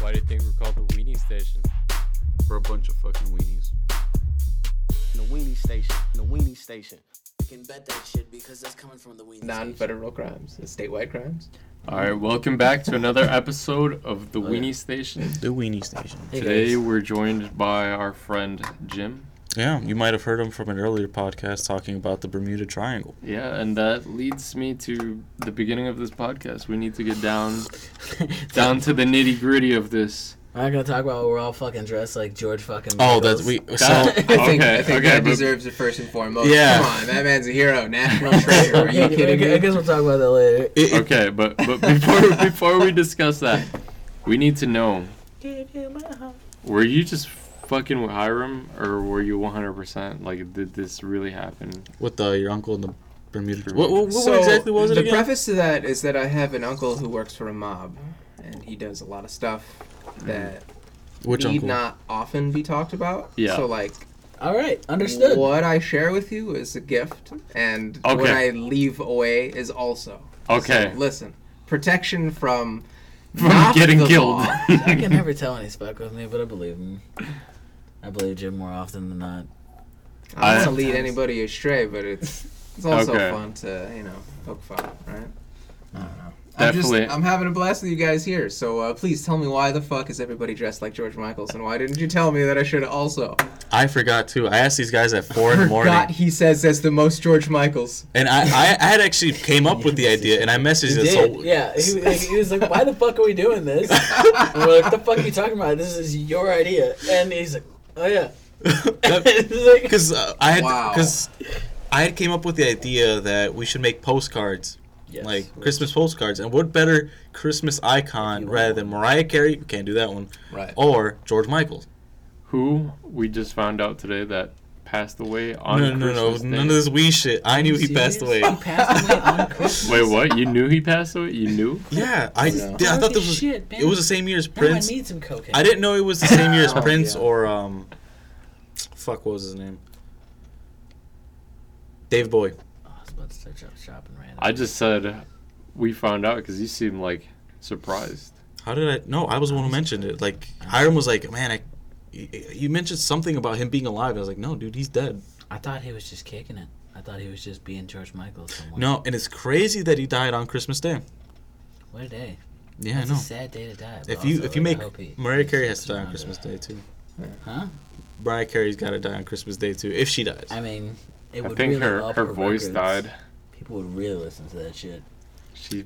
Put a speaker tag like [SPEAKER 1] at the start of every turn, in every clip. [SPEAKER 1] Why do you think we're called the Weenie Station?
[SPEAKER 2] We're a bunch of fucking weenies.
[SPEAKER 3] The weenie station. The weenie station.
[SPEAKER 4] can bet that shit because that's coming from the weenie. station.
[SPEAKER 5] non-federal crimes, statewide crimes.
[SPEAKER 1] All right, welcome back to another episode of the Weenie Station.
[SPEAKER 6] The Weenie Station.
[SPEAKER 1] Today we're joined by our friend Jim.
[SPEAKER 6] Yeah, you might have heard him from an earlier podcast talking about the Bermuda Triangle.
[SPEAKER 1] Yeah, and that leads me to the beginning of this podcast. We need to get down down to the nitty gritty of this.
[SPEAKER 4] We're not gonna talk about we're all fucking dressed like George fucking.
[SPEAKER 6] Oh, that's
[SPEAKER 4] Michaels.
[SPEAKER 6] we.
[SPEAKER 1] That-
[SPEAKER 6] So
[SPEAKER 5] I think,
[SPEAKER 1] Okay,
[SPEAKER 5] I think
[SPEAKER 1] okay,
[SPEAKER 5] that
[SPEAKER 1] but-
[SPEAKER 5] deserves it first and foremost.
[SPEAKER 6] Yeah.
[SPEAKER 5] Come on, that man's a hero, national treasure. Are
[SPEAKER 4] Yeah,
[SPEAKER 5] you kidding
[SPEAKER 4] I
[SPEAKER 5] me?
[SPEAKER 4] guess we'll talk about that later.
[SPEAKER 6] it, it-
[SPEAKER 1] Okay, but but before before we discuss that, we need to know: Were you just fucking with Hiram, or were you 100% like did this really happen?
[SPEAKER 6] with the, your uncle in the Bermuda.
[SPEAKER 1] Bermuda.
[SPEAKER 6] What, what, what exactly was it
[SPEAKER 5] the
[SPEAKER 6] again?
[SPEAKER 5] preface to that is that I have an uncle who works for a mob, and he does a lot of stuff
[SPEAKER 1] Hmm.
[SPEAKER 5] that
[SPEAKER 6] Which
[SPEAKER 5] need
[SPEAKER 6] uncle?
[SPEAKER 5] not often be talked about.
[SPEAKER 1] Yeah.
[SPEAKER 5] So like,
[SPEAKER 4] All right, understood.
[SPEAKER 5] what I share with you is a gift, and what
[SPEAKER 1] Okay.
[SPEAKER 5] I leave away is also.
[SPEAKER 1] Okay.
[SPEAKER 5] So, listen, protection from
[SPEAKER 1] From
[SPEAKER 5] not
[SPEAKER 1] getting
[SPEAKER 5] the
[SPEAKER 1] killed.
[SPEAKER 5] law.
[SPEAKER 4] I can never tell when he's back with me, but I believe him. I believe Jim more often than not.
[SPEAKER 5] I
[SPEAKER 1] I-
[SPEAKER 5] don't want to lead anybody astray, but it's it's also
[SPEAKER 1] Okay.
[SPEAKER 5] fun to you know poke fun, right? I don't know. I'm,
[SPEAKER 1] Definitely.
[SPEAKER 5] just, I'm having a blast with you guys here, so uh, please tell me why the fuck is everybody dressed like George Michaels, and why didn't you tell me that I should also?
[SPEAKER 6] I forgot too. I asked these guys at four in the morning,
[SPEAKER 5] Forgot he says that's the most George Michaels.
[SPEAKER 6] and I, I, I had actually came up with the idea, and I messaged
[SPEAKER 4] He
[SPEAKER 6] them.
[SPEAKER 4] did.
[SPEAKER 6] So
[SPEAKER 4] Yeah, he, like, he was like, "Why the fuck are we doing this?" And we're like, "The fuck are you talking about? This is your idea." And he's like, "Oh yeah."
[SPEAKER 6] That-
[SPEAKER 4] It's like-
[SPEAKER 6] Because uh, I had,
[SPEAKER 5] Wow.
[SPEAKER 6] because I had came up with the idea that we should make postcards,
[SPEAKER 4] Yes.
[SPEAKER 6] like Christmas postcards, and what better Christmas icon rather than Mariah Carey? You can't do that one,
[SPEAKER 5] Right.
[SPEAKER 6] or George Michael.
[SPEAKER 1] Who we just found out today that passed away on
[SPEAKER 6] No, no,
[SPEAKER 1] Christmas
[SPEAKER 6] no,
[SPEAKER 1] Day.
[SPEAKER 6] none of this wee shit. I knew he passed away.
[SPEAKER 4] Serious? He passed away on Christmas.
[SPEAKER 1] Wait, what? You knew he passed away? You knew?
[SPEAKER 6] Yeah, I,
[SPEAKER 5] No.
[SPEAKER 6] yeah, I thought
[SPEAKER 4] Holy
[SPEAKER 6] this was
[SPEAKER 4] shit, man.
[SPEAKER 6] it was the same year as
[SPEAKER 4] Now I
[SPEAKER 6] Prince.
[SPEAKER 4] need some cocaine.
[SPEAKER 6] I didn't know it was the same year as
[SPEAKER 5] Oh,
[SPEAKER 6] Prince
[SPEAKER 5] yeah.
[SPEAKER 6] or um, fuck, what was his name? Dave Boy.
[SPEAKER 4] Oh, I was about to search up shopping random.
[SPEAKER 1] I just said we found out because you seemed like surprised.
[SPEAKER 6] How did I? No, I was the one who mentioned it. Like Hiram was like, man, I, y- y- you mentioned something about him being alive. I was like, no, dude, he's dead.
[SPEAKER 4] I thought he was just kicking it. I thought he was just being George Michael. Somewhere.
[SPEAKER 6] No, and it's crazy that he died on Christmas Day.
[SPEAKER 4] What a day.
[SPEAKER 6] Yeah, I
[SPEAKER 4] It's
[SPEAKER 6] know.
[SPEAKER 4] a sad day to die. but
[SPEAKER 6] If you
[SPEAKER 4] also,
[SPEAKER 6] if you
[SPEAKER 4] like,
[SPEAKER 6] make
[SPEAKER 4] I hope he-
[SPEAKER 6] Mariah Carey
[SPEAKER 4] he's
[SPEAKER 6] has to die on
[SPEAKER 4] surrounded.
[SPEAKER 6] Christmas Day too.
[SPEAKER 4] Huh?
[SPEAKER 6] Mariah Carey's got to die on Christmas Day too if she dies.
[SPEAKER 4] I mean, it
[SPEAKER 1] I
[SPEAKER 4] would
[SPEAKER 1] think
[SPEAKER 4] really
[SPEAKER 1] her,
[SPEAKER 4] up
[SPEAKER 1] her voice
[SPEAKER 4] records.
[SPEAKER 1] died.
[SPEAKER 4] People would really listen to that shit.
[SPEAKER 1] She.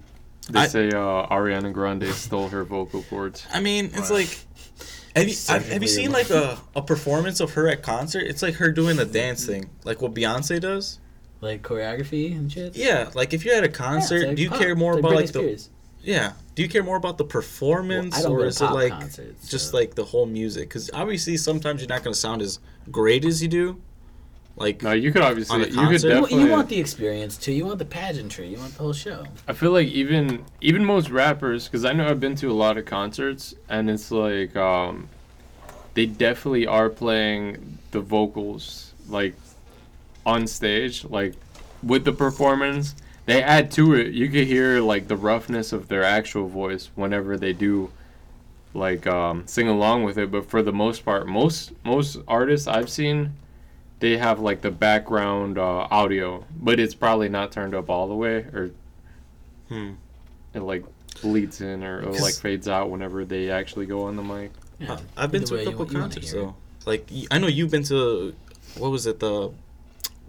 [SPEAKER 1] They
[SPEAKER 6] I-
[SPEAKER 1] say uh, Ariana Grande stole her vocal cords.
[SPEAKER 6] I mean, it's like. Have you, have, have you seen like a, a performance of her at concert? It's like her doing the dance thing, like what Beyonce does.
[SPEAKER 4] Like choreography and shit.
[SPEAKER 6] Yeah, like if you're at a
[SPEAKER 4] Yeah, it's
[SPEAKER 6] concert,
[SPEAKER 4] like
[SPEAKER 6] do you
[SPEAKER 4] pop.
[SPEAKER 6] care more
[SPEAKER 4] It's like
[SPEAKER 6] about
[SPEAKER 4] Britney
[SPEAKER 6] like the
[SPEAKER 4] Spears.
[SPEAKER 6] yeah? Do you care more about the performance
[SPEAKER 4] Well, I don't go
[SPEAKER 6] or
[SPEAKER 4] to
[SPEAKER 6] is it
[SPEAKER 4] pop
[SPEAKER 6] like
[SPEAKER 4] concerts,
[SPEAKER 6] just
[SPEAKER 4] so-
[SPEAKER 6] like the whole music? Because obviously sometimes you're not gonna sound as great as you do. Like
[SPEAKER 1] No, you could
[SPEAKER 6] On
[SPEAKER 1] obviously. You
[SPEAKER 6] a
[SPEAKER 1] could
[SPEAKER 6] concert? You
[SPEAKER 4] You,
[SPEAKER 1] definitely.
[SPEAKER 4] you want the experience too. You want the pageantry. You want the whole show.
[SPEAKER 1] I feel like even even most rappers, because I know I've been to a lot of concerts, and it's like um, they definitely are playing the vocals like on stage, like with the performance. They add to it. You could hear like the roughness of their actual voice whenever they do like um, sing along with it. But for the most part, most most artists I've seen, they have like the background uh, audio, but it's probably not turned up all the way or
[SPEAKER 6] Hmm.
[SPEAKER 1] it like bleeds in or, or like
[SPEAKER 6] Because-
[SPEAKER 1] fades out whenever they actually go on the mic.
[SPEAKER 4] Yeah.
[SPEAKER 6] I've been
[SPEAKER 4] Either
[SPEAKER 6] to
[SPEAKER 4] way,
[SPEAKER 6] a
[SPEAKER 4] you
[SPEAKER 6] couple
[SPEAKER 4] want- you wanna
[SPEAKER 6] concerts
[SPEAKER 4] hear it.
[SPEAKER 6] though. Like y- I know you've been to what was it the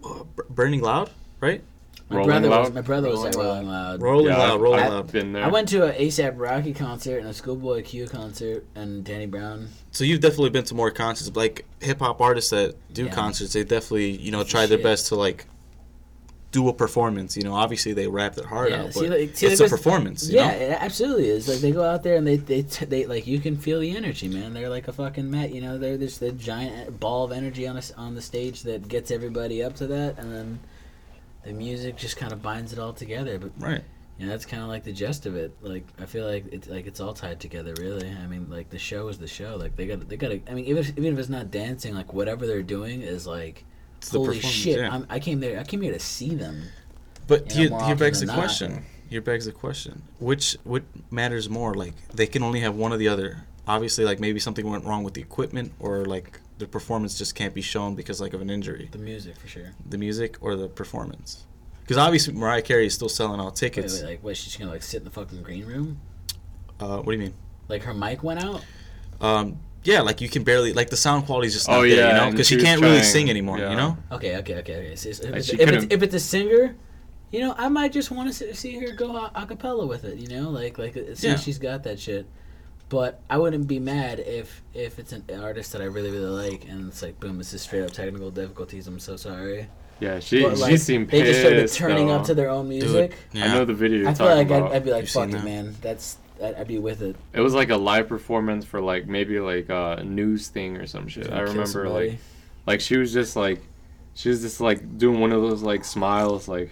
[SPEAKER 6] uh, B- Burning Loud, right?
[SPEAKER 4] My
[SPEAKER 1] Rolling
[SPEAKER 4] brother was
[SPEAKER 1] Loud?
[SPEAKER 4] my brother was at
[SPEAKER 5] Rolling Loud.
[SPEAKER 4] Rolling Loud.
[SPEAKER 6] Rolling
[SPEAKER 1] Yeah,
[SPEAKER 6] Loud,
[SPEAKER 1] I've-
[SPEAKER 6] Rolling
[SPEAKER 1] I've
[SPEAKER 6] Loud.
[SPEAKER 1] Been there.
[SPEAKER 4] I went to an ASAP Rocky concert and a Schoolboy Q concert and Danny Brown.
[SPEAKER 6] So you've definitely been to more concerts. but, Like hip hop artists that do
[SPEAKER 4] Yeah.
[SPEAKER 6] concerts, they definitely you know
[SPEAKER 4] Give a
[SPEAKER 6] try their
[SPEAKER 4] shit.
[SPEAKER 6] best to like do a performance. You know, obviously they rap their heart
[SPEAKER 4] Yeah,
[SPEAKER 6] out, but
[SPEAKER 4] see, like- see,
[SPEAKER 6] it's
[SPEAKER 4] like this-
[SPEAKER 6] a performance. You
[SPEAKER 4] yeah,
[SPEAKER 6] know?
[SPEAKER 4] it absolutely is. Like they go out there and they they t- they like you can feel the energy, man. They're like a fucking Met, you know. They're just a giant ball of energy on us on the stage that gets everybody up to that, and then the music just kind of binds it all together. But
[SPEAKER 6] right.
[SPEAKER 4] you know, that's kind of like the gist of it. Like I feel like it's like it's all tied together, really. I mean, like the show is the show. Like they got they got. to I mean, even if, even if it's not dancing, like whatever they're doing is like.
[SPEAKER 6] It's the
[SPEAKER 4] Holy
[SPEAKER 6] performance,
[SPEAKER 4] shit!
[SPEAKER 6] yeah.
[SPEAKER 4] I'm, I came there. I came here to see them.
[SPEAKER 6] But
[SPEAKER 4] Yeah,
[SPEAKER 6] here,
[SPEAKER 4] more
[SPEAKER 6] here
[SPEAKER 4] often
[SPEAKER 6] begs the
[SPEAKER 4] than not.
[SPEAKER 6] question. Here begs the question: Which what matters more? Like they can only have one or the other. obviously like maybe something went wrong with the equipment or like the performance just can't be shown because like of an injury,
[SPEAKER 4] The music for sure.
[SPEAKER 6] the music or the performance. Because obviously Mariah Carey is still selling out
[SPEAKER 4] Wait,
[SPEAKER 6] tickets.
[SPEAKER 4] wait, like, what? She's gonna like sit in the fucking green room?
[SPEAKER 6] Uh, what do you mean?
[SPEAKER 4] Like her mic went out?
[SPEAKER 6] Um, yeah, like you can barely like the sound quality is just not
[SPEAKER 1] Oh,
[SPEAKER 6] there,
[SPEAKER 1] yeah,
[SPEAKER 6] you know,
[SPEAKER 1] and
[SPEAKER 6] because she
[SPEAKER 1] she was
[SPEAKER 6] can't really
[SPEAKER 1] trying-
[SPEAKER 6] sing anymore,
[SPEAKER 1] yeah.
[SPEAKER 6] you know.
[SPEAKER 4] Okay, okay, okay. okay. So, if, it's,
[SPEAKER 1] she
[SPEAKER 4] if, it's,
[SPEAKER 1] could've-
[SPEAKER 4] if it's a singer, you know, I might just want to see her go a, a cappella with it. You know, like like uh, see
[SPEAKER 6] Yeah.
[SPEAKER 4] if she's got that shit. But I wouldn't be mad if if it's an artist that I really really like and it's like boom, this is straight up technical difficulties. I'm so sorry.
[SPEAKER 1] Yeah, she
[SPEAKER 4] But,
[SPEAKER 1] she
[SPEAKER 4] like,
[SPEAKER 1] seemed
[SPEAKER 4] they
[SPEAKER 1] pissed.
[SPEAKER 4] just started turning
[SPEAKER 1] though.
[SPEAKER 4] up to their own music.
[SPEAKER 6] yeah.
[SPEAKER 1] I know the video you're
[SPEAKER 4] I feel
[SPEAKER 1] talking
[SPEAKER 4] like I'd,
[SPEAKER 1] about.
[SPEAKER 4] I'd be like,
[SPEAKER 6] You've seen
[SPEAKER 4] fuck it,
[SPEAKER 6] that?
[SPEAKER 4] man. That's I'd, I'd be with it.
[SPEAKER 1] It was like a live performance for like maybe like a news thing or some shit. I
[SPEAKER 4] Kill
[SPEAKER 1] remember
[SPEAKER 4] somebody.
[SPEAKER 1] like like she was just like she was just like doing one of those like smiles like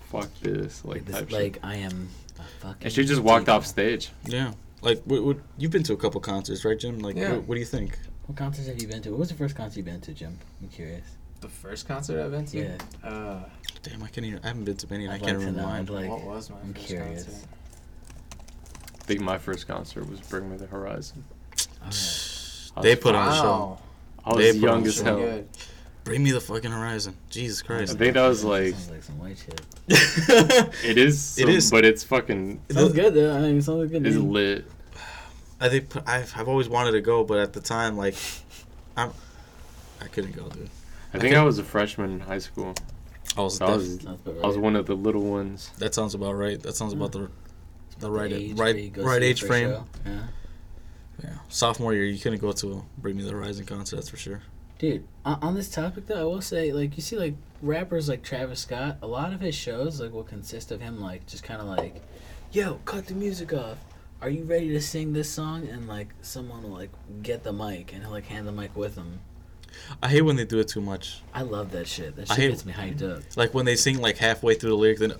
[SPEAKER 1] fuck this like
[SPEAKER 4] like,
[SPEAKER 1] type
[SPEAKER 4] this,
[SPEAKER 1] shit.
[SPEAKER 4] like I am a fucking.
[SPEAKER 1] and she just walked
[SPEAKER 4] diva.
[SPEAKER 1] off stage.
[SPEAKER 6] Yeah. Like, what, what, you've been to a couple concerts, right, Jim? Like,
[SPEAKER 5] Yeah.
[SPEAKER 6] what, what do you think?
[SPEAKER 4] What concerts have you been to? What was the first concert you been to, Jim? I'm curious.
[SPEAKER 5] The first concert I've been to?
[SPEAKER 4] Yeah.
[SPEAKER 5] Uh,
[SPEAKER 6] Damn, I can't even. I haven't been to many, and
[SPEAKER 4] I'd
[SPEAKER 6] I can't
[SPEAKER 4] like to
[SPEAKER 6] remember
[SPEAKER 4] know,
[SPEAKER 6] mine.
[SPEAKER 4] I'd like-
[SPEAKER 5] what was my
[SPEAKER 4] I'm
[SPEAKER 5] first
[SPEAKER 4] curious.
[SPEAKER 5] concert?
[SPEAKER 1] I think my first concert was Bring Me the Horizon.
[SPEAKER 4] Alright.
[SPEAKER 1] I
[SPEAKER 6] They
[SPEAKER 1] was-
[SPEAKER 6] put on a show.
[SPEAKER 1] I
[SPEAKER 6] they
[SPEAKER 1] was
[SPEAKER 6] put on
[SPEAKER 1] young
[SPEAKER 6] a
[SPEAKER 1] as
[SPEAKER 6] show.
[SPEAKER 1] hell.
[SPEAKER 5] Good.
[SPEAKER 6] Bring me the fucking horizon, Jesus
[SPEAKER 1] I
[SPEAKER 6] Christ.
[SPEAKER 1] think that was like
[SPEAKER 4] sounds like some white shit.
[SPEAKER 1] it is
[SPEAKER 6] It
[SPEAKER 1] some,
[SPEAKER 6] is.
[SPEAKER 1] but it's fucking
[SPEAKER 4] Sounds
[SPEAKER 6] The-
[SPEAKER 4] good though. I mean, it sounds like a good.
[SPEAKER 1] it's
[SPEAKER 4] name.
[SPEAKER 1] lit.
[SPEAKER 6] I think I've, I've always wanted to go, but at the time, like, I'm, I couldn't go, dude.
[SPEAKER 1] I think I was a freshman in high school.
[SPEAKER 6] I was,
[SPEAKER 1] So I was
[SPEAKER 4] Sounds about
[SPEAKER 1] I was
[SPEAKER 4] right.
[SPEAKER 1] one of the little ones.
[SPEAKER 6] that sounds about right. That sounds about the, the right
[SPEAKER 4] Hmm. age
[SPEAKER 6] right
[SPEAKER 4] where you go
[SPEAKER 6] right
[SPEAKER 4] see
[SPEAKER 6] age
[SPEAKER 4] for a
[SPEAKER 6] frame.
[SPEAKER 4] show. Yeah.
[SPEAKER 6] Yeah. Sophomore year, you couldn't go to a Bring Me the Horizon concert, that's for sure.
[SPEAKER 4] Dude, on, on this topic though, I will say like you see like rappers like Travis Scott, a lot of his shows like will consist of him like just kind of like, yo, cut the music off. Are you ready to sing this song? And like someone will like get the mic and he'll like hand the mic with him.
[SPEAKER 6] I hate when they do it too much.
[SPEAKER 4] I love that shit. That
[SPEAKER 6] I
[SPEAKER 4] shit
[SPEAKER 6] hate-
[SPEAKER 4] gets me hyped up.
[SPEAKER 6] Like when they sing like halfway through the lyric, then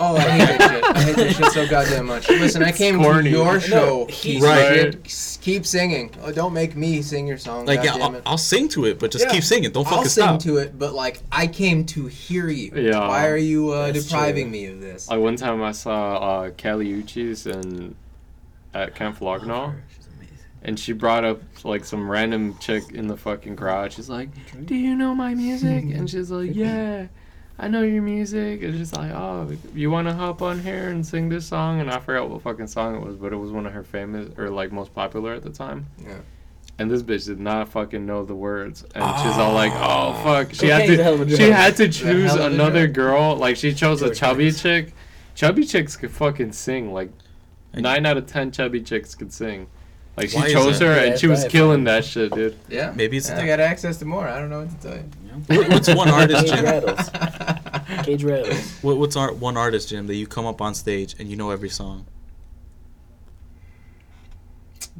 [SPEAKER 5] Oh, I hate that shit. I hate that shit so goddamn much. Listen, I came
[SPEAKER 1] corny.
[SPEAKER 5] to your
[SPEAKER 1] No,
[SPEAKER 5] show.
[SPEAKER 4] he-
[SPEAKER 5] piece of
[SPEAKER 1] Right.
[SPEAKER 5] shit. S- Keep singing. Oh, don't make me sing your song.
[SPEAKER 6] like yeah,
[SPEAKER 5] goddamn
[SPEAKER 6] I'll,
[SPEAKER 5] Oh, it.
[SPEAKER 6] I'll sing to it, but just
[SPEAKER 5] Yeah.
[SPEAKER 6] keep singing. Don't fucking
[SPEAKER 5] I'll sing
[SPEAKER 6] stop.
[SPEAKER 5] to it, but like I came to hear you.
[SPEAKER 1] Yeah. Uh,
[SPEAKER 5] Why are you uh,
[SPEAKER 4] That's
[SPEAKER 5] depriving
[SPEAKER 4] true.
[SPEAKER 5] me of this?
[SPEAKER 1] Like one time I saw uh, Kelly Uchis and at Camp
[SPEAKER 4] Love
[SPEAKER 1] Flognall,
[SPEAKER 4] her. She's amazing.
[SPEAKER 1] and she brought up like some random chick in the fucking crowd. She's like, "Do you know my music?" And she's like, "Yeah, I know your music." And she's like, "Oh, you want to hop on here and sing this song?" And I forgot what fucking song it was, but it was one of her famous or like most popular at the time.
[SPEAKER 5] Yeah.
[SPEAKER 1] And this bitch did not fucking know the words, and she's all like, "Oh fuck!" She had
[SPEAKER 4] Cocaine's a hell of a
[SPEAKER 1] to
[SPEAKER 4] drug.
[SPEAKER 1] she had to
[SPEAKER 5] It's a hell
[SPEAKER 1] choose
[SPEAKER 5] of a
[SPEAKER 1] another
[SPEAKER 5] drug.
[SPEAKER 1] girl. Like she chose a
[SPEAKER 4] George
[SPEAKER 1] chubby
[SPEAKER 4] Lucas.
[SPEAKER 1] chick. Chubby chicks could fucking sing. Like
[SPEAKER 6] I-
[SPEAKER 1] nine out of ten chubby chicks could sing. Like she
[SPEAKER 6] Why is
[SPEAKER 1] chose
[SPEAKER 6] that?
[SPEAKER 1] her,
[SPEAKER 4] Yeah,
[SPEAKER 1] and
[SPEAKER 4] that's
[SPEAKER 1] she was
[SPEAKER 4] right.
[SPEAKER 1] killing that shit, dude.
[SPEAKER 5] Yeah.
[SPEAKER 6] Maybe it's
[SPEAKER 5] Yeah,
[SPEAKER 6] the-
[SPEAKER 5] I got access to more. I don't know what to tell you.
[SPEAKER 6] What- What's one artist,
[SPEAKER 4] Cage
[SPEAKER 6] Jim?
[SPEAKER 4] rattles. Cage rattles.
[SPEAKER 6] What, what's our one artist, Jim, that you come up on stage and you know every song?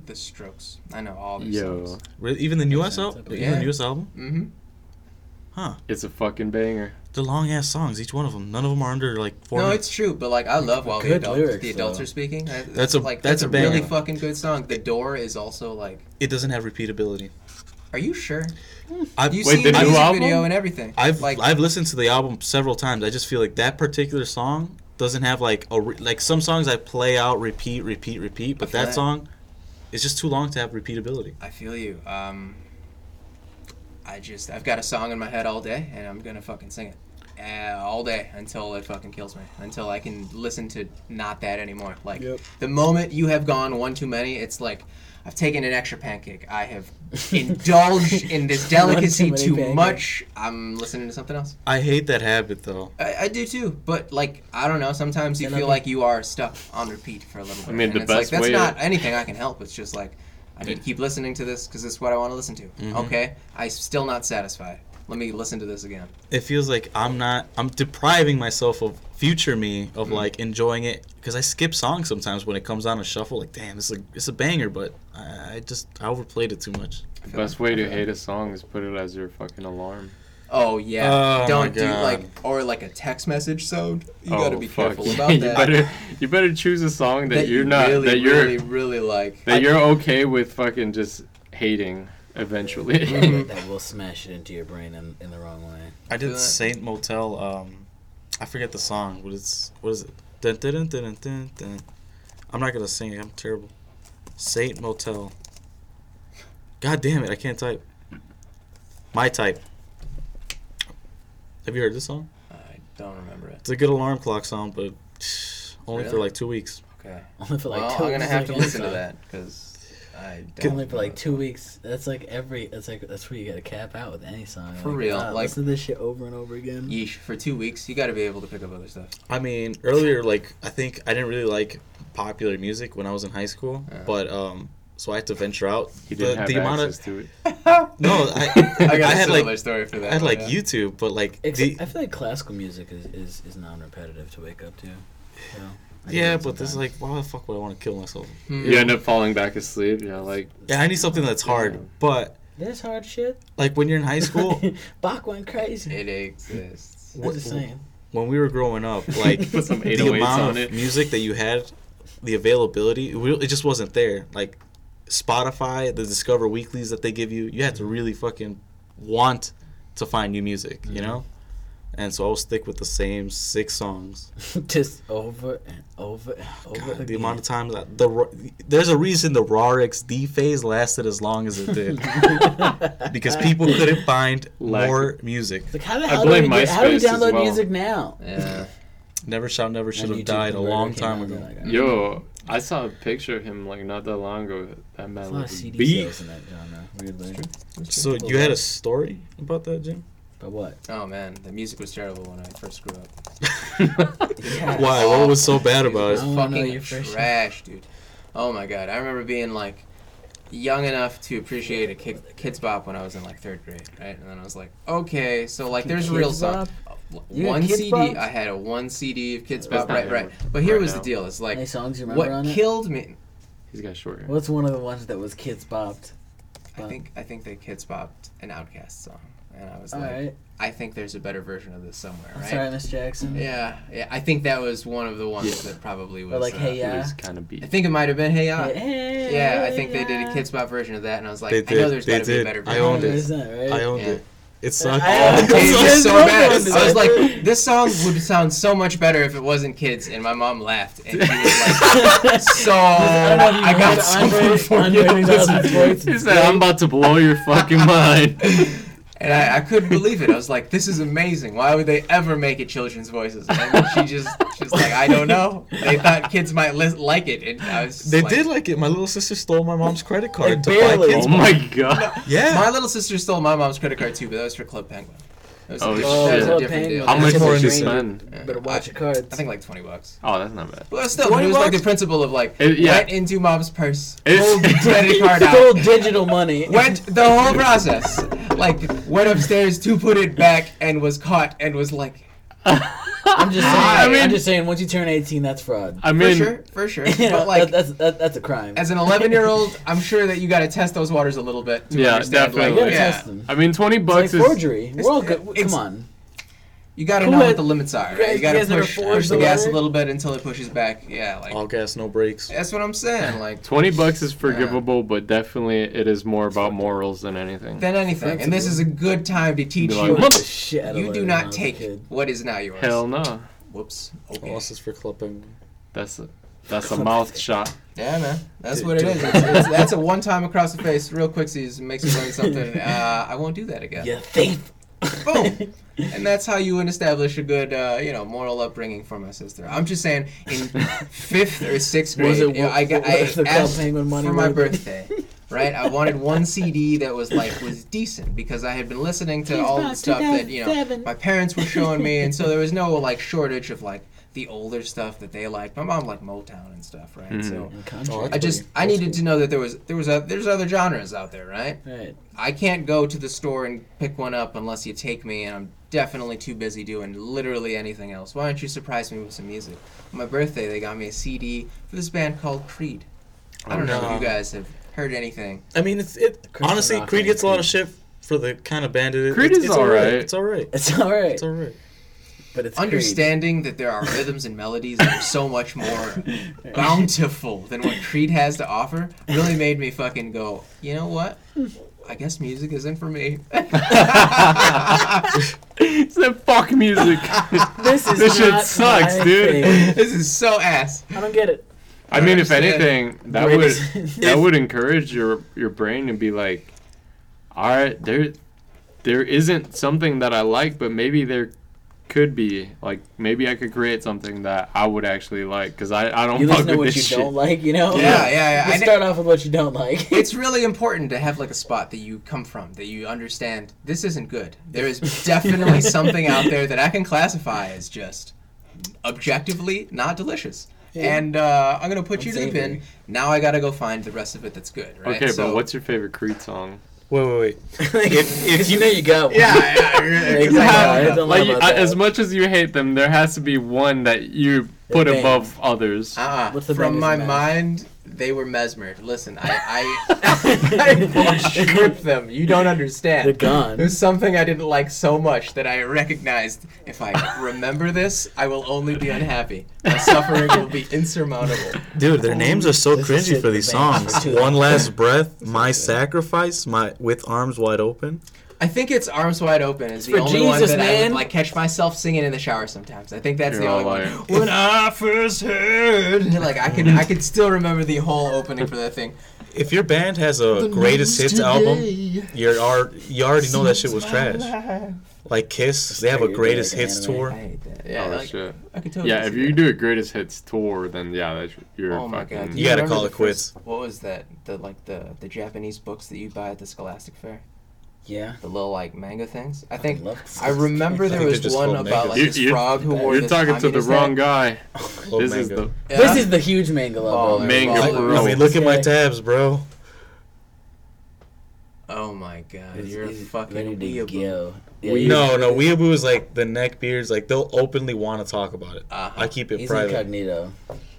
[SPEAKER 5] The Strokes. I know all their
[SPEAKER 1] Yo,
[SPEAKER 5] songs.
[SPEAKER 6] Really? Even the newest
[SPEAKER 4] sounds
[SPEAKER 6] album?
[SPEAKER 4] like-
[SPEAKER 6] Even the
[SPEAKER 5] Yeah.
[SPEAKER 6] newest album?
[SPEAKER 5] Mm-hmm.
[SPEAKER 1] it's a fucking banger.
[SPEAKER 6] The long ass songs, each one of them. None of them are under like four
[SPEAKER 5] No,
[SPEAKER 6] minutes.
[SPEAKER 5] it's true, but like I love while the
[SPEAKER 4] Good
[SPEAKER 5] adults,
[SPEAKER 4] lyrics,
[SPEAKER 5] the adults
[SPEAKER 4] though.
[SPEAKER 5] are speaking. I,
[SPEAKER 6] That's a-
[SPEAKER 5] like
[SPEAKER 6] that's
[SPEAKER 5] that's,
[SPEAKER 6] a
[SPEAKER 5] a really
[SPEAKER 6] banger.
[SPEAKER 5] fucking good song. The Door is also like.
[SPEAKER 6] It doesn't have repeatability.
[SPEAKER 5] Are you sure?
[SPEAKER 6] I've,
[SPEAKER 5] You
[SPEAKER 1] Wait,
[SPEAKER 5] seen
[SPEAKER 1] the
[SPEAKER 5] the
[SPEAKER 1] new
[SPEAKER 5] music
[SPEAKER 1] album?
[SPEAKER 5] video and everything.
[SPEAKER 6] I've
[SPEAKER 5] like
[SPEAKER 6] I've listened to the album several times. I just feel like that particular song doesn't have like a re- like some songs I play out, repeat, repeat, repeat. But
[SPEAKER 5] feel
[SPEAKER 6] that
[SPEAKER 5] that.
[SPEAKER 6] song, is just too long to have repeatability.
[SPEAKER 5] I feel you. Um, I just I've got a song in my head all day, and I'm gonna fucking sing it uh, all day until it fucking kills me. Until I can listen to not that anymore. Like
[SPEAKER 4] Yep.
[SPEAKER 5] the moment you have gone one too many, it's like I've taken an extra pancake. I have indulged in this delicacy
[SPEAKER 4] One too
[SPEAKER 5] too
[SPEAKER 4] many
[SPEAKER 5] much. I'm listening to something else.
[SPEAKER 6] I hate that habit though.
[SPEAKER 5] I, I do too, but like I don't know. Sometimes you
[SPEAKER 4] Then I
[SPEAKER 5] feel
[SPEAKER 4] mean-
[SPEAKER 5] like you are stuck on repeat for a little bit.
[SPEAKER 1] mean,
[SPEAKER 5] and
[SPEAKER 1] the
[SPEAKER 5] it's
[SPEAKER 1] best
[SPEAKER 5] like, that's
[SPEAKER 1] way
[SPEAKER 5] not
[SPEAKER 1] to-
[SPEAKER 5] anything I can help. It's just like I need to keep listening to this because it's what I want to listen to.
[SPEAKER 4] Mm-hmm.
[SPEAKER 5] Okay, I'm still not satisfied. Let me listen to this again.
[SPEAKER 6] It feels like I'm not. I'm depriving myself of future me
[SPEAKER 5] Mm.
[SPEAKER 6] of like enjoying it because I skip songs sometimes when it comes on a shuffle. Like damn, it's like it's a banger, but I, I just I overplayed it too much.
[SPEAKER 5] I
[SPEAKER 1] The
[SPEAKER 5] feel
[SPEAKER 1] best
[SPEAKER 5] like-
[SPEAKER 1] way to hate a song is put it as your fucking alarm.
[SPEAKER 5] Oh yeah,
[SPEAKER 6] Oh, my
[SPEAKER 5] don't do
[SPEAKER 6] God.
[SPEAKER 5] like or like a text message sound. You
[SPEAKER 1] oh,
[SPEAKER 5] gotta be
[SPEAKER 1] fuck.
[SPEAKER 5] careful
[SPEAKER 1] yeah.
[SPEAKER 5] about
[SPEAKER 1] you
[SPEAKER 5] that.
[SPEAKER 1] better you better choose a song that,
[SPEAKER 5] that
[SPEAKER 1] you're
[SPEAKER 5] you
[SPEAKER 1] not
[SPEAKER 5] really,
[SPEAKER 1] that you're
[SPEAKER 5] really, really like.
[SPEAKER 1] that you're okay with fucking just hating eventually.
[SPEAKER 4] that will smash it into your brain in, in the wrong way.
[SPEAKER 6] I did
[SPEAKER 5] that.
[SPEAKER 6] Saint Motel. Um, I forget the song. What is what is it? Dun, dun, dun, dun, dun, dun. I'm not gonna sing it. I'm terrible. Saint Motel. God damn it, I can't type. My type. Have you heard this song?
[SPEAKER 5] I don't remember it.
[SPEAKER 6] It's a good alarm clock song, but only for
[SPEAKER 5] Really?
[SPEAKER 6] like two weeks.
[SPEAKER 5] Okay.
[SPEAKER 4] Only for like
[SPEAKER 5] well,
[SPEAKER 4] two
[SPEAKER 5] I'm gonna have to
[SPEAKER 4] seconds.
[SPEAKER 5] listen to that because I don't.
[SPEAKER 4] Only for
[SPEAKER 5] know
[SPEAKER 4] like
[SPEAKER 5] it.
[SPEAKER 4] two weeks. That's like every. That's like that's where you gotta cap out with any song.
[SPEAKER 5] For
[SPEAKER 4] Like,
[SPEAKER 5] real,
[SPEAKER 4] wow,
[SPEAKER 5] like-
[SPEAKER 4] listen to this shit over and over again.
[SPEAKER 5] Yeesh, for two weeks, you got to be able to pick up other stuff.
[SPEAKER 6] I mean, earlier, like I think I didn't really like popular music when I was in high school,
[SPEAKER 5] Yeah.
[SPEAKER 6] but um, so I had to venture out.
[SPEAKER 1] He didn't have
[SPEAKER 6] amount of-
[SPEAKER 1] access to it.
[SPEAKER 6] no, I, I,
[SPEAKER 5] I got a
[SPEAKER 6] had
[SPEAKER 5] similar
[SPEAKER 6] like
[SPEAKER 5] story for that.
[SPEAKER 6] I had like
[SPEAKER 5] yeah.
[SPEAKER 6] YouTube, but like
[SPEAKER 4] Except,
[SPEAKER 6] the,
[SPEAKER 4] I feel like classical music is, is, is non-repetitive to wake up to. So, I do
[SPEAKER 6] yeah,
[SPEAKER 4] that
[SPEAKER 6] but this is
[SPEAKER 4] sometimes.
[SPEAKER 6] like why the fuck would I want to kill myself?
[SPEAKER 5] Hmm.
[SPEAKER 1] You end up falling back asleep. Yeah, like
[SPEAKER 6] Yeah, I need something that's hard,
[SPEAKER 1] Yeah.
[SPEAKER 6] but
[SPEAKER 4] there's hard shit.
[SPEAKER 6] like when you're in high school,
[SPEAKER 4] Bach went crazy.
[SPEAKER 5] It exists.
[SPEAKER 4] I'm just saying.
[SPEAKER 6] when we were growing up, like
[SPEAKER 1] put some
[SPEAKER 6] the
[SPEAKER 1] 808s
[SPEAKER 6] amount
[SPEAKER 1] on
[SPEAKER 6] of
[SPEAKER 1] it.
[SPEAKER 6] music that you had, the availability, it, re- it just wasn't there. Like Spotify, the Discover Weeklies that they give you, you had to really fucking want to find new music, you know? And so I'll stick with the same six songs.
[SPEAKER 4] just over and over and over
[SPEAKER 6] God,
[SPEAKER 4] again.
[SPEAKER 6] the amount of times that the Ro- there's a reason the RAR XD phase lasted as long as it did because people couldn't find
[SPEAKER 1] Lack
[SPEAKER 6] more music.
[SPEAKER 4] Like how the
[SPEAKER 1] I
[SPEAKER 4] hell do we,
[SPEAKER 1] blame
[SPEAKER 4] get- how do we
[SPEAKER 1] MySpace as
[SPEAKER 4] download
[SPEAKER 1] well.
[SPEAKER 4] music now?
[SPEAKER 5] Yeah.
[SPEAKER 6] Never shall never should
[SPEAKER 4] When
[SPEAKER 6] have
[SPEAKER 4] YouTube
[SPEAKER 6] died a
[SPEAKER 4] Converter
[SPEAKER 6] long
[SPEAKER 4] came
[SPEAKER 6] time
[SPEAKER 4] out,
[SPEAKER 6] ago.
[SPEAKER 4] they're like, "Oh,
[SPEAKER 1] Yo, I saw a picture of him like not that long ago. That
[SPEAKER 4] there's
[SPEAKER 1] man
[SPEAKER 4] a lot of
[SPEAKER 1] looked
[SPEAKER 4] CD
[SPEAKER 1] beef.
[SPEAKER 4] sales in that genre. Weirdly,
[SPEAKER 6] So you had a story about that, Jim?
[SPEAKER 4] but what?
[SPEAKER 5] Oh man, the music was terrible when I first grew up.
[SPEAKER 4] Yeah.
[SPEAKER 6] Why? What was so bad
[SPEAKER 5] Music
[SPEAKER 6] about
[SPEAKER 5] was
[SPEAKER 6] it?
[SPEAKER 4] I wanna know your
[SPEAKER 5] fucking
[SPEAKER 4] first-
[SPEAKER 5] trash, dude. Oh my god, I remember being like young enough to appreciate a kid, kids bop when I was in like third grade, right? And then I was like, okay, so like there's real
[SPEAKER 4] Kids
[SPEAKER 5] stuff.
[SPEAKER 4] You had
[SPEAKER 5] One
[SPEAKER 4] Kids
[SPEAKER 5] CD,
[SPEAKER 4] Bop?
[SPEAKER 5] I had a one CD of kids
[SPEAKER 1] That's
[SPEAKER 5] bop,
[SPEAKER 1] not
[SPEAKER 5] right,
[SPEAKER 1] gonna
[SPEAKER 5] right.
[SPEAKER 1] work
[SPEAKER 5] But here
[SPEAKER 1] right
[SPEAKER 5] was the
[SPEAKER 1] now.
[SPEAKER 5] deal. It's
[SPEAKER 4] Any
[SPEAKER 5] like
[SPEAKER 4] songs you remember
[SPEAKER 5] what
[SPEAKER 4] on it?
[SPEAKER 5] killed me.
[SPEAKER 1] He's got short hair.
[SPEAKER 4] What's one of the ones that was kids bopped?
[SPEAKER 5] I
[SPEAKER 4] Bop.
[SPEAKER 5] think I think they kids bopped an Outcast song, and I was
[SPEAKER 4] All
[SPEAKER 5] like,
[SPEAKER 4] right,
[SPEAKER 5] I think there's a better version of this somewhere,
[SPEAKER 4] Oh, I'm
[SPEAKER 5] right?
[SPEAKER 4] sorry, Miss Jackson.
[SPEAKER 5] Yeah, yeah. I think that was one of the ones
[SPEAKER 1] Yeah.
[SPEAKER 5] that probably was.
[SPEAKER 4] Or like,
[SPEAKER 5] uh,
[SPEAKER 4] hey,
[SPEAKER 1] He
[SPEAKER 4] yeah.
[SPEAKER 1] was kind of
[SPEAKER 5] I
[SPEAKER 1] beef.
[SPEAKER 5] think it might have been Hey Ya.
[SPEAKER 4] Hey,
[SPEAKER 5] Yeah, I think they did
[SPEAKER 4] yeah.
[SPEAKER 5] a Kid Spot version of that, and I was like,
[SPEAKER 6] They
[SPEAKER 5] I know
[SPEAKER 6] did,
[SPEAKER 5] there's
[SPEAKER 6] they
[SPEAKER 5] got to be a
[SPEAKER 6] did.
[SPEAKER 5] better
[SPEAKER 6] I
[SPEAKER 5] version.
[SPEAKER 6] owned it.
[SPEAKER 4] Isn't that right?
[SPEAKER 6] I owned
[SPEAKER 5] Yeah.
[SPEAKER 6] it. Uh, It
[SPEAKER 4] I-
[SPEAKER 6] sucked.
[SPEAKER 4] I-
[SPEAKER 6] all the
[SPEAKER 5] Dude, it
[SPEAKER 6] time.
[SPEAKER 5] was so bad.
[SPEAKER 4] Owned it.
[SPEAKER 5] I was like, this song would sound so much better if it wasn't kids, and my mom laughed, and she was like, so
[SPEAKER 4] I don't know if you
[SPEAKER 5] I got
[SPEAKER 4] heard
[SPEAKER 5] something for
[SPEAKER 4] Andre, Andre
[SPEAKER 5] you.
[SPEAKER 4] 3000 voice.
[SPEAKER 1] He said, "I'm about to blow your fucking mind."
[SPEAKER 5] And I, I couldn't believe it. I was like, this is amazing. Why would they ever make it children's voices? And she just, she's like, I don't know. They thought kids might li- like it, and I was just
[SPEAKER 6] They
[SPEAKER 5] like,
[SPEAKER 6] did like it. My little sister stole my mom's credit
[SPEAKER 4] Like,
[SPEAKER 6] card to buy
[SPEAKER 4] barely.
[SPEAKER 6] kids.
[SPEAKER 1] oh my god.
[SPEAKER 5] My
[SPEAKER 6] Yeah.
[SPEAKER 5] little sister stole my mom's credit card too, but that was for Club Penguin. That was a
[SPEAKER 1] Oh,
[SPEAKER 5] different- that was a
[SPEAKER 1] shit.
[SPEAKER 5] different deal.
[SPEAKER 1] How much
[SPEAKER 6] That's more
[SPEAKER 1] did you
[SPEAKER 6] than me.
[SPEAKER 1] spend?
[SPEAKER 5] Yeah.
[SPEAKER 4] Better watch
[SPEAKER 5] I,
[SPEAKER 4] your cards.
[SPEAKER 5] I think like twenty bucks.
[SPEAKER 1] Oh, that's not bad.
[SPEAKER 5] Well, still, but it was like the principle of like
[SPEAKER 1] It- yeah.
[SPEAKER 5] went into mom's purse,
[SPEAKER 1] It's-
[SPEAKER 5] pulled the credit card
[SPEAKER 4] Stole
[SPEAKER 5] out,
[SPEAKER 4] digital money.
[SPEAKER 5] went the whole process, like went upstairs to put it back, and was caught and was like,
[SPEAKER 4] I'm just saying.
[SPEAKER 5] I
[SPEAKER 4] I
[SPEAKER 5] mean-
[SPEAKER 4] am just saying. Once you turn 18, that's fraud.
[SPEAKER 1] I
[SPEAKER 5] for
[SPEAKER 1] mean,
[SPEAKER 5] sure, for sure.
[SPEAKER 4] you know,
[SPEAKER 5] But like,
[SPEAKER 4] that, that's that, that's a crime.
[SPEAKER 5] as an eleven-year-old, I'm sure that you got to test those waters a little bit. To
[SPEAKER 1] Yeah,
[SPEAKER 5] understand,
[SPEAKER 1] definitely.
[SPEAKER 4] you gotta
[SPEAKER 5] Like, yeah,
[SPEAKER 4] test them.
[SPEAKER 1] I mean, twenty
[SPEAKER 4] It's
[SPEAKER 1] bucks
[SPEAKER 4] like
[SPEAKER 1] is
[SPEAKER 4] forgery. We're all good.
[SPEAKER 5] it's-
[SPEAKER 4] Come on.
[SPEAKER 5] you got to
[SPEAKER 4] Who
[SPEAKER 5] know
[SPEAKER 4] had-
[SPEAKER 5] what the limits are.
[SPEAKER 4] guys-
[SPEAKER 5] Right? You got to
[SPEAKER 4] you guys ever
[SPEAKER 5] push,
[SPEAKER 4] forged
[SPEAKER 5] push the
[SPEAKER 4] the
[SPEAKER 5] gas a
[SPEAKER 4] letter?
[SPEAKER 5] little bit until it pushes back. Yeah, like
[SPEAKER 6] All gas, no brakes.
[SPEAKER 5] that's what I'm saying. Like.
[SPEAKER 1] Twenty bucks is forgivable, but definitely it is more about morals than anything.
[SPEAKER 5] than anything. And this is a good time to teach
[SPEAKER 1] Be
[SPEAKER 5] you.
[SPEAKER 1] like,
[SPEAKER 4] Fuck
[SPEAKER 1] Mother-
[SPEAKER 4] the shit out of
[SPEAKER 5] You do
[SPEAKER 4] Larry when I
[SPEAKER 5] not
[SPEAKER 4] was a
[SPEAKER 5] take
[SPEAKER 4] kid.
[SPEAKER 5] what is not yours.
[SPEAKER 1] Hell no.
[SPEAKER 5] Whoops.
[SPEAKER 6] All
[SPEAKER 5] Okay.
[SPEAKER 6] this is for clubbing.
[SPEAKER 1] That's a, that's a mouth shot.
[SPEAKER 5] Yeah, man. That's
[SPEAKER 6] Dude,
[SPEAKER 5] what it
[SPEAKER 6] dude.
[SPEAKER 5] is. It's, it's, that's a one time across the face, real quicksies, makes you learn something. Uh, I won't do that again.
[SPEAKER 4] You thief.
[SPEAKER 5] Boom. And that's how you would establish a good, uh, you know, moral upbringing for my sister. I'm just saying, in fifth or sixth grade,
[SPEAKER 4] Was it
[SPEAKER 5] you know,
[SPEAKER 4] what-
[SPEAKER 5] I got
[SPEAKER 4] what
[SPEAKER 5] I
[SPEAKER 4] if the Club
[SPEAKER 5] asked
[SPEAKER 4] Penguin money
[SPEAKER 5] for my
[SPEAKER 4] would've been-
[SPEAKER 5] birthday, right? I wanted one CD that was like was decent because I had been listening to all the
[SPEAKER 4] Box
[SPEAKER 5] stuff that you know
[SPEAKER 4] 2007.
[SPEAKER 5] my parents were showing me, and so there was no like shortage of like the older stuff that they liked. My mom liked Motown and stuff, right?
[SPEAKER 1] Mhm.
[SPEAKER 5] So.
[SPEAKER 4] And country.
[SPEAKER 6] Oh,
[SPEAKER 5] I
[SPEAKER 6] that's-
[SPEAKER 5] just I needed to know that there was there was a, there's other genres out there, right?
[SPEAKER 4] right.
[SPEAKER 5] I can't go to the store and pick one up unless you take me, and I'm definitely too busy doing literally anything else. Why don't you surprise me with some music? On my birthday, they got me a CD for this band called Creed. I don't know
[SPEAKER 6] Oh, no.
[SPEAKER 5] if you guys have heard anything.
[SPEAKER 6] I mean, it's it.
[SPEAKER 4] Christian
[SPEAKER 6] Honestly,
[SPEAKER 4] rock
[SPEAKER 6] Creed
[SPEAKER 4] and
[SPEAKER 6] gets a lot of
[SPEAKER 4] Creed.
[SPEAKER 6] shit for the kind of band it is.
[SPEAKER 1] Creed
[SPEAKER 6] It's-
[SPEAKER 1] is
[SPEAKER 6] it's all right.
[SPEAKER 1] alright.
[SPEAKER 6] It's all right.
[SPEAKER 4] It's all right.
[SPEAKER 6] It's all right.
[SPEAKER 4] but it's
[SPEAKER 5] Understanding that there are rhythms and melodies that are so much more bountiful than what Creed has to offer really made me fucking go, you know what? I guess music isn't for me.
[SPEAKER 1] It's that fuck music.
[SPEAKER 4] Creed. This is
[SPEAKER 1] This shit
[SPEAKER 4] not
[SPEAKER 1] sucks,
[SPEAKER 4] my
[SPEAKER 1] dude.
[SPEAKER 4] thing.
[SPEAKER 5] this is so ass.
[SPEAKER 4] I don't get it.
[SPEAKER 1] I mean, if
[SPEAKER 5] Understand.
[SPEAKER 1] anything, that would
[SPEAKER 4] Greatest-
[SPEAKER 1] that would encourage your your brain to be like, all right, there, there isn't something that I like, but maybe there could be. Like maybe I could create something that I would actually like because I, I don't
[SPEAKER 4] You
[SPEAKER 1] fuck
[SPEAKER 4] listen to
[SPEAKER 1] with
[SPEAKER 4] what
[SPEAKER 1] this
[SPEAKER 4] you
[SPEAKER 1] shit.
[SPEAKER 4] don't like, you know.
[SPEAKER 5] Yeah, yeah, yeah.
[SPEAKER 4] You
[SPEAKER 5] I ne-
[SPEAKER 4] start off with what you don't like.
[SPEAKER 5] It's really important to have like a spot that you come from that you understand this isn't good. There is definitely something out there that I can classify as just objectively not delicious. And uh, I'm gonna put you to the
[SPEAKER 4] Unsavory.
[SPEAKER 5] bin. Now I gotta go find the rest of it that's good, right?
[SPEAKER 1] Okay,
[SPEAKER 5] So-
[SPEAKER 1] but what's your favorite Creed song?
[SPEAKER 6] Wait, wait, wait.
[SPEAKER 4] if, you know you got one.
[SPEAKER 5] Yeah, yeah, yeah,
[SPEAKER 4] Like,
[SPEAKER 5] exactly.
[SPEAKER 4] I don't
[SPEAKER 1] Like
[SPEAKER 4] know
[SPEAKER 1] you,
[SPEAKER 4] about
[SPEAKER 1] I,
[SPEAKER 4] that.
[SPEAKER 1] as much as you hate them, there has to be one that you put
[SPEAKER 4] bangs.
[SPEAKER 1] above others.
[SPEAKER 5] Uh-uh.
[SPEAKER 4] What's the
[SPEAKER 5] From
[SPEAKER 4] bangers
[SPEAKER 5] my
[SPEAKER 4] and
[SPEAKER 5] mind, they were mesmered. Listen, I I, I stripped them. You don't understand.
[SPEAKER 4] They're gone.
[SPEAKER 5] There's something I didn't like so much that I recognized. If I remember this, I will only be unhappy. My suffering will be insurmountable.
[SPEAKER 6] Dude, their names are so
[SPEAKER 4] This is
[SPEAKER 6] cringy for
[SPEAKER 4] it,
[SPEAKER 6] these
[SPEAKER 4] the band.
[SPEAKER 6] songs. One last breath, my sacrifice, my with arms wide open.
[SPEAKER 5] I think it's Arms Wide Open is the
[SPEAKER 4] for
[SPEAKER 5] only one
[SPEAKER 4] Jesus,
[SPEAKER 5] that I
[SPEAKER 4] man.
[SPEAKER 5] would, like catch myself singing in the shower sometimes. I think that's
[SPEAKER 1] You're
[SPEAKER 5] the
[SPEAKER 1] all
[SPEAKER 5] only one.
[SPEAKER 1] like-
[SPEAKER 5] When I first heard, like I can I can still remember the whole opening for that thing.
[SPEAKER 6] If your band has a greatest hits album, you're ar- you already know that shit was trash. Like Kiss, they have a
[SPEAKER 4] You're
[SPEAKER 6] greatest
[SPEAKER 4] like an
[SPEAKER 6] hits
[SPEAKER 4] anime.
[SPEAKER 6] tour.
[SPEAKER 5] I hate that. Yeah,
[SPEAKER 1] oh
[SPEAKER 5] like,
[SPEAKER 1] shit.
[SPEAKER 5] I could totally
[SPEAKER 1] Yeah, if
[SPEAKER 5] see
[SPEAKER 1] you
[SPEAKER 5] that.
[SPEAKER 1] do a greatest hits tour, then yeah, that's you're
[SPEAKER 5] Oh my
[SPEAKER 1] fucking.
[SPEAKER 5] god! do
[SPEAKER 6] You gotta
[SPEAKER 5] remember
[SPEAKER 6] call
[SPEAKER 5] the
[SPEAKER 6] it quits.
[SPEAKER 5] first- What was that? The like the the Japanese books that you buy at the Scholastic Fair,
[SPEAKER 4] Yeah.
[SPEAKER 5] the little like manga things. I think
[SPEAKER 4] love
[SPEAKER 5] I remember there
[SPEAKER 6] they're
[SPEAKER 5] was
[SPEAKER 6] just
[SPEAKER 5] one
[SPEAKER 6] called
[SPEAKER 5] about
[SPEAKER 6] mangas.
[SPEAKER 5] like
[SPEAKER 1] You-
[SPEAKER 5] this
[SPEAKER 1] you-
[SPEAKER 5] frog who wore
[SPEAKER 1] You're
[SPEAKER 5] this
[SPEAKER 1] talking to the
[SPEAKER 5] communist
[SPEAKER 1] wrong
[SPEAKER 5] hat.
[SPEAKER 1] guy.
[SPEAKER 6] Love
[SPEAKER 1] This is
[SPEAKER 6] manga.
[SPEAKER 1] the
[SPEAKER 5] Yeah.
[SPEAKER 4] This is the huge manga
[SPEAKER 5] Oh,
[SPEAKER 4] logo.
[SPEAKER 5] man.
[SPEAKER 1] Manga
[SPEAKER 5] Well,
[SPEAKER 1] bro.
[SPEAKER 6] I mean, look at my
[SPEAKER 4] Okay.
[SPEAKER 6] tabs, bro.
[SPEAKER 5] Oh my god!
[SPEAKER 4] He's-
[SPEAKER 5] you're a
[SPEAKER 4] he's
[SPEAKER 5] fucking
[SPEAKER 4] ready to
[SPEAKER 5] weeaboo.
[SPEAKER 4] go. Yeah,
[SPEAKER 1] We-
[SPEAKER 4] he's-
[SPEAKER 6] No, no, Weeaboo is like the neckbeards. Like they'll openly want to talk about it.
[SPEAKER 5] Uh-huh.
[SPEAKER 6] I keep it
[SPEAKER 4] He's
[SPEAKER 6] private.
[SPEAKER 4] incognito.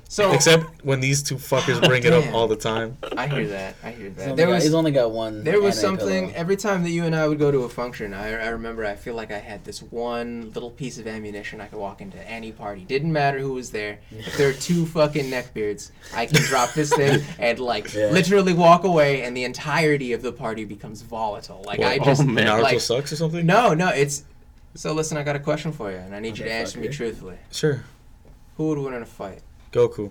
[SPEAKER 5] So
[SPEAKER 6] Except when these two fuckers bring it up
[SPEAKER 5] Oh, Damn.
[SPEAKER 6] all the time.
[SPEAKER 5] I hear that. I hear
[SPEAKER 4] He's
[SPEAKER 5] that.
[SPEAKER 4] only,
[SPEAKER 5] There
[SPEAKER 4] got, he's
[SPEAKER 5] was
[SPEAKER 4] only got one.
[SPEAKER 5] there was
[SPEAKER 4] anime
[SPEAKER 5] something
[SPEAKER 4] pillow.
[SPEAKER 5] every time that you and I would go to a function. I, I remember. I feel like I had this one little piece of ammunition I could walk into any party. Didn't matter who was there. If there are two fucking neckbeards, I can drop this thing and like
[SPEAKER 4] Yeah.
[SPEAKER 5] literally walk away, and the entirety of the party becomes volatile. Like I
[SPEAKER 1] Well,
[SPEAKER 5] just
[SPEAKER 1] oh, man.
[SPEAKER 6] Naruto
[SPEAKER 5] like
[SPEAKER 6] sucks or something?
[SPEAKER 5] no, no. It's so listen. I got a question for you, and I need you to answer me
[SPEAKER 4] Motherfucker.
[SPEAKER 5] truthfully.
[SPEAKER 6] Sure.
[SPEAKER 5] Who would win in a fight?
[SPEAKER 6] Goku.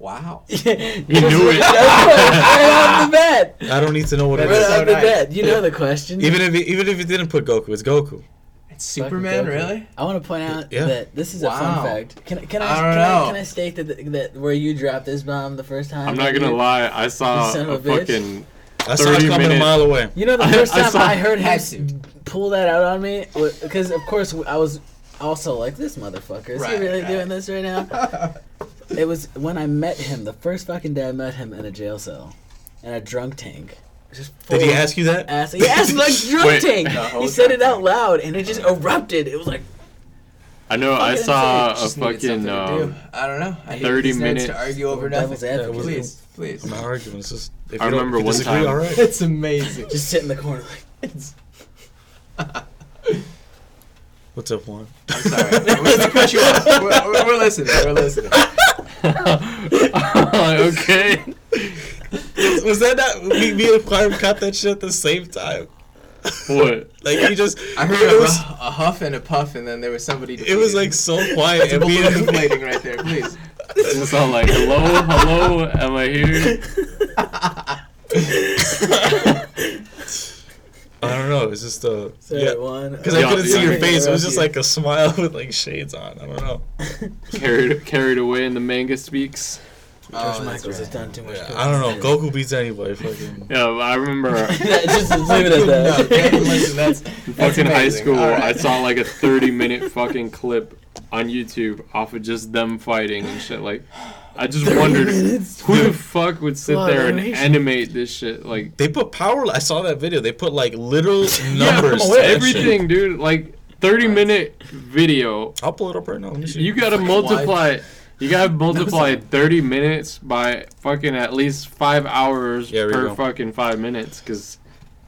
[SPEAKER 5] Wow.
[SPEAKER 1] You knew it.
[SPEAKER 4] right off the bat.
[SPEAKER 6] I don't need to know what it
[SPEAKER 5] That's
[SPEAKER 6] is.
[SPEAKER 4] Right
[SPEAKER 5] so
[SPEAKER 4] off the
[SPEAKER 5] nice.
[SPEAKER 4] bat. You know the question.
[SPEAKER 6] Even if it, even if it didn't put Goku, it's Goku.
[SPEAKER 5] It's
[SPEAKER 4] Fucking
[SPEAKER 5] Superman,
[SPEAKER 4] Goku.
[SPEAKER 5] really?
[SPEAKER 4] I want to point out
[SPEAKER 6] Yeah.
[SPEAKER 4] that this is a
[SPEAKER 5] Wow.
[SPEAKER 4] fun fact. Can, I- can, I,
[SPEAKER 5] I
[SPEAKER 4] can,
[SPEAKER 5] don't
[SPEAKER 4] I,
[SPEAKER 5] know.
[SPEAKER 4] can I state that, that where you dropped this bomb the first time?
[SPEAKER 1] I'm not
[SPEAKER 4] that
[SPEAKER 1] gonna
[SPEAKER 4] you-
[SPEAKER 1] lie. I saw
[SPEAKER 4] You son
[SPEAKER 1] a
[SPEAKER 4] of a bitch.
[SPEAKER 1] fucking.
[SPEAKER 6] I saw it
[SPEAKER 1] 30
[SPEAKER 6] coming a
[SPEAKER 1] minute-
[SPEAKER 6] mile away.
[SPEAKER 4] You know, the
[SPEAKER 1] I-
[SPEAKER 4] first
[SPEAKER 1] I
[SPEAKER 4] time
[SPEAKER 1] saw-
[SPEAKER 4] I heard him
[SPEAKER 5] Had
[SPEAKER 4] s-
[SPEAKER 5] to.
[SPEAKER 4] pull that out on me, because of course I was also like, this motherfucker, is
[SPEAKER 5] Right,
[SPEAKER 4] he really
[SPEAKER 5] right.
[SPEAKER 4] doing this right now? it was when I met him, the first fucking day I met him in a jail cell, in a drunk tank. Just full
[SPEAKER 6] Did he ask you that?
[SPEAKER 4] Ass. He asked like drunk
[SPEAKER 1] Wait.
[SPEAKER 4] tank.
[SPEAKER 5] The whole
[SPEAKER 4] He said it
[SPEAKER 5] drunk
[SPEAKER 4] out loud, and it just erupted. It was like,
[SPEAKER 1] I know. I
[SPEAKER 4] Fucking
[SPEAKER 1] saw a
[SPEAKER 5] Just needed
[SPEAKER 1] fucking.
[SPEAKER 5] something to do.
[SPEAKER 1] Um,
[SPEAKER 5] I don't know. I hate
[SPEAKER 1] 30
[SPEAKER 5] these nerds
[SPEAKER 1] minutes.
[SPEAKER 5] to argue over nothing.
[SPEAKER 4] Devil's advocate.
[SPEAKER 5] Please, please.
[SPEAKER 6] I'm not arguing. It's just, if
[SPEAKER 1] I
[SPEAKER 6] you don't-
[SPEAKER 1] remember
[SPEAKER 6] if you
[SPEAKER 1] one
[SPEAKER 6] disagree,
[SPEAKER 1] time-
[SPEAKER 6] All right.
[SPEAKER 5] It's amazing.
[SPEAKER 4] just sit in the corner like.
[SPEAKER 6] What's up, Juan?
[SPEAKER 5] I'm sorry. We're gonna cut you off. We're, we're, we're listening. We're listening.
[SPEAKER 1] um, okay.
[SPEAKER 6] Was that not me? Me and Prime caught that shit at the same time.
[SPEAKER 1] What?
[SPEAKER 6] Like you just,
[SPEAKER 5] I heard
[SPEAKER 6] it
[SPEAKER 5] a,
[SPEAKER 6] was,
[SPEAKER 5] hu- a huff and a puff, and then there was somebody.
[SPEAKER 6] it was like so quiet. and we,
[SPEAKER 5] deflating right there. Please.
[SPEAKER 1] It's all like hello, hello. Am I here?
[SPEAKER 6] I don't know. It's just uh,
[SPEAKER 4] Say
[SPEAKER 6] yeah.
[SPEAKER 4] one.
[SPEAKER 6] Because I
[SPEAKER 1] Yeah,
[SPEAKER 6] couldn't
[SPEAKER 1] yeah.
[SPEAKER 6] see your face. It was just
[SPEAKER 4] Yeah.
[SPEAKER 6] like a smile with like shades on. I don't know.
[SPEAKER 1] Carried carried away in the manga speaks.
[SPEAKER 4] Josh
[SPEAKER 5] Oh, that's
[SPEAKER 4] Michaels has
[SPEAKER 5] right.
[SPEAKER 4] done too much.
[SPEAKER 6] I don't know. Goku beats anybody. Fucking.
[SPEAKER 1] Yeah, I remember.
[SPEAKER 4] just leave it at
[SPEAKER 5] No,
[SPEAKER 4] that.
[SPEAKER 5] okay, listen, that's, that's
[SPEAKER 1] fucking high
[SPEAKER 5] amazing.
[SPEAKER 1] school,
[SPEAKER 5] All right.
[SPEAKER 1] I saw like a 30 minute fucking clip on YouTube off of just them fighting and shit. Like, I just wondered who the fuck would sit
[SPEAKER 4] Wow,
[SPEAKER 1] there and
[SPEAKER 4] animation.
[SPEAKER 1] animate this shit. Like,
[SPEAKER 6] They put power. I saw that video. They put like literal numbers.
[SPEAKER 1] yeah,
[SPEAKER 6] to
[SPEAKER 1] from
[SPEAKER 6] that shit.
[SPEAKER 1] everything, dude. Like, 30 minute video.
[SPEAKER 6] I'll pull it up right now. Let me see.
[SPEAKER 1] You gotta multiply it. You gotta multiply
[SPEAKER 4] sorry.
[SPEAKER 1] 30 minutes by fucking at least five hours
[SPEAKER 6] Yeah, there you
[SPEAKER 1] per
[SPEAKER 6] go.
[SPEAKER 1] fucking five minutes, cause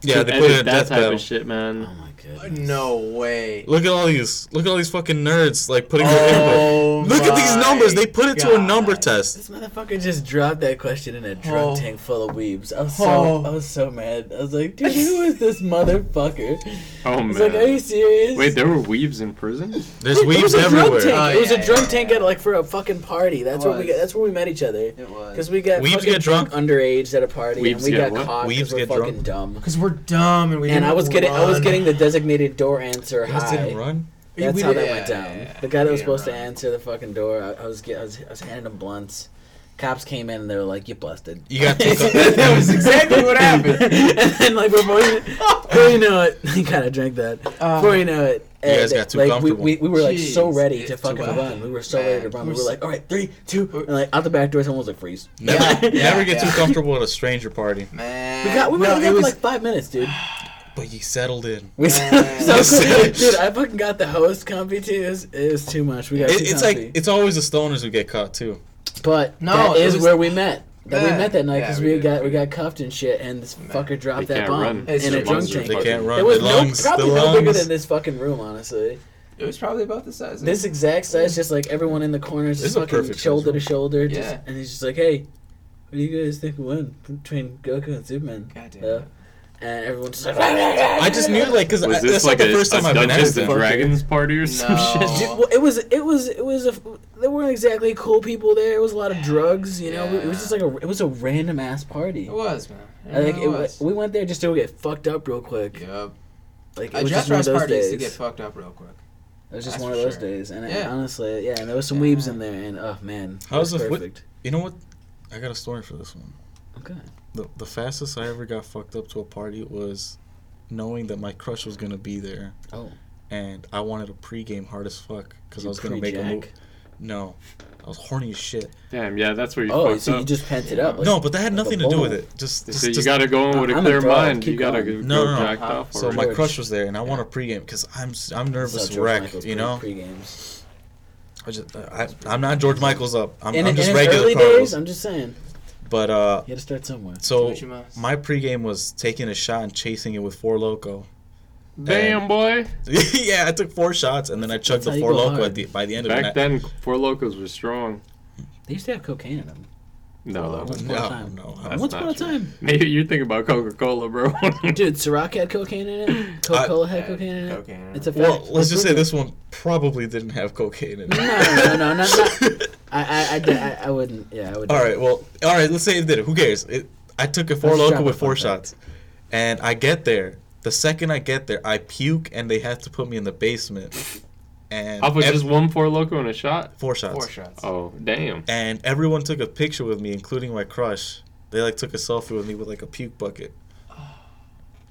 [SPEAKER 6] yeah,
[SPEAKER 1] to
[SPEAKER 6] they put it
[SPEAKER 1] edit
[SPEAKER 6] in
[SPEAKER 1] that
[SPEAKER 6] death
[SPEAKER 1] type
[SPEAKER 6] battle.
[SPEAKER 1] of shit,
[SPEAKER 4] Oh
[SPEAKER 1] man.
[SPEAKER 4] my goodness.
[SPEAKER 5] No way.
[SPEAKER 6] Look at all these. Look at all these fucking nerds like putting their input.
[SPEAKER 5] Oh
[SPEAKER 6] Look at these
[SPEAKER 5] my
[SPEAKER 6] numbers. They put it to a
[SPEAKER 5] God.
[SPEAKER 6] number test.
[SPEAKER 4] This motherfucker just dropped that question in a drunk
[SPEAKER 5] Oh.
[SPEAKER 4] tank full of weebs. I was so
[SPEAKER 5] Oh.
[SPEAKER 4] I was so mad. I was like, dude, who is this motherfucker?
[SPEAKER 1] Oh
[SPEAKER 4] I was like, are you
[SPEAKER 1] man.
[SPEAKER 4] serious?
[SPEAKER 1] Wait, there were weaves in prison?
[SPEAKER 6] There's
[SPEAKER 4] It was
[SPEAKER 6] weaves
[SPEAKER 4] a drunk
[SPEAKER 6] everywhere. Uh,
[SPEAKER 4] tank.
[SPEAKER 5] Oh,
[SPEAKER 4] it was
[SPEAKER 5] yeah,
[SPEAKER 4] a drunk
[SPEAKER 5] yeah,
[SPEAKER 4] tank
[SPEAKER 5] yeah.
[SPEAKER 4] at like for a fucking party. That's
[SPEAKER 5] It
[SPEAKER 4] where we
[SPEAKER 5] was.
[SPEAKER 4] got, that's where we met each other.
[SPEAKER 5] It
[SPEAKER 4] Because
[SPEAKER 5] was.
[SPEAKER 4] we got
[SPEAKER 6] Weebs
[SPEAKER 4] fucking
[SPEAKER 6] get
[SPEAKER 4] drunk
[SPEAKER 6] drunk?
[SPEAKER 4] underage at a party, and
[SPEAKER 1] Weebs
[SPEAKER 4] we
[SPEAKER 1] get
[SPEAKER 4] got
[SPEAKER 1] what?
[SPEAKER 4] caught because
[SPEAKER 6] Weebs
[SPEAKER 4] we're
[SPEAKER 6] get
[SPEAKER 4] fucking
[SPEAKER 6] drunk?
[SPEAKER 4] dumb.
[SPEAKER 5] Because we're dumb and we
[SPEAKER 4] And
[SPEAKER 5] didn't
[SPEAKER 4] I was getting I was
[SPEAKER 5] run.
[SPEAKER 4] getting the designated door answer
[SPEAKER 6] You guys
[SPEAKER 4] high.
[SPEAKER 6] didn't run.
[SPEAKER 4] That's
[SPEAKER 5] We
[SPEAKER 4] how
[SPEAKER 5] did-
[SPEAKER 4] that
[SPEAKER 5] yeah,
[SPEAKER 4] went
[SPEAKER 5] yeah,
[SPEAKER 4] down.
[SPEAKER 5] yeah.
[SPEAKER 4] The guy that
[SPEAKER 5] We
[SPEAKER 4] was
[SPEAKER 5] didn't
[SPEAKER 4] supposed to
[SPEAKER 5] run.
[SPEAKER 4] answer the fucking door, I, I was get, I was I was handing him blunts. Cops came in and they were like, "You busted."
[SPEAKER 6] You got took up.
[SPEAKER 5] That was exactly what happened.
[SPEAKER 4] and then like before you, before you know it, he kind of drank that.
[SPEAKER 5] Uh,
[SPEAKER 4] Before you know it,
[SPEAKER 6] You guys
[SPEAKER 4] and,
[SPEAKER 6] got too
[SPEAKER 4] like, we-
[SPEAKER 6] comfortable.
[SPEAKER 4] We, we, were like so
[SPEAKER 5] Jeez,
[SPEAKER 4] ready
[SPEAKER 5] it-
[SPEAKER 4] to
[SPEAKER 5] to
[SPEAKER 4] fucking
[SPEAKER 5] what?
[SPEAKER 4] run. We were so ready to
[SPEAKER 5] Man,
[SPEAKER 4] run. We
[SPEAKER 5] we're
[SPEAKER 4] were
[SPEAKER 5] so-
[SPEAKER 4] like, all right, three, two, and like out the back door, someone was like, freeze.
[SPEAKER 6] Never,
[SPEAKER 5] Yeah, yeah,
[SPEAKER 6] never get
[SPEAKER 5] yeah.
[SPEAKER 6] too comfortable at a stranger party.
[SPEAKER 5] Man.
[SPEAKER 4] We got we were
[SPEAKER 5] no,
[SPEAKER 4] there
[SPEAKER 5] it
[SPEAKER 4] for
[SPEAKER 5] was
[SPEAKER 4] like five minutes, dude.
[SPEAKER 6] But you settled in.
[SPEAKER 4] We
[SPEAKER 5] Man.
[SPEAKER 4] so
[SPEAKER 6] Listen.
[SPEAKER 4] dude, I fucking got the host comfy too. It was, it was too much. We got
[SPEAKER 6] It,
[SPEAKER 4] too
[SPEAKER 6] it's
[SPEAKER 4] comfy.
[SPEAKER 6] like it's always the stoners who get caught too.
[SPEAKER 4] But
[SPEAKER 5] No,
[SPEAKER 4] that
[SPEAKER 5] it
[SPEAKER 4] is
[SPEAKER 5] was-
[SPEAKER 4] where we met. That we
[SPEAKER 5] Yeah.
[SPEAKER 4] met that night
[SPEAKER 5] Yeah,
[SPEAKER 4] because
[SPEAKER 5] we
[SPEAKER 4] we,
[SPEAKER 5] did,
[SPEAKER 4] got
[SPEAKER 5] we
[SPEAKER 4] we got cuffed and shit, and this fucker dropped
[SPEAKER 1] They
[SPEAKER 4] that
[SPEAKER 1] can't
[SPEAKER 4] bomb
[SPEAKER 1] run.
[SPEAKER 5] It's
[SPEAKER 4] in a
[SPEAKER 5] their
[SPEAKER 4] drunk
[SPEAKER 5] lungs are
[SPEAKER 4] tank.
[SPEAKER 6] They can't run.
[SPEAKER 4] It was
[SPEAKER 6] the
[SPEAKER 4] no,
[SPEAKER 6] lungs,
[SPEAKER 4] probably
[SPEAKER 6] the
[SPEAKER 4] no
[SPEAKER 6] lungs.
[SPEAKER 4] bigger than this fucking room, honestly.
[SPEAKER 5] It was probably about the size. of-
[SPEAKER 4] This exact size, just like everyone in the corner, is
[SPEAKER 6] This
[SPEAKER 4] just
[SPEAKER 6] is a
[SPEAKER 4] fucking
[SPEAKER 6] perfect
[SPEAKER 4] shoulder to
[SPEAKER 6] size
[SPEAKER 4] shoulder. Just,
[SPEAKER 5] Yeah.
[SPEAKER 4] And he's just like, hey, what do you guys think won between Goku and Superman?
[SPEAKER 5] God damn
[SPEAKER 4] Uh,
[SPEAKER 5] it.
[SPEAKER 4] and everyone's just like, I
[SPEAKER 6] I just knew like because
[SPEAKER 1] Was
[SPEAKER 6] that's
[SPEAKER 1] this
[SPEAKER 6] like
[SPEAKER 1] like
[SPEAKER 6] the
[SPEAKER 1] a,
[SPEAKER 6] first time
[SPEAKER 1] a
[SPEAKER 6] I've been at
[SPEAKER 1] Dungeons
[SPEAKER 6] them.
[SPEAKER 1] and Dragons party or some
[SPEAKER 5] No.
[SPEAKER 1] shit?
[SPEAKER 4] Dude, well, it was it was it was a there weren't exactly cool people there. It was a lot of drugs, you know. It was just like a it was a random ass party.
[SPEAKER 5] It was, man. Oh, It
[SPEAKER 4] I think
[SPEAKER 5] really
[SPEAKER 4] it,
[SPEAKER 5] was.
[SPEAKER 4] we went there just to get fucked up real quick.
[SPEAKER 5] Yup.
[SPEAKER 4] Like it
[SPEAKER 5] A
[SPEAKER 4] was just
[SPEAKER 5] Jeff
[SPEAKER 4] one of
[SPEAKER 5] Ross
[SPEAKER 4] those
[SPEAKER 5] party used to
[SPEAKER 4] days.
[SPEAKER 5] get fucked up real quick.
[SPEAKER 4] it was just
[SPEAKER 5] that's
[SPEAKER 4] one
[SPEAKER 5] for
[SPEAKER 4] of those
[SPEAKER 5] sure.
[SPEAKER 4] days, and
[SPEAKER 5] Yeah.
[SPEAKER 4] I, honestly, yeah, and there was some
[SPEAKER 5] Yeah.
[SPEAKER 4] weebs in there, and oh man, it
[SPEAKER 6] How's
[SPEAKER 4] was
[SPEAKER 6] the- what-
[SPEAKER 4] perfect.
[SPEAKER 6] You know what? I got a story for this one.
[SPEAKER 4] Okay.
[SPEAKER 6] The the fastest I ever got fucked up to a party was knowing that my crush was gonna be there.
[SPEAKER 4] Oh.
[SPEAKER 6] And I wanted a pregame hard as fuck because I
[SPEAKER 4] You
[SPEAKER 6] was gonna make a
[SPEAKER 4] pre-jack?
[SPEAKER 6] move. No, I was horny as shit.
[SPEAKER 1] Damn, yeah, that's where you
[SPEAKER 4] Oh,
[SPEAKER 1] fucked
[SPEAKER 4] so
[SPEAKER 1] up.
[SPEAKER 4] you just pent it up? Like,
[SPEAKER 6] no, but that had
[SPEAKER 4] like a
[SPEAKER 6] nothing to do with
[SPEAKER 4] ball.
[SPEAKER 6] it. Just,
[SPEAKER 1] They
[SPEAKER 6] just,
[SPEAKER 1] say you
[SPEAKER 6] just-
[SPEAKER 1] gotta go in with a
[SPEAKER 4] I'm a
[SPEAKER 1] clear
[SPEAKER 4] dog,
[SPEAKER 1] mind.
[SPEAKER 4] keep
[SPEAKER 1] You gotta
[SPEAKER 4] going.
[SPEAKER 6] No,
[SPEAKER 1] go
[SPEAKER 6] no, no.
[SPEAKER 1] jacked off.
[SPEAKER 6] so
[SPEAKER 1] already.
[SPEAKER 6] my
[SPEAKER 4] George.
[SPEAKER 6] crush was there, and I want a pregame because I'm s- I'm nervous as wreck. you know,
[SPEAKER 4] Pre-games.
[SPEAKER 6] I just I, I'm not George Michael's up. I'm,
[SPEAKER 4] in,
[SPEAKER 6] I'm
[SPEAKER 4] in
[SPEAKER 6] just
[SPEAKER 4] his
[SPEAKER 6] regular
[SPEAKER 4] early
[SPEAKER 6] Carlos.
[SPEAKER 4] days, I'm just saying,
[SPEAKER 6] But uh,
[SPEAKER 4] you had to start somewhere.
[SPEAKER 6] so
[SPEAKER 5] Which you must.
[SPEAKER 6] my pregame was taking a shot and chasing it with four loco.
[SPEAKER 1] Damn, boy.
[SPEAKER 6] yeah, I took four shots and then I chugged
[SPEAKER 4] That's how
[SPEAKER 6] the
[SPEAKER 4] you
[SPEAKER 6] four
[SPEAKER 4] go
[SPEAKER 6] loco
[SPEAKER 4] hard.
[SPEAKER 6] at the, by the end of
[SPEAKER 1] Back
[SPEAKER 6] the night.
[SPEAKER 1] then, Four Locos were strong.
[SPEAKER 4] They used to have cocaine in them.
[SPEAKER 1] No, that was
[SPEAKER 4] Once upon a time.
[SPEAKER 6] No, no,
[SPEAKER 1] That's
[SPEAKER 6] I-
[SPEAKER 4] Once
[SPEAKER 1] not
[SPEAKER 4] upon a
[SPEAKER 1] true.
[SPEAKER 4] time,
[SPEAKER 1] Maybe you're thinking about Coca Cola, bro.
[SPEAKER 4] dude, Ciroc had cocaine in it. Coca Cola had cocaine in it.
[SPEAKER 5] Cocaine.
[SPEAKER 4] It's a fact.
[SPEAKER 6] Well, let's just say
[SPEAKER 4] It's-
[SPEAKER 6] this one probably didn't have cocaine in
[SPEAKER 4] No,
[SPEAKER 6] it.
[SPEAKER 4] no, no, no, no. I, I, I, d- I- I wouldn't. Yeah, I would.
[SPEAKER 6] all right, well, all right. Let's say it did it. Who cares? It, I took a four
[SPEAKER 4] Let's
[SPEAKER 6] loco
[SPEAKER 4] drop
[SPEAKER 6] with
[SPEAKER 4] a
[SPEAKER 6] four
[SPEAKER 4] fun fact.
[SPEAKER 6] shots, and I get there. The second I get there, I puke, and they have to put me in the basement. And
[SPEAKER 1] Off of
[SPEAKER 6] ev-
[SPEAKER 1] just one Four Loco and a shot.
[SPEAKER 6] four shots.
[SPEAKER 5] Four shots.
[SPEAKER 1] Oh, damn.
[SPEAKER 6] and everyone took a picture with me, including my crush. They like took a selfie with me with like a puke bucket.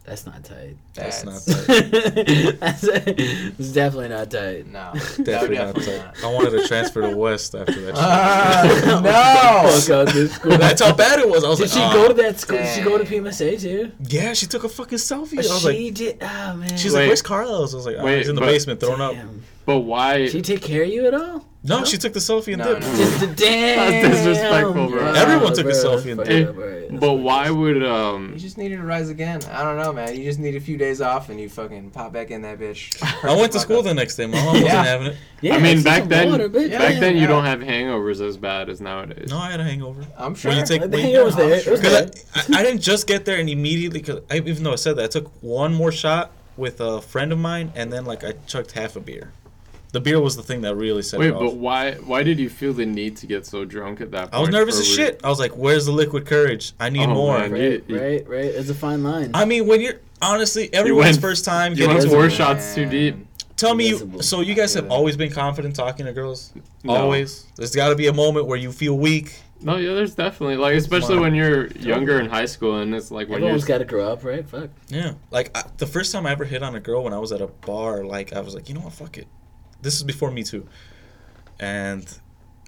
[SPEAKER 4] That's not tight.
[SPEAKER 6] That's not tight.
[SPEAKER 4] That's, it's definitely not tight.
[SPEAKER 5] No,
[SPEAKER 6] Definitely, not tight. I wanted to transfer to West after that.
[SPEAKER 5] Ah,
[SPEAKER 4] Fuck
[SPEAKER 5] no.
[SPEAKER 4] out this
[SPEAKER 6] shit.
[SPEAKER 4] school.
[SPEAKER 6] That's how bad it was. I was
[SPEAKER 4] Did
[SPEAKER 6] like,
[SPEAKER 4] she
[SPEAKER 6] "Ah."
[SPEAKER 4] go to that school? Did she go to PMSA too?
[SPEAKER 6] Yeah, she took a fucking selfie. I
[SPEAKER 4] she
[SPEAKER 6] was like,
[SPEAKER 4] did. Oh man.
[SPEAKER 6] she's
[SPEAKER 1] Wait.
[SPEAKER 6] like, where's Carlos? I was like, oh,
[SPEAKER 1] Wait,
[SPEAKER 6] he's in the
[SPEAKER 1] but-
[SPEAKER 6] basement thrown up.
[SPEAKER 4] Damn.
[SPEAKER 1] But why?
[SPEAKER 4] Did she take care of you at all?
[SPEAKER 6] No, she took the selfie and
[SPEAKER 5] No,
[SPEAKER 6] dipped.
[SPEAKER 5] no.
[SPEAKER 4] Just the damn.
[SPEAKER 1] disrespectful, bro.
[SPEAKER 6] Everyone took a
[SPEAKER 4] bro,
[SPEAKER 6] selfie in
[SPEAKER 4] fuck
[SPEAKER 1] there.
[SPEAKER 4] up, alright. That's
[SPEAKER 1] Eh, But
[SPEAKER 4] fucked
[SPEAKER 1] why
[SPEAKER 4] up.
[SPEAKER 1] would um?
[SPEAKER 5] You just needed to rise again. I don't know, man. You just need a few days off and you fucking pop back in that bitch.
[SPEAKER 6] I went to school the next day. My mom wasn't
[SPEAKER 5] Yeah.
[SPEAKER 6] having it.
[SPEAKER 4] Yeah,
[SPEAKER 1] I mean,
[SPEAKER 4] it's
[SPEAKER 1] back
[SPEAKER 4] some
[SPEAKER 1] then,
[SPEAKER 4] water, bitch.
[SPEAKER 1] back
[SPEAKER 5] Yeah,
[SPEAKER 1] then
[SPEAKER 5] yeah.
[SPEAKER 1] you don't have hangovers as bad as nowadays.
[SPEAKER 6] No, I had a hangover.
[SPEAKER 5] I'm sure.
[SPEAKER 6] When you take-
[SPEAKER 4] The
[SPEAKER 6] wait,
[SPEAKER 4] hangover was
[SPEAKER 5] yeah,
[SPEAKER 4] there. It was
[SPEAKER 5] sure.
[SPEAKER 4] there.
[SPEAKER 6] Because I, I, I didn't just get there and immediately, cause I, even though I said that, I took one more shot with a friend of mine, and then like I chugged half a beer. The beer was the thing that really set
[SPEAKER 1] Wait,
[SPEAKER 6] it off.
[SPEAKER 1] but why? Why did you feel the need to get so drunk at that point?
[SPEAKER 6] I was nervous
[SPEAKER 1] for
[SPEAKER 6] as
[SPEAKER 1] a
[SPEAKER 6] shit. I was like, "Where's the liquid courage? I need
[SPEAKER 1] Oh,
[SPEAKER 6] more."
[SPEAKER 1] man.
[SPEAKER 4] Right,
[SPEAKER 1] You-
[SPEAKER 4] right, right. It's a fine line.
[SPEAKER 6] I mean, when you're honestly everyone's
[SPEAKER 1] went-
[SPEAKER 6] first time,
[SPEAKER 1] You
[SPEAKER 6] getting
[SPEAKER 1] went
[SPEAKER 6] to-
[SPEAKER 1] four
[SPEAKER 5] Man.
[SPEAKER 1] shots too deep.
[SPEAKER 6] tell me, you,
[SPEAKER 4] Invisible.
[SPEAKER 6] so you guys have
[SPEAKER 5] Yeah.
[SPEAKER 6] always been confident talking to girls.
[SPEAKER 1] No.
[SPEAKER 6] Always. There's got to be a moment where you feel weak.
[SPEAKER 1] No, yeah, there's definitely like, especially
[SPEAKER 6] Wow.
[SPEAKER 1] when you're younger in high school, and it's like when you're
[SPEAKER 4] Everyone's got to grow up, right? Fuck.
[SPEAKER 6] Yeah. Like I, the first time I ever hit on a girl when I was at a bar, like I was like, you know what, fuck it. This is before Me Too, and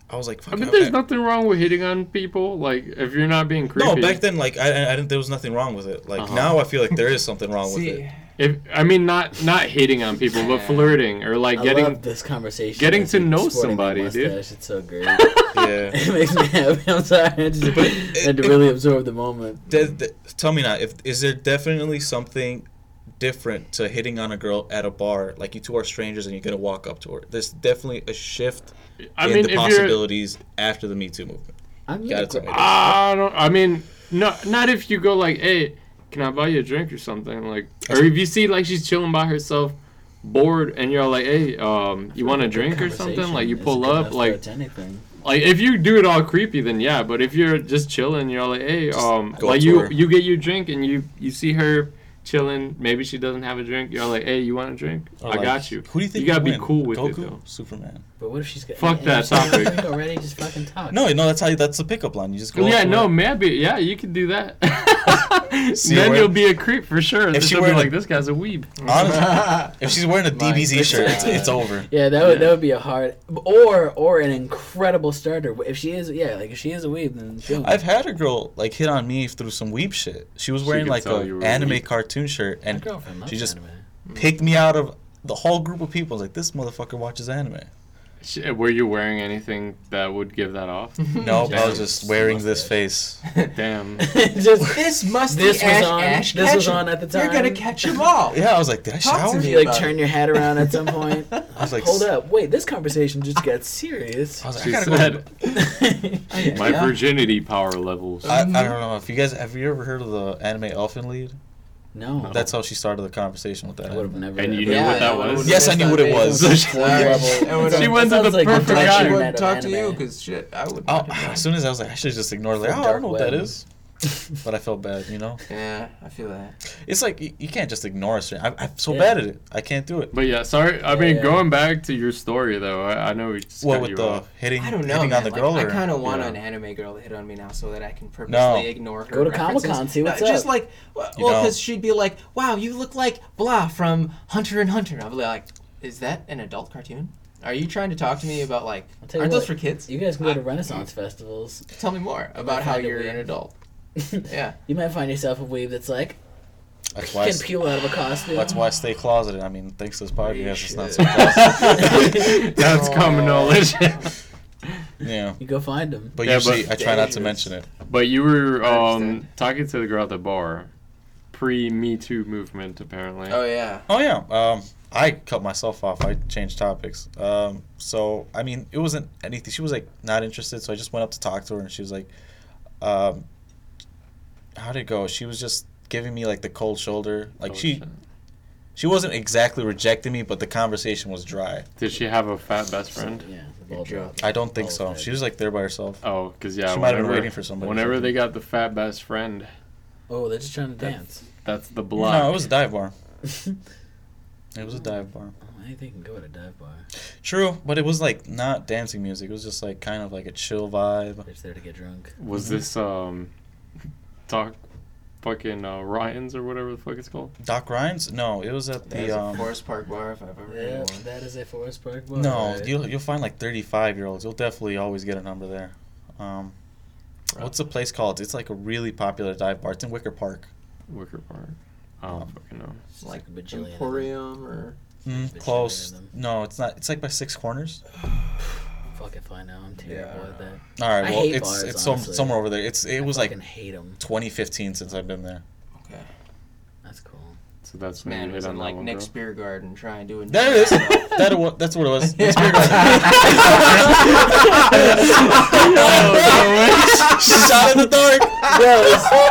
[SPEAKER 6] I was like, fuck
[SPEAKER 1] I mean,
[SPEAKER 6] it.
[SPEAKER 1] there's
[SPEAKER 6] I-
[SPEAKER 1] nothing wrong with hitting on people. Like, if you're not being creepy.
[SPEAKER 6] no, back then, like I, I- I didn't. There was nothing wrong with it. Like
[SPEAKER 1] Uh-huh.
[SPEAKER 6] now, I feel like there is something wrong with
[SPEAKER 5] See,
[SPEAKER 6] it.
[SPEAKER 1] If I mean, not not hitting on people, but flirting or like
[SPEAKER 4] I
[SPEAKER 1] getting.
[SPEAKER 4] love this conversation.
[SPEAKER 1] getting
[SPEAKER 4] with
[SPEAKER 1] to
[SPEAKER 4] you
[SPEAKER 1] know
[SPEAKER 4] sporting
[SPEAKER 1] somebody,
[SPEAKER 4] that
[SPEAKER 1] dude.
[SPEAKER 4] mustache. It's so great.
[SPEAKER 6] Yeah.
[SPEAKER 4] it makes me happy. I'm sorry. I just
[SPEAKER 6] But
[SPEAKER 4] had to really absorb the moment.
[SPEAKER 6] De- de- tell me now, if is there definitely something different to hitting on a girl at a bar. Like you two are strangers and you're gonna walk up to her. There's definitely a shift
[SPEAKER 1] I
[SPEAKER 6] in
[SPEAKER 1] mean,
[SPEAKER 6] the
[SPEAKER 1] if you're,
[SPEAKER 6] possibilities after the Me Too movement.
[SPEAKER 4] I'm
[SPEAKER 6] You gotta tell me. that.
[SPEAKER 1] I don't. I mean, no, not if you go like, hey, can I buy you a drink or something? Like, or if you see like she's chilling by herself, bored, and you're like, hey, um, you want a drink or something? Like, you
[SPEAKER 4] It's
[SPEAKER 1] pull
[SPEAKER 4] good
[SPEAKER 1] up,
[SPEAKER 4] enough
[SPEAKER 1] like,
[SPEAKER 4] to anything.
[SPEAKER 1] like if you do it all creepy, then yeah. But if you're just chilling, you're like, hey, um,
[SPEAKER 6] go
[SPEAKER 1] like
[SPEAKER 6] up to
[SPEAKER 1] you
[SPEAKER 6] her.
[SPEAKER 1] you get your drink and you you see her chilling. Maybe she doesn't have a drink. You're like, hey, you want a drink?
[SPEAKER 6] Or
[SPEAKER 1] I
[SPEAKER 6] like,
[SPEAKER 1] got you.
[SPEAKER 6] Who do you think?
[SPEAKER 1] You gotta
[SPEAKER 6] would
[SPEAKER 1] be
[SPEAKER 6] win?
[SPEAKER 1] cool with it
[SPEAKER 6] Goku,
[SPEAKER 1] though.
[SPEAKER 6] Superman.
[SPEAKER 4] But what if she's got
[SPEAKER 1] Fuck
[SPEAKER 4] and
[SPEAKER 1] that
[SPEAKER 4] if she's got a
[SPEAKER 1] topic.
[SPEAKER 4] drink already? Just fucking talk.
[SPEAKER 6] No, no, that's how you, that's the pickup line. You just go.
[SPEAKER 1] yeah,
[SPEAKER 6] up to
[SPEAKER 1] no,
[SPEAKER 6] her.
[SPEAKER 1] maybe. Yeah, you could do that.
[SPEAKER 6] See,
[SPEAKER 1] then
[SPEAKER 6] where-
[SPEAKER 1] you'll be a creep for sure. If
[SPEAKER 6] she
[SPEAKER 1] she'll be
[SPEAKER 6] were to-
[SPEAKER 1] like, this guy's a weeb.
[SPEAKER 6] Honestly, if she's wearing a
[SPEAKER 5] My
[SPEAKER 6] DBZ shirt, it's,
[SPEAKER 5] God.
[SPEAKER 6] it's over.
[SPEAKER 4] Yeah, that would
[SPEAKER 1] Yeah.
[SPEAKER 4] that would be a hard or or an incredible starter. If she is, yeah, like if she is a weeb, then she'll
[SPEAKER 6] I've had a girl like hit on me through some weep shit. She was
[SPEAKER 1] She
[SPEAKER 6] wearing
[SPEAKER 1] could
[SPEAKER 6] like
[SPEAKER 1] tell
[SPEAKER 6] a
[SPEAKER 1] you were
[SPEAKER 6] anime
[SPEAKER 1] weak.
[SPEAKER 6] cartoon shirt,
[SPEAKER 4] My
[SPEAKER 6] and
[SPEAKER 4] girlfriend loves
[SPEAKER 6] she just
[SPEAKER 4] anime.
[SPEAKER 6] picked me out of the whole group of people. I was like, this motherfucker watches anime.
[SPEAKER 1] Sh- Were you wearing anything that would give that off?
[SPEAKER 6] No, but I was
[SPEAKER 1] Damn.
[SPEAKER 6] just wearing this face.
[SPEAKER 1] Damn.
[SPEAKER 4] just
[SPEAKER 5] This must
[SPEAKER 4] This
[SPEAKER 5] be
[SPEAKER 4] was
[SPEAKER 5] Ash,
[SPEAKER 4] on-
[SPEAKER 5] Ash
[SPEAKER 4] this was
[SPEAKER 5] Ketchum.
[SPEAKER 4] on at the
[SPEAKER 5] You're gonna
[SPEAKER 4] time.
[SPEAKER 5] catch them all.
[SPEAKER 6] Yeah, I was like, did I
[SPEAKER 5] Talk to
[SPEAKER 6] shower?
[SPEAKER 5] me.
[SPEAKER 4] you like
[SPEAKER 5] about
[SPEAKER 4] turn
[SPEAKER 5] it.
[SPEAKER 4] your head around at some point.
[SPEAKER 6] I was like,
[SPEAKER 4] Hold up, wait, this conversation just got serious.
[SPEAKER 6] I was like, I
[SPEAKER 1] She
[SPEAKER 6] gotta go.
[SPEAKER 1] said, my
[SPEAKER 5] Yeah.
[SPEAKER 1] virginity power levels.
[SPEAKER 6] I, I don't know if you guys have you ever heard of the anime Elfin Lead?
[SPEAKER 4] no,
[SPEAKER 6] That's how she started the conversation with that.
[SPEAKER 4] I would have never.
[SPEAKER 1] And you
[SPEAKER 4] ever-
[SPEAKER 1] knew what that
[SPEAKER 5] I
[SPEAKER 1] was?
[SPEAKER 5] would've
[SPEAKER 6] Yes, I
[SPEAKER 5] missed
[SPEAKER 6] knew
[SPEAKER 5] that
[SPEAKER 6] what it
[SPEAKER 5] big
[SPEAKER 6] was.
[SPEAKER 5] one.
[SPEAKER 6] She
[SPEAKER 5] Sorry. I would've-
[SPEAKER 1] She went to
[SPEAKER 4] Sounds
[SPEAKER 1] the
[SPEAKER 4] like
[SPEAKER 1] perfect
[SPEAKER 4] I'm glad
[SPEAKER 5] I
[SPEAKER 4] she
[SPEAKER 1] guy.
[SPEAKER 4] went-
[SPEAKER 5] wouldn't talk to you
[SPEAKER 4] anime.
[SPEAKER 5] because shit, I would.
[SPEAKER 6] Oh, as soon as I was like, I should just ignore. Like,
[SPEAKER 4] It's a
[SPEAKER 6] oh, I don't
[SPEAKER 4] dark
[SPEAKER 6] know what that
[SPEAKER 4] web.
[SPEAKER 6] is. But I felt bad, you know.
[SPEAKER 5] Yeah, I feel that.
[SPEAKER 6] It's like you, you can't just ignore us. I'm, I'm so
[SPEAKER 4] Yeah.
[SPEAKER 6] bad at it. I can't do it.
[SPEAKER 1] But yeah, sorry. I mean,
[SPEAKER 4] Yeah.
[SPEAKER 1] going back to your story though, I, I know we just
[SPEAKER 6] What
[SPEAKER 1] cut
[SPEAKER 6] with
[SPEAKER 1] you
[SPEAKER 6] the
[SPEAKER 1] off.
[SPEAKER 6] hitting,
[SPEAKER 5] I don't know.
[SPEAKER 6] hitting
[SPEAKER 5] Man.
[SPEAKER 6] on the
[SPEAKER 5] like,
[SPEAKER 6] girl?
[SPEAKER 5] I
[SPEAKER 6] or-
[SPEAKER 5] kind of want
[SPEAKER 1] Yeah.
[SPEAKER 5] an anime girl to hit on me now so that I can purposely
[SPEAKER 6] No.
[SPEAKER 5] ignore her.
[SPEAKER 4] Go to
[SPEAKER 5] references.
[SPEAKER 4] Comic-Con, see what's
[SPEAKER 5] no, Just
[SPEAKER 4] up.
[SPEAKER 5] like, well,
[SPEAKER 6] You
[SPEAKER 5] because
[SPEAKER 6] don't.
[SPEAKER 5] she'd be like, "Wow, you look like blah from Hunter and Hunter." I'll be like, "Is that an adult cartoon? Are you trying to talk to me about like?
[SPEAKER 4] I'll tell you
[SPEAKER 5] Aren't those
[SPEAKER 4] what,
[SPEAKER 5] for kids?
[SPEAKER 4] You guys can go to Renaissance festivals.
[SPEAKER 5] Tell me more about how
[SPEAKER 4] find it
[SPEAKER 5] you're
[SPEAKER 4] weird.
[SPEAKER 5] an adult." yeah.
[SPEAKER 4] You might find yourself a weeb that's like
[SPEAKER 6] That's why. I,
[SPEAKER 4] can peel out of a costume.
[SPEAKER 6] that's why I stay closeted. I mean, thanks to this podcast, it's not so
[SPEAKER 5] should.
[SPEAKER 6] closeted.
[SPEAKER 1] That's common knowledge.
[SPEAKER 6] yeah,
[SPEAKER 4] you go find them.
[SPEAKER 6] but
[SPEAKER 1] Yeah,
[SPEAKER 6] usually
[SPEAKER 1] but-
[SPEAKER 6] I try not to
[SPEAKER 5] Dangerous.
[SPEAKER 6] mention it.
[SPEAKER 1] but you were
[SPEAKER 5] I
[SPEAKER 1] um,
[SPEAKER 5] understand.
[SPEAKER 1] talking to the girl at the bar, pre Me Too movement apparently.
[SPEAKER 5] Oh yeah.
[SPEAKER 6] Oh yeah, um, I cut myself off. I changed topics. Um, so I mean, it wasn't anything. She was like not interested, so I just went up to talk to her, and she was like, um, "How would it go?" She was just giving me like the cold shoulder. Like
[SPEAKER 1] Oh,
[SPEAKER 6] she,
[SPEAKER 1] shit.
[SPEAKER 6] she wasn't exactly rejecting me, but the conversation was dry.
[SPEAKER 1] Did she have a fat best friend?
[SPEAKER 4] Yeah,
[SPEAKER 5] Good job.
[SPEAKER 6] I don't think
[SPEAKER 4] Oh,
[SPEAKER 6] so.
[SPEAKER 4] okay.
[SPEAKER 6] She was like there by herself.
[SPEAKER 1] Oh, because yeah,
[SPEAKER 6] She might have
[SPEAKER 1] whenever,
[SPEAKER 6] been waiting for somebody or
[SPEAKER 1] whenever
[SPEAKER 6] something.
[SPEAKER 1] they got the fat best friend,
[SPEAKER 4] Oh, they're just trying to
[SPEAKER 1] That-
[SPEAKER 4] dance.
[SPEAKER 1] that's the
[SPEAKER 6] No, it
[SPEAKER 1] block.
[SPEAKER 6] was a dive bar. It was a dive bar.
[SPEAKER 4] Anything can go at a dive bar.
[SPEAKER 6] True, but it was like not dancing music. It was just like kind of like a chill vibe.
[SPEAKER 4] They're just there to get drunk.
[SPEAKER 1] was this um, talk, fucking uh, Ryan's or whatever the fuck it's called?
[SPEAKER 6] Doc Ryan's? No, it was at
[SPEAKER 5] That's
[SPEAKER 6] the
[SPEAKER 5] a
[SPEAKER 6] um,
[SPEAKER 5] Forest Park bar if I've ever
[SPEAKER 4] Yeah,
[SPEAKER 5] had one.
[SPEAKER 4] that is a Forest Park bar.
[SPEAKER 6] No,
[SPEAKER 4] right?
[SPEAKER 6] you'll you'll find like thirty five year olds. You'll definitely always get a number there. Um, what's the place called? It's like a really popular dive bar. It's in Wicker Park.
[SPEAKER 1] Wicker Park. I don't fucking know.
[SPEAKER 4] It's
[SPEAKER 5] Like
[SPEAKER 4] a bajillion. of them.
[SPEAKER 5] Emporium or
[SPEAKER 6] Mm,
[SPEAKER 4] Bitch,
[SPEAKER 6] close.
[SPEAKER 4] I hated them.
[SPEAKER 6] No, it's not. It's like by Six Corners.
[SPEAKER 4] Fuck if I know. I'm terrible
[SPEAKER 5] Yeah.
[SPEAKER 4] at that.
[SPEAKER 6] All right.
[SPEAKER 4] I
[SPEAKER 6] Well,
[SPEAKER 4] hate
[SPEAKER 6] it's
[SPEAKER 4] bars,
[SPEAKER 6] it's some,
[SPEAKER 4] honestly.
[SPEAKER 6] somewhere over there. It's it was
[SPEAKER 4] I
[SPEAKER 6] like
[SPEAKER 4] fucking hate them.
[SPEAKER 6] 2015 since I've been there.
[SPEAKER 5] okay.
[SPEAKER 4] That's cool.
[SPEAKER 1] So that's when
[SPEAKER 5] Man,
[SPEAKER 1] you
[SPEAKER 5] was
[SPEAKER 1] hit on
[SPEAKER 5] in
[SPEAKER 1] that
[SPEAKER 5] like
[SPEAKER 1] one
[SPEAKER 5] Nick's
[SPEAKER 1] girl.
[SPEAKER 5] beer garden trying to.
[SPEAKER 6] There it is. that wa- that's what it was. It's weird. Shot in the dark.
[SPEAKER 4] that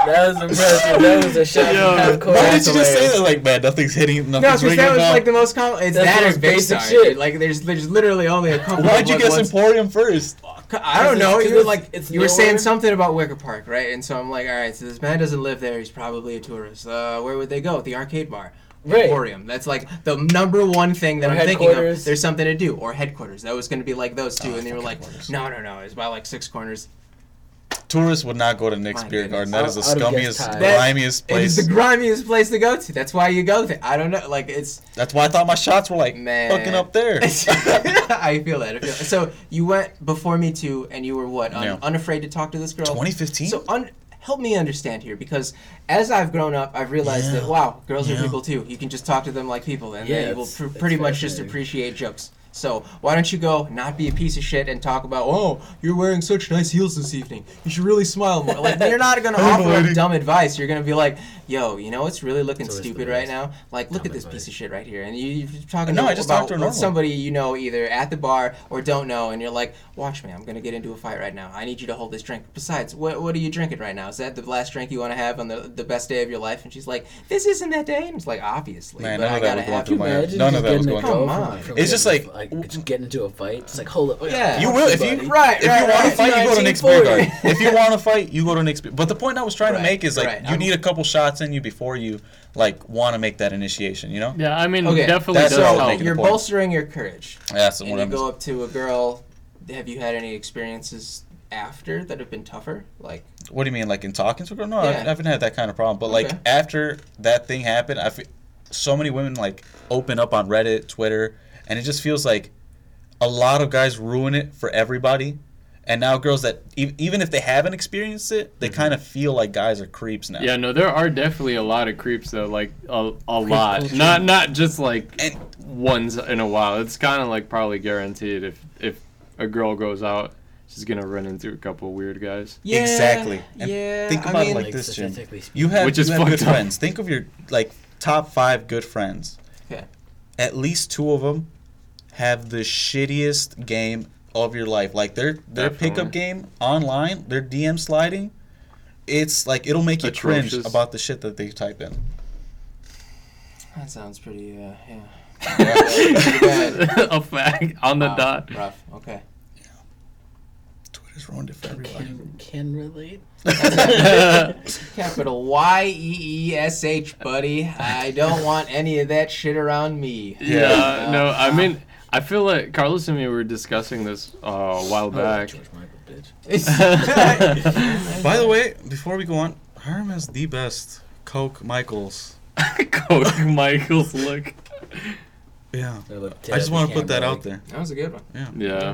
[SPEAKER 4] was impressive. That was a shot
[SPEAKER 1] Yo,
[SPEAKER 4] from half court.
[SPEAKER 6] Why did you just say that? Like, man, nothing's hitting.
[SPEAKER 5] No,
[SPEAKER 6] Nothing's
[SPEAKER 5] because
[SPEAKER 6] ringing
[SPEAKER 5] that was
[SPEAKER 6] bell.
[SPEAKER 5] like the most common. It's
[SPEAKER 4] That's
[SPEAKER 5] that
[SPEAKER 4] the
[SPEAKER 5] or
[SPEAKER 4] most basic
[SPEAKER 5] basic
[SPEAKER 4] shit.
[SPEAKER 5] shit. Like there's there's literally only a couple.
[SPEAKER 6] Why'd
[SPEAKER 5] of
[SPEAKER 6] you
[SPEAKER 5] like
[SPEAKER 6] guess
[SPEAKER 5] ones-
[SPEAKER 6] Emporium first?
[SPEAKER 5] I don't
[SPEAKER 4] Because
[SPEAKER 5] know.
[SPEAKER 4] it's-
[SPEAKER 5] You were
[SPEAKER 4] it's-
[SPEAKER 5] like
[SPEAKER 4] it's
[SPEAKER 5] you were saying
[SPEAKER 4] nowhere.
[SPEAKER 5] something about Wicker Park, right? And so I'm like, all right, so this man doesn't live there. He's probably a tourist. Uh, where would they go? The arcade bar.
[SPEAKER 4] Right.
[SPEAKER 5] Emporium. That's like the number one thing that
[SPEAKER 4] Or
[SPEAKER 5] I'm thinking of.
[SPEAKER 4] headquarters.
[SPEAKER 5] There's something to do. Or headquarters. That was going to be like those two.
[SPEAKER 6] Oh,
[SPEAKER 5] and they were
[SPEAKER 6] fuck
[SPEAKER 5] like,
[SPEAKER 6] headquarters.
[SPEAKER 5] no, no, no. It's by like six corners.
[SPEAKER 6] Tourists would not go to Nick's
[SPEAKER 5] My
[SPEAKER 6] Beer
[SPEAKER 5] goodness.
[SPEAKER 6] Garden. That
[SPEAKER 4] I-
[SPEAKER 6] is the
[SPEAKER 4] I would've guessed
[SPEAKER 6] scummiest,
[SPEAKER 4] Thai.
[SPEAKER 5] That-
[SPEAKER 6] grimiest
[SPEAKER 5] It's
[SPEAKER 6] place.
[SPEAKER 5] the grimiest place to go to. That's why you go there. I don't know. Like it's
[SPEAKER 6] That's why I thought my shots were like
[SPEAKER 5] Man.
[SPEAKER 6] fucking up there.
[SPEAKER 5] I feel that. I feel So you went before me too, and you were what? Un-
[SPEAKER 6] Yeah.
[SPEAKER 5] Unafraid to talk to this girl.
[SPEAKER 6] 2015.
[SPEAKER 5] So un- help me understand here, because as I've grown up, I've realized
[SPEAKER 6] Yeah.
[SPEAKER 5] that wow, girls
[SPEAKER 6] Yeah.
[SPEAKER 5] are people too. You can just talk to them like people, and
[SPEAKER 4] Yeah,
[SPEAKER 5] they will
[SPEAKER 4] it's-
[SPEAKER 5] pr-
[SPEAKER 4] it's
[SPEAKER 5] pretty much just
[SPEAKER 4] fascinating.
[SPEAKER 5] appreciate jokes. So why don't you go not be a piece of shit and talk about oh you're wearing such nice heels this evening. You should really smile more. Like you're not gonna
[SPEAKER 6] I'm
[SPEAKER 5] offer them
[SPEAKER 6] waiting.
[SPEAKER 5] dumb advice. You're gonna be like, yo, you know what's really looking
[SPEAKER 4] always the
[SPEAKER 5] stupid right
[SPEAKER 4] best.
[SPEAKER 5] now? Like look
[SPEAKER 4] Dumb
[SPEAKER 5] at this
[SPEAKER 4] advice.
[SPEAKER 5] piece of shit right here. And you, you're talking
[SPEAKER 6] No,
[SPEAKER 5] to-
[SPEAKER 6] I just
[SPEAKER 5] about
[SPEAKER 6] talked to her
[SPEAKER 5] what
[SPEAKER 6] normal.
[SPEAKER 5] somebody you know either at the bar or don't know, and you're like, watch me, I'm gonna get into a fight right now. I need you to hold this drink. Besides, what what are you drinking right now? Is that the last drink you want to have on the the best day of your life? And she's like, this isn't that day. And it's like obviously,
[SPEAKER 6] Man,
[SPEAKER 5] but
[SPEAKER 6] none
[SPEAKER 5] I
[SPEAKER 6] of that
[SPEAKER 5] gotta
[SPEAKER 6] was going
[SPEAKER 5] have
[SPEAKER 6] through
[SPEAKER 5] you.
[SPEAKER 6] my
[SPEAKER 5] man.
[SPEAKER 6] head. None of that was going
[SPEAKER 5] on.
[SPEAKER 4] on.
[SPEAKER 5] Come
[SPEAKER 6] on. It's just like-
[SPEAKER 4] like just get into a fight. It's like hold up. wait,
[SPEAKER 5] Yeah.
[SPEAKER 6] You will if
[SPEAKER 4] buddy.
[SPEAKER 6] you
[SPEAKER 5] Right,
[SPEAKER 6] If
[SPEAKER 5] right,
[SPEAKER 6] you want
[SPEAKER 5] right.
[SPEAKER 6] to fight, you go to Nick's beer
[SPEAKER 5] 1940.
[SPEAKER 6] garden. If you want to fight, you go to Nick's. Beer- But the point I was trying
[SPEAKER 5] Right,
[SPEAKER 6] to make is like
[SPEAKER 5] right.
[SPEAKER 6] you
[SPEAKER 5] I'm-
[SPEAKER 6] need a couple shots in you before you like want to make that initiation. You know,
[SPEAKER 1] Yeah, I mean,
[SPEAKER 5] Okay,
[SPEAKER 1] definitely
[SPEAKER 6] that's
[SPEAKER 1] does
[SPEAKER 6] all
[SPEAKER 1] help.
[SPEAKER 6] making the
[SPEAKER 5] You're
[SPEAKER 6] point.
[SPEAKER 5] bolstering your courage.
[SPEAKER 6] that's what
[SPEAKER 5] and you
[SPEAKER 6] I'm.
[SPEAKER 5] go up to a girl. Have you had any experiences after that have been tougher? Like,
[SPEAKER 6] What do you mean, like in talking to a girl? No, I
[SPEAKER 5] Yeah.
[SPEAKER 6] haven't- I haven't had that kind of problem. But
[SPEAKER 5] Okay.
[SPEAKER 6] like after that thing happened, I feel so many women like open up on Reddit, Twitter, and it just feels like a lot of guys ruin it for everybody. And now girls that e- even if they haven't experienced it, they kind of feel like guys are creeps now.
[SPEAKER 1] Yeah, no, there are definitely a lot of creeps though, like a, a lot.
[SPEAKER 4] culture.
[SPEAKER 1] Not not just like
[SPEAKER 6] And-
[SPEAKER 1] once in a while. It's kind of like probably guaranteed if if a girl goes out, she's gonna run into a couple weird guys.
[SPEAKER 5] yeah,
[SPEAKER 6] Exactly. And
[SPEAKER 5] yeah.
[SPEAKER 6] think
[SPEAKER 5] I
[SPEAKER 6] about it
[SPEAKER 5] mean,
[SPEAKER 6] like this, Jim.
[SPEAKER 4] statistically speaking.
[SPEAKER 6] You have
[SPEAKER 1] Which
[SPEAKER 6] you
[SPEAKER 1] is
[SPEAKER 6] have
[SPEAKER 1] fucked
[SPEAKER 6] good
[SPEAKER 1] up.
[SPEAKER 6] friends. Think of your like top five good friends.
[SPEAKER 5] Okay.
[SPEAKER 6] At least two of them have the shittiest game of your life. Like their their pickup
[SPEAKER 1] Definitely.
[SPEAKER 6] game online, their DM sliding, it's like it'll make you cringe
[SPEAKER 1] Atrocious.
[SPEAKER 6] about the shit that they type in.
[SPEAKER 5] that sounds pretty. Uh, yeah.
[SPEAKER 1] a fact on the
[SPEAKER 5] Wow,
[SPEAKER 1] dot.
[SPEAKER 5] Rough. Okay.
[SPEAKER 6] Twitter's ruined it for everybody.
[SPEAKER 4] can, can relate.
[SPEAKER 5] Capital Y E E S H, buddy. I don't want any of that shit around me.
[SPEAKER 1] Yeah,
[SPEAKER 5] Uh,
[SPEAKER 1] no, I mean, I feel like Carlos and me were discussing this uh, a while back.
[SPEAKER 4] George Michael, bitch.
[SPEAKER 6] By the way, before we go on, Herm has the best Coke Michaels.
[SPEAKER 1] Coach Michael's look.
[SPEAKER 6] Yeah.
[SPEAKER 4] They look
[SPEAKER 6] I just
[SPEAKER 4] terrible
[SPEAKER 6] want to put
[SPEAKER 4] camera,
[SPEAKER 6] that out
[SPEAKER 4] like-
[SPEAKER 6] there.
[SPEAKER 5] That was a good one.
[SPEAKER 1] Yeah,
[SPEAKER 5] Uh, I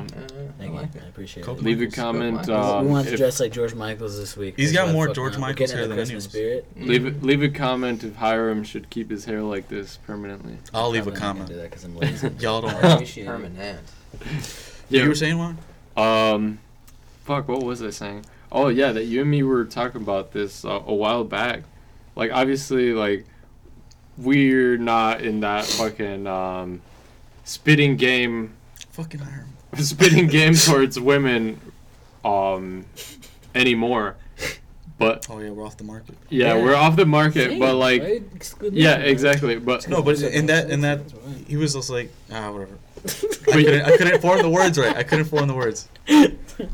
[SPEAKER 4] Thank
[SPEAKER 5] like
[SPEAKER 4] you.
[SPEAKER 5] that.
[SPEAKER 4] I appreciate
[SPEAKER 6] Coke
[SPEAKER 4] it.
[SPEAKER 1] leave a
[SPEAKER 6] Michaels.
[SPEAKER 1] comment.
[SPEAKER 5] Michaels.
[SPEAKER 1] Um,
[SPEAKER 4] we want to
[SPEAKER 1] if-
[SPEAKER 4] dress like George Michaels this week.
[SPEAKER 6] He's
[SPEAKER 4] 'cause
[SPEAKER 6] got
[SPEAKER 4] why the
[SPEAKER 6] more
[SPEAKER 4] fuck
[SPEAKER 6] George
[SPEAKER 4] not? We're
[SPEAKER 6] Michaels
[SPEAKER 4] getting
[SPEAKER 6] hair
[SPEAKER 4] in the
[SPEAKER 6] than any of
[SPEAKER 4] Christmas
[SPEAKER 6] us.
[SPEAKER 4] spirit.
[SPEAKER 1] leave leave a comment if Hiram should keep his hair like this permanently.
[SPEAKER 6] I'll leave a
[SPEAKER 4] Probably not gonna
[SPEAKER 6] comment.
[SPEAKER 4] Do that 'cause I'm lazy.
[SPEAKER 6] Y'all
[SPEAKER 5] I
[SPEAKER 6] don't.
[SPEAKER 5] appreciate it. Permanent.
[SPEAKER 6] You were saying one?
[SPEAKER 1] Um, fuck, what was I saying? Oh yeah, that you and me were talking about this uh, a while back. Like obviously, like we're not in that fucking um, spitting game,
[SPEAKER 6] Fucking Herm.
[SPEAKER 1] spitting game towards women, um, anymore. But
[SPEAKER 6] Oh yeah, we're off the market.
[SPEAKER 1] yeah,
[SPEAKER 4] Yeah.
[SPEAKER 1] we're off the market. but
[SPEAKER 4] Hey,
[SPEAKER 1] like,
[SPEAKER 4] why exclude me
[SPEAKER 1] yeah,
[SPEAKER 4] from that?
[SPEAKER 1] exactly. But
[SPEAKER 6] No, but in that in that
[SPEAKER 4] That's right.
[SPEAKER 6] he was just like ah whatever. I
[SPEAKER 1] Wait.
[SPEAKER 6] couldn't, I couldn't form the words right. I couldn't form the words.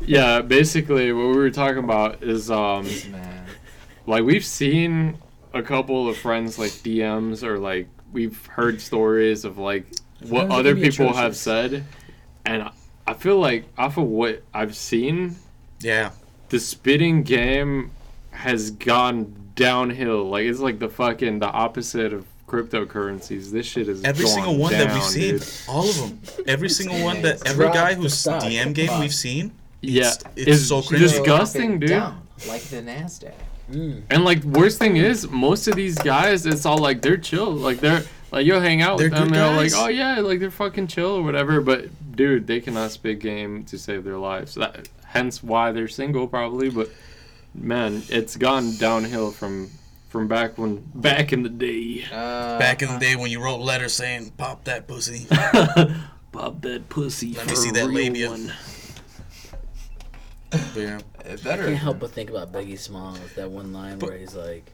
[SPEAKER 1] yeah, basically, what we were talking about is um.
[SPEAKER 5] Man.
[SPEAKER 1] like we've seen a couple of friends like DMs or like we've heard stories of like what
[SPEAKER 4] Sometimes it
[SPEAKER 1] other
[SPEAKER 4] can be
[SPEAKER 1] people have
[SPEAKER 4] atrocious.
[SPEAKER 1] said, and I- I feel like off of what I've seen,
[SPEAKER 6] Yeah,
[SPEAKER 1] the spitting game has gone downhill. Like it's like the fucking the opposite of cryptocurrencies. This shit is
[SPEAKER 6] every
[SPEAKER 1] gone
[SPEAKER 6] single one that
[SPEAKER 1] down,
[SPEAKER 6] we've seen,
[SPEAKER 1] dude.
[SPEAKER 6] all of them, every single one that every
[SPEAKER 4] Drop
[SPEAKER 6] guy
[SPEAKER 4] the
[SPEAKER 6] who's
[SPEAKER 4] stock.
[SPEAKER 6] DM game we've seen.
[SPEAKER 1] Yeah,
[SPEAKER 6] It's- it's so
[SPEAKER 1] it's
[SPEAKER 6] cringy.
[SPEAKER 1] disgusting,
[SPEAKER 5] Go
[SPEAKER 1] dude.
[SPEAKER 5] up and down, like the Nasdaq.
[SPEAKER 4] Mm.
[SPEAKER 1] And like worst thing is, most of these guys, it's all like they're chill. Like they're like you'll hang out with
[SPEAKER 6] They're
[SPEAKER 1] them and
[SPEAKER 6] good
[SPEAKER 1] they're like,
[SPEAKER 6] guys.
[SPEAKER 1] oh yeah, like they're fucking chill or whatever. But dude, they cannot spit game to save their lives. That hence why they're single probably. But man, it's gone downhill from from back when back in the day.
[SPEAKER 5] Uh,
[SPEAKER 6] Back in the day when you wrote letters saying "pop that pussy,"
[SPEAKER 1] Pop that pussy.
[SPEAKER 6] Let me see that labia. yeah.
[SPEAKER 5] it
[SPEAKER 4] I
[SPEAKER 5] better.
[SPEAKER 4] can't help but think about Biggie Smalls. That one line
[SPEAKER 6] But-
[SPEAKER 4] where he's like,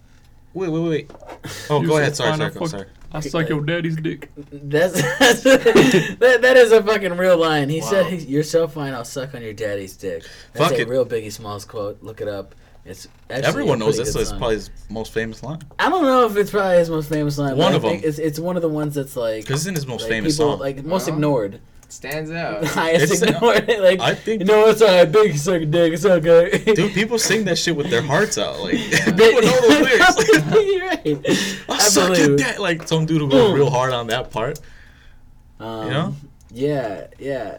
[SPEAKER 6] Wait, wait, wait. Oh,
[SPEAKER 1] You
[SPEAKER 6] go
[SPEAKER 1] said
[SPEAKER 6] ahead. Sorry,
[SPEAKER 1] fine, I
[SPEAKER 6] sorry, go-
[SPEAKER 1] fuck-
[SPEAKER 6] sorry.
[SPEAKER 1] I suck your daddy's dick.
[SPEAKER 4] "That's, that's that, that is a fucking real line." He
[SPEAKER 5] Wow.
[SPEAKER 4] said, "You're so fine, I'll suck on your daddy's dick." That's
[SPEAKER 6] Fuck
[SPEAKER 4] a
[SPEAKER 6] it.
[SPEAKER 4] real Biggie Smalls quote. Look it up. It's actually
[SPEAKER 6] Everyone
[SPEAKER 4] a
[SPEAKER 6] knows
[SPEAKER 4] pretty good
[SPEAKER 6] this. So it's
[SPEAKER 4] song.
[SPEAKER 6] probably his most famous line.
[SPEAKER 4] I don't know if it's probably his most famous line. but
[SPEAKER 6] One
[SPEAKER 4] I
[SPEAKER 6] of 'em.
[SPEAKER 4] think It's, it's one of the ones that's like
[SPEAKER 6] Because it's in his most
[SPEAKER 4] like
[SPEAKER 6] famous
[SPEAKER 4] people
[SPEAKER 6] song.
[SPEAKER 4] like most
[SPEAKER 5] Well.
[SPEAKER 4] ignored,
[SPEAKER 5] Stands out.
[SPEAKER 4] highest
[SPEAKER 6] It's-
[SPEAKER 4] ignored. like
[SPEAKER 6] I think-
[SPEAKER 4] you know it's alright, Biggie suck a dick, it's okay.
[SPEAKER 6] Dude, people sing that shit with their hearts out. Like,
[SPEAKER 4] Big-
[SPEAKER 6] people know those lyrics.
[SPEAKER 4] You're right.
[SPEAKER 6] I suck
[SPEAKER 4] believe
[SPEAKER 6] your
[SPEAKER 4] it.
[SPEAKER 6] dick. Like, some dude will go real hard on that part.
[SPEAKER 4] Um,
[SPEAKER 6] You know?
[SPEAKER 4] Yeah, yeah.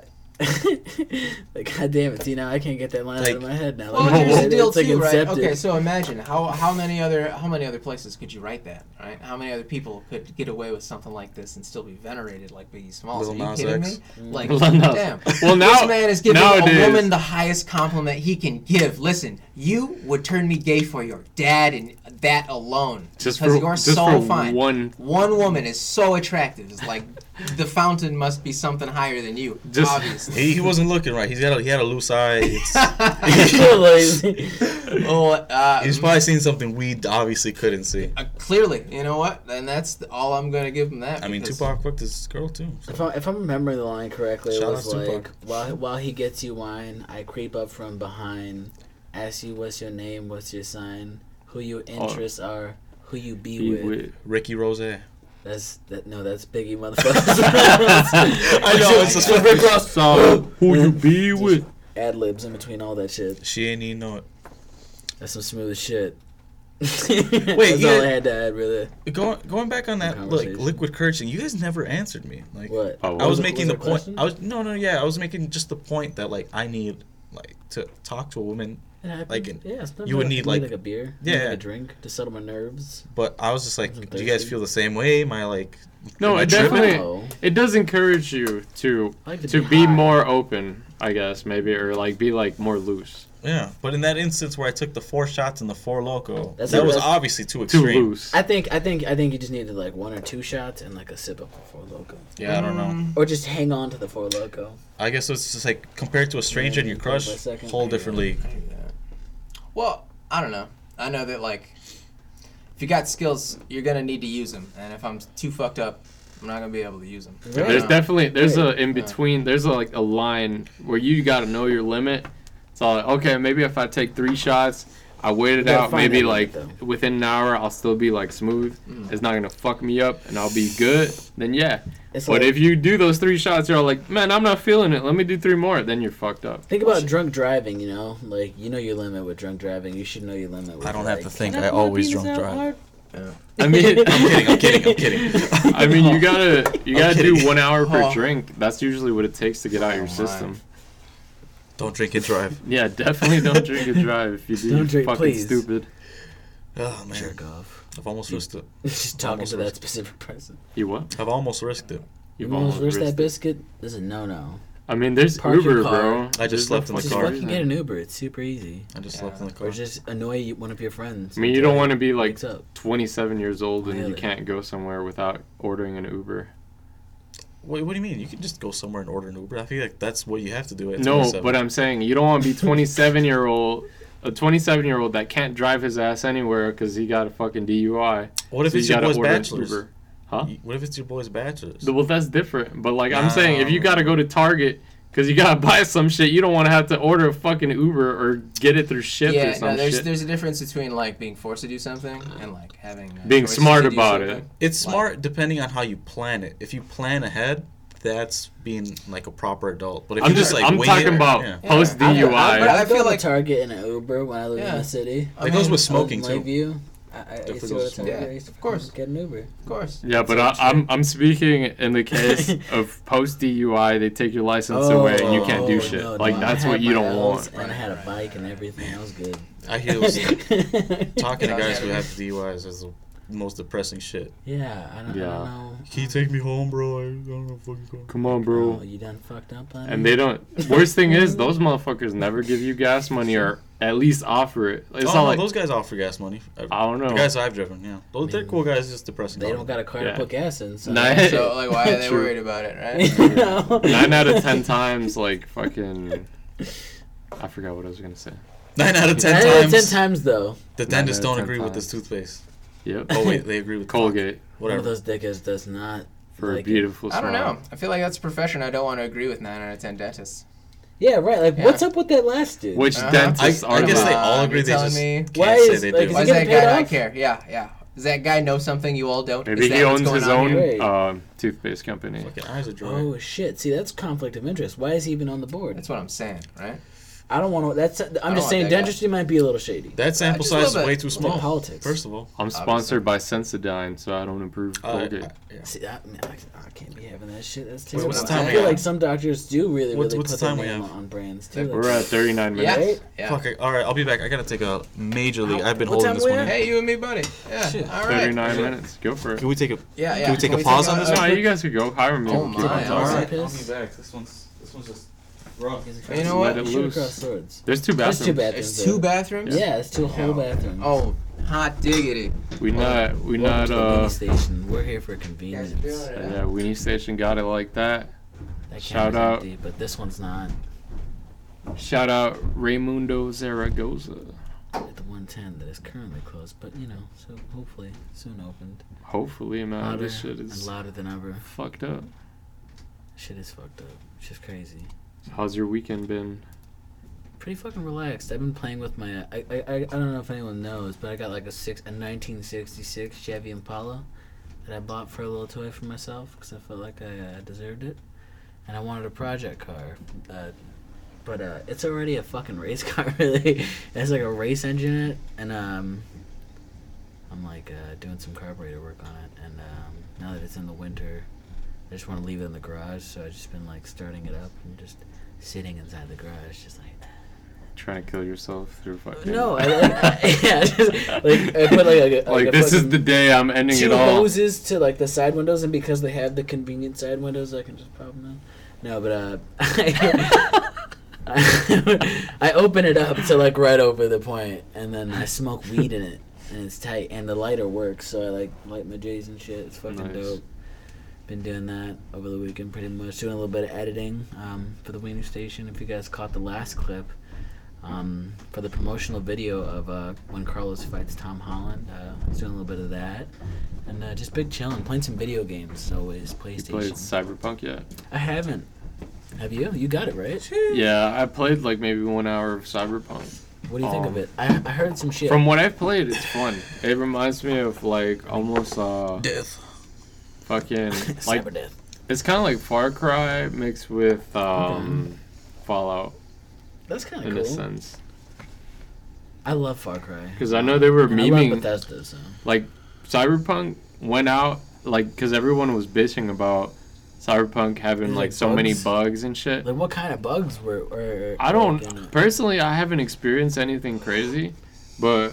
[SPEAKER 4] like, god damn it, you know, I can't get that line out
[SPEAKER 6] Like-
[SPEAKER 4] of my head now.
[SPEAKER 5] Well,
[SPEAKER 4] Like,
[SPEAKER 5] here's the
[SPEAKER 4] it-
[SPEAKER 5] deal
[SPEAKER 4] it's, like,
[SPEAKER 5] too, right?
[SPEAKER 4] incepted.
[SPEAKER 5] Okay, so imagine how how many other how many other places could you write that, right? How many other people could get away with something like this and still be venerated like Biggie Smalls?
[SPEAKER 6] Lil
[SPEAKER 5] Are you
[SPEAKER 6] Nas
[SPEAKER 5] kidding
[SPEAKER 6] X. Mm.
[SPEAKER 5] me? Like,
[SPEAKER 1] Lil Nas-
[SPEAKER 5] damn.
[SPEAKER 1] Well, now-
[SPEAKER 5] this man is giving
[SPEAKER 1] nowadays-
[SPEAKER 5] a woman the highest compliment he can give. Listen, you would turn me gay for your dad, and that alone,
[SPEAKER 1] Just
[SPEAKER 5] because
[SPEAKER 1] for-
[SPEAKER 5] you're
[SPEAKER 1] just
[SPEAKER 5] so
[SPEAKER 1] for
[SPEAKER 5] fine.
[SPEAKER 1] one-
[SPEAKER 5] one woman is so attractive. It's like the fountain must be something higher than you,
[SPEAKER 1] Just-
[SPEAKER 5] obviously.
[SPEAKER 6] He, he wasn't looking right. He's got a, he had a loose eye. It's-
[SPEAKER 4] Like,
[SPEAKER 5] Oh, uh,
[SPEAKER 6] he's probably seen something we obviously couldn't see.
[SPEAKER 5] Uh, clearly, you know what? And that's th- all I'm gonna give him that.
[SPEAKER 6] I mean,
[SPEAKER 5] because-
[SPEAKER 6] Tupac fucked this girl too. so.
[SPEAKER 4] if, I'm, if I'm remembering the line correctly, it
[SPEAKER 6] Shout
[SPEAKER 4] was
[SPEAKER 6] out to
[SPEAKER 4] like,
[SPEAKER 6] Tupac.
[SPEAKER 4] while, while he gets you wine, I creep up from behind, ask you what's your name, what's your sign, who your
[SPEAKER 6] Oh.
[SPEAKER 4] interests are, who you be,
[SPEAKER 1] He
[SPEAKER 4] with.
[SPEAKER 1] would-
[SPEAKER 6] Ricky Rose.
[SPEAKER 4] That's that. No, that's Biggie, motherfucker.
[SPEAKER 6] I know, it's a-
[SPEAKER 4] Rick Ross
[SPEAKER 1] So, who you be with?
[SPEAKER 4] ad libs in between all that shit.
[SPEAKER 6] She ain't even know it.
[SPEAKER 4] That's some smooth shit. That's
[SPEAKER 6] you
[SPEAKER 4] all I
[SPEAKER 6] had-
[SPEAKER 4] had to add, really.
[SPEAKER 6] Going going back on that like
[SPEAKER 4] Conversation.
[SPEAKER 6] liquid courage thing, you guys never answered me. Like
[SPEAKER 4] What?
[SPEAKER 1] Oh,
[SPEAKER 6] I
[SPEAKER 1] Was
[SPEAKER 6] was,
[SPEAKER 1] it-
[SPEAKER 4] was
[SPEAKER 6] making the
[SPEAKER 4] it a
[SPEAKER 6] point.
[SPEAKER 4] question?
[SPEAKER 6] I was no no yeah. I was making just the point that like I need like to talk to a woman,
[SPEAKER 4] It happened.
[SPEAKER 6] like an-
[SPEAKER 4] yeah, it's not
[SPEAKER 6] you would
[SPEAKER 4] bad.
[SPEAKER 6] need,
[SPEAKER 4] I
[SPEAKER 6] like-
[SPEAKER 4] a beer,
[SPEAKER 6] Yeah,
[SPEAKER 4] yeah,
[SPEAKER 6] yeah.
[SPEAKER 4] a drink to settle my nerves.
[SPEAKER 6] but I was just like,
[SPEAKER 4] Wasn't
[SPEAKER 6] do you guys
[SPEAKER 4] thirsty.
[SPEAKER 6] feel the same way? Am I like
[SPEAKER 1] No,
[SPEAKER 6] am I
[SPEAKER 1] it
[SPEAKER 6] tripping?
[SPEAKER 1] definitely
[SPEAKER 4] Oh.
[SPEAKER 1] it does encourage you to
[SPEAKER 4] I like
[SPEAKER 1] to,
[SPEAKER 4] to
[SPEAKER 1] be,
[SPEAKER 4] be high.
[SPEAKER 1] more open, I guess maybe, or like be like more loose,
[SPEAKER 6] yeah. But in that instance where I took the four shots and the four loco,
[SPEAKER 4] That's
[SPEAKER 6] that
[SPEAKER 4] a-
[SPEAKER 6] was
[SPEAKER 4] that's-
[SPEAKER 6] obviously too
[SPEAKER 1] too
[SPEAKER 6] extreme.
[SPEAKER 1] loose.
[SPEAKER 4] I think I think I think you just needed like one or two shots and like a sip of Four Loco,
[SPEAKER 6] Yeah, I don't know.
[SPEAKER 5] Mm,
[SPEAKER 4] or just hang on to the Four Loco.
[SPEAKER 6] I guess it's just like compared to a stranger and your
[SPEAKER 4] Yeah,
[SPEAKER 6] crush,
[SPEAKER 4] by second.
[SPEAKER 6] whole different league.
[SPEAKER 5] I do that. Well, I don't know. I know that like, if you got skills, you're gonna need to use them. And if I'm too fucked up, I'm not gonna be able to use them.
[SPEAKER 4] Right.
[SPEAKER 1] There's
[SPEAKER 4] Yeah.
[SPEAKER 1] definitely there's a
[SPEAKER 4] Right.
[SPEAKER 1] in between. There's a, like a line where you got to know your limit. It's all like, okay, maybe if I take three shots, I wait it
[SPEAKER 4] gotta
[SPEAKER 1] out.
[SPEAKER 4] find
[SPEAKER 1] Maybe
[SPEAKER 4] that
[SPEAKER 1] like
[SPEAKER 4] limit, Mm.
[SPEAKER 1] within an hour, I'll still be like smooth. It's not gonna fuck me up, and I'll be good. Then yeah.
[SPEAKER 4] It's
[SPEAKER 1] but
[SPEAKER 4] like-
[SPEAKER 1] if you do those three shots, you're all like, man, I'm not feeling it. Let me do three more. Then you're fucked up.
[SPEAKER 4] Think about drunk driving, you know? Like, you know your limit with drunk driving. You should know your limit with
[SPEAKER 6] I don't have to
[SPEAKER 4] like-
[SPEAKER 6] think. I always drunk drive.
[SPEAKER 1] I mean,
[SPEAKER 6] I'm kidding. I'm kidding. I'm kidding.
[SPEAKER 1] I mean, you gotta you gotta do
[SPEAKER 6] kidding.
[SPEAKER 1] one hour per
[SPEAKER 4] Oh.
[SPEAKER 5] Huh.
[SPEAKER 1] drink. That's usually what it takes to get out of your
[SPEAKER 5] my.
[SPEAKER 1] system.
[SPEAKER 6] Don't drink and drive.
[SPEAKER 1] Yeah, definitely don't drink and drive if you do.
[SPEAKER 4] Don't
[SPEAKER 1] You're
[SPEAKER 4] drink,
[SPEAKER 1] fucking
[SPEAKER 4] please.
[SPEAKER 1] stupid.
[SPEAKER 6] Oh man,
[SPEAKER 4] Jerk off.
[SPEAKER 6] I've almost risked it.
[SPEAKER 4] Just talking
[SPEAKER 6] Almost
[SPEAKER 4] to that
[SPEAKER 6] risked.
[SPEAKER 4] specific person.
[SPEAKER 1] You what?
[SPEAKER 6] I've almost risked it.
[SPEAKER 4] You
[SPEAKER 1] You've
[SPEAKER 4] almost risked Mm, that
[SPEAKER 1] risked it.
[SPEAKER 4] biscuit? This is a no no.
[SPEAKER 1] I mean, there's
[SPEAKER 4] Park your
[SPEAKER 1] Uber,
[SPEAKER 4] car.
[SPEAKER 1] bro.
[SPEAKER 6] I just
[SPEAKER 1] There's
[SPEAKER 6] slept in the
[SPEAKER 4] Just
[SPEAKER 6] car.
[SPEAKER 4] fucking get an Uber. It's super easy.
[SPEAKER 6] I just
[SPEAKER 5] Yeah.
[SPEAKER 6] slept in the car.
[SPEAKER 4] Or just annoy you- one of your friends.
[SPEAKER 1] I mean, you don't want to be like
[SPEAKER 4] Wakes up.
[SPEAKER 1] 27 years old and you
[SPEAKER 4] Really?
[SPEAKER 1] can't go somewhere without ordering an Uber.
[SPEAKER 6] Wait, what do you mean? You can just go somewhere and order an Uber. I feel like that's what you have to do. At
[SPEAKER 1] No,
[SPEAKER 6] 27.
[SPEAKER 1] but I'm saying you don't want to be 27 year old, a 27 year old that can't drive his ass anywhere because he got a fucking DUI.
[SPEAKER 6] what if
[SPEAKER 1] So
[SPEAKER 6] it's
[SPEAKER 1] you
[SPEAKER 6] your
[SPEAKER 1] gotta
[SPEAKER 6] boy's
[SPEAKER 1] order an
[SPEAKER 6] bachelor's?
[SPEAKER 1] Uber. Huh?
[SPEAKER 6] You- What if it's your boy's bachelor's?
[SPEAKER 1] Th- Well, that's different. But like I'm saying, if you
[SPEAKER 6] Um,
[SPEAKER 1] gotta go to Target because you gotta buy some shit, you don't want to have to order a fucking Uber or get it through Shipt or
[SPEAKER 5] Yeah,
[SPEAKER 1] some
[SPEAKER 5] no, there's
[SPEAKER 1] shit.
[SPEAKER 5] there's a difference between like being forced to do something and like having uh,
[SPEAKER 1] Being
[SPEAKER 5] choices
[SPEAKER 1] smart
[SPEAKER 5] to do
[SPEAKER 1] about it.
[SPEAKER 5] something.
[SPEAKER 6] It's
[SPEAKER 5] Like-
[SPEAKER 6] smart depending on how you plan it. If you plan ahead, that's being like a proper adult. But if
[SPEAKER 1] I'm
[SPEAKER 6] you
[SPEAKER 1] just,
[SPEAKER 6] like
[SPEAKER 1] I'm
[SPEAKER 6] wing
[SPEAKER 1] talking
[SPEAKER 6] it,
[SPEAKER 1] about
[SPEAKER 6] yeah.
[SPEAKER 5] Yeah.
[SPEAKER 1] post
[SPEAKER 5] I- I-
[SPEAKER 1] DUI.
[SPEAKER 5] but I
[SPEAKER 4] I
[SPEAKER 5] feel
[SPEAKER 4] feel
[SPEAKER 5] like-
[SPEAKER 4] like Target in an Uber when I lived in
[SPEAKER 5] Yeah.
[SPEAKER 4] the city.
[SPEAKER 5] I
[SPEAKER 6] It
[SPEAKER 5] mean,
[SPEAKER 6] goes with
[SPEAKER 4] I lived
[SPEAKER 6] smoking
[SPEAKER 4] in
[SPEAKER 6] too.
[SPEAKER 4] Lakeview. I, I used to
[SPEAKER 6] Definitely
[SPEAKER 4] go to
[SPEAKER 6] goes with
[SPEAKER 4] Target.
[SPEAKER 5] smoking.
[SPEAKER 4] I used to
[SPEAKER 5] Of course.
[SPEAKER 4] get an Uber.
[SPEAKER 5] Of course.
[SPEAKER 1] Yeah, but I, I'm I'm speaking in the case of post DUI. They take your license away and you can't do
[SPEAKER 4] Oh,
[SPEAKER 1] shit.
[SPEAKER 4] no,
[SPEAKER 1] like
[SPEAKER 4] no, I
[SPEAKER 1] that's
[SPEAKER 4] had
[SPEAKER 1] what you
[SPEAKER 4] my
[SPEAKER 1] don't
[SPEAKER 4] L's
[SPEAKER 1] want.
[SPEAKER 4] And I had a bike and everything. That was good.
[SPEAKER 6] I hear those, talking to
[SPEAKER 5] Yeah,
[SPEAKER 6] guys
[SPEAKER 5] yeah.
[SPEAKER 6] who have DUIs is the most depressing shit.
[SPEAKER 4] yeah, I don't, I
[SPEAKER 1] Yeah.
[SPEAKER 4] don't know.
[SPEAKER 6] Can you take me home, bro? I don't know fucking car.
[SPEAKER 1] Come on,
[SPEAKER 4] Oh,
[SPEAKER 1] bro.
[SPEAKER 4] you done fucked up on
[SPEAKER 1] And
[SPEAKER 4] me?
[SPEAKER 1] they don't. Worst thing is those motherfuckers never give you gas money or at least offer it. It's
[SPEAKER 6] oh,
[SPEAKER 1] all
[SPEAKER 6] no,
[SPEAKER 1] like
[SPEAKER 6] those guys offer gas money.
[SPEAKER 1] I don't know.
[SPEAKER 6] The guys I've driven, yeah. Those, they're cool guys, just depressing.
[SPEAKER 4] They
[SPEAKER 6] talking.
[SPEAKER 4] don't got a car
[SPEAKER 1] Yeah.
[SPEAKER 4] to put gas in. So.
[SPEAKER 1] Nah,
[SPEAKER 5] So like, why are they
[SPEAKER 1] True.
[SPEAKER 5] worried about it,
[SPEAKER 4] You
[SPEAKER 5] right?
[SPEAKER 4] know?
[SPEAKER 1] nine out of ten times, like fucking. I forgot what I was gonna say.
[SPEAKER 6] Nine out of ten
[SPEAKER 4] Nine out of
[SPEAKER 6] times.
[SPEAKER 4] ten times though.
[SPEAKER 6] The
[SPEAKER 1] Nine
[SPEAKER 6] dentists
[SPEAKER 1] out of
[SPEAKER 6] don't
[SPEAKER 1] ten
[SPEAKER 6] agree with
[SPEAKER 1] times.
[SPEAKER 6] this toothpaste.
[SPEAKER 1] Yep.
[SPEAKER 6] Oh wait, they agree with
[SPEAKER 1] Colgate
[SPEAKER 4] One of
[SPEAKER 6] Whatever.
[SPEAKER 4] those dickheads does not
[SPEAKER 1] for
[SPEAKER 4] like
[SPEAKER 1] a
[SPEAKER 4] it.
[SPEAKER 1] beautiful.
[SPEAKER 5] I don't
[SPEAKER 1] smile.
[SPEAKER 5] know. I feel like that's a profession I don't want to agree with nine out of ten dentists.
[SPEAKER 4] Yeah, right. Like,
[SPEAKER 5] Yeah.
[SPEAKER 4] what's up with that last dude?
[SPEAKER 1] Which
[SPEAKER 5] Uh-huh.
[SPEAKER 1] dentists
[SPEAKER 6] Uh, I-
[SPEAKER 1] are
[SPEAKER 6] I guess they
[SPEAKER 1] about-
[SPEAKER 6] all
[SPEAKER 5] You're
[SPEAKER 6] agree, they
[SPEAKER 5] telling
[SPEAKER 6] just-
[SPEAKER 5] me
[SPEAKER 4] why
[SPEAKER 6] say
[SPEAKER 4] is
[SPEAKER 6] they
[SPEAKER 4] like
[SPEAKER 6] do.
[SPEAKER 4] is
[SPEAKER 5] Why
[SPEAKER 4] he
[SPEAKER 5] does that
[SPEAKER 4] getting paid
[SPEAKER 5] guy not
[SPEAKER 4] off?
[SPEAKER 5] care? Yeah, yeah. Does that guy know something you all don't? Is
[SPEAKER 1] Maybe
[SPEAKER 5] that
[SPEAKER 1] he
[SPEAKER 5] what's
[SPEAKER 1] owns
[SPEAKER 5] going
[SPEAKER 1] his
[SPEAKER 5] on here?
[SPEAKER 1] own
[SPEAKER 4] here?
[SPEAKER 1] um, toothpaste company.
[SPEAKER 6] Fucking eyes are dry.
[SPEAKER 4] Oh shit! See, that's conflict of interest. Why is he even on the board?
[SPEAKER 5] That's what I'm saying, right?
[SPEAKER 4] I don't want to. That's. I'm just
[SPEAKER 5] want
[SPEAKER 4] saying,
[SPEAKER 5] that guy.
[SPEAKER 4] dentistry might be a little shady.
[SPEAKER 6] That sample
[SPEAKER 5] just a little
[SPEAKER 6] size is
[SPEAKER 5] bit.
[SPEAKER 6] way too small.
[SPEAKER 4] politics.
[SPEAKER 6] First of all,
[SPEAKER 1] I'm sponsored by Sensodyne, so I don't approve
[SPEAKER 4] Oh.
[SPEAKER 6] uh,
[SPEAKER 1] Colgate.
[SPEAKER 6] yeah.
[SPEAKER 4] See, that, man, I, I can't be having that shit. That's
[SPEAKER 6] Wait,
[SPEAKER 4] terrible.
[SPEAKER 6] what's
[SPEAKER 5] the
[SPEAKER 4] I
[SPEAKER 5] time we
[SPEAKER 4] feel
[SPEAKER 5] have?
[SPEAKER 4] like some doctors do really,
[SPEAKER 6] What's-
[SPEAKER 4] really
[SPEAKER 6] what's
[SPEAKER 4] put
[SPEAKER 6] the
[SPEAKER 4] their
[SPEAKER 6] time we
[SPEAKER 4] name
[SPEAKER 6] have?
[SPEAKER 4] on brands too.
[SPEAKER 1] We're at 39 minutes.
[SPEAKER 5] Yeah.
[SPEAKER 4] Right?
[SPEAKER 5] yeah.
[SPEAKER 6] Fuck it. All right, I'll be back. I gotta take a majorly.
[SPEAKER 4] How-
[SPEAKER 6] I've been
[SPEAKER 4] what
[SPEAKER 6] holding
[SPEAKER 4] time
[SPEAKER 6] this
[SPEAKER 4] we
[SPEAKER 6] one.
[SPEAKER 4] at?
[SPEAKER 6] in.
[SPEAKER 5] Hey, you and me, buddy. Yeah.
[SPEAKER 4] Shit.
[SPEAKER 5] All right.
[SPEAKER 1] 39 minutes. Go for it.
[SPEAKER 6] Can we take a?
[SPEAKER 5] Yeah, yeah.
[SPEAKER 6] Can we take a pause on this
[SPEAKER 1] No,
[SPEAKER 6] one?
[SPEAKER 1] you guys could go. Hiram, you
[SPEAKER 5] Oh
[SPEAKER 1] can keep
[SPEAKER 5] my,
[SPEAKER 1] on
[SPEAKER 5] all
[SPEAKER 1] talking.
[SPEAKER 5] right.
[SPEAKER 6] back. This one's this one's just rough.
[SPEAKER 5] You know what?
[SPEAKER 1] Let it
[SPEAKER 4] You should've
[SPEAKER 1] loose.
[SPEAKER 4] crossed swords.
[SPEAKER 1] There's two
[SPEAKER 4] There's
[SPEAKER 1] bathrooms.
[SPEAKER 4] two bathrooms.
[SPEAKER 5] There's two
[SPEAKER 4] there.
[SPEAKER 5] bathrooms.
[SPEAKER 4] Yeah, it's two whole bathrooms.
[SPEAKER 5] Oh, hot diggity.
[SPEAKER 1] We not, we
[SPEAKER 4] Welcome
[SPEAKER 1] not,
[SPEAKER 4] to the mini
[SPEAKER 1] uh,
[SPEAKER 4] station. We're here for
[SPEAKER 5] You guys
[SPEAKER 4] convenience.
[SPEAKER 5] are doing it.
[SPEAKER 1] yeah, Weenie Station got it like that.
[SPEAKER 4] That
[SPEAKER 1] Shout
[SPEAKER 4] camera's
[SPEAKER 1] out.
[SPEAKER 4] empty, but this one's not.
[SPEAKER 1] Shout out Raymundo Zaragoza.
[SPEAKER 4] At the 110 that is currently closed, but you know, so hopefully soon opened.
[SPEAKER 1] Hopefully, man,
[SPEAKER 4] Louder
[SPEAKER 1] Ah, this shit
[SPEAKER 4] and
[SPEAKER 1] is
[SPEAKER 4] louder than ever.
[SPEAKER 1] fucked up.
[SPEAKER 4] Shit is fucked up. Shit's crazy.
[SPEAKER 1] How's your weekend been?
[SPEAKER 4] pretty fucking relaxed. I've been playing with my. I, I, I I don't know if anyone knows, but I got like a six a 1966 Chevy Impala that I bought for a little toy for myself because I felt like I uh, deserved it, and I wanted a project car. Uh, but uh, it's already a fucking race car, really. it has like a race engine in it, and um, I'm like uh, doing some carburetor work on it. And um, now that it's in the winter, I just want to leave it in the garage. So I've just been like starting it up and just sitting inside the garage, just like
[SPEAKER 1] Trying to kill yourself through fucking.
[SPEAKER 4] no, I, I, I, yeah, just, like I put like a,
[SPEAKER 1] Like,
[SPEAKER 4] a
[SPEAKER 1] this is
[SPEAKER 4] fucking
[SPEAKER 1] the day I'm ending
[SPEAKER 4] two
[SPEAKER 1] it all.
[SPEAKER 4] hoses to like the side windows, and because they have the convenient side windows, I can just pop them in. No, but uh, I, I open it up to like right over the point, and then I smoke weed in it, and it's tight, and the lighter works, so I like light my J's and shit. It's fucking
[SPEAKER 1] Nice.
[SPEAKER 4] dope. Been doing that over the weekend, pretty much doing a little bit of editing um, for the Weenie Station. If you guys caught the last clip, um, for the promotional video of uh, when Carlos fights Tom Holland. Uh, he's doing a little bit of that, and uh, just big chilling, playing some video games. So is
[SPEAKER 1] You
[SPEAKER 4] PlayStation.
[SPEAKER 1] played Cyberpunk yet?
[SPEAKER 4] I haven't. Have you? You got it right.
[SPEAKER 1] Yeah, I played like maybe one hour of Cyberpunk.
[SPEAKER 4] What do you think of
[SPEAKER 1] Um,
[SPEAKER 4] it? I, I heard some shit.
[SPEAKER 1] From what I've played, it's fun. It reminds me of like almost uh
[SPEAKER 6] Death.
[SPEAKER 1] fucking like
[SPEAKER 4] Cyber Death.
[SPEAKER 1] it's kind of like Far Cry mixed with um Fallout
[SPEAKER 4] That's kind
[SPEAKER 1] in
[SPEAKER 4] of
[SPEAKER 1] a
[SPEAKER 4] cool.
[SPEAKER 1] sense.
[SPEAKER 4] I love Far Cry.
[SPEAKER 1] Because I know they were
[SPEAKER 4] And I love
[SPEAKER 1] memeing
[SPEAKER 4] Bethesda. So.
[SPEAKER 1] like Cyberpunk went out like because everyone was bitching about Cyberpunk having
[SPEAKER 4] Is it
[SPEAKER 1] like so many
[SPEAKER 4] bugs?
[SPEAKER 1] bugs and shit.
[SPEAKER 4] Like, what kind of bugs were? were
[SPEAKER 1] I
[SPEAKER 4] like, in it?
[SPEAKER 1] don't personally. I haven't experienced anything crazy, but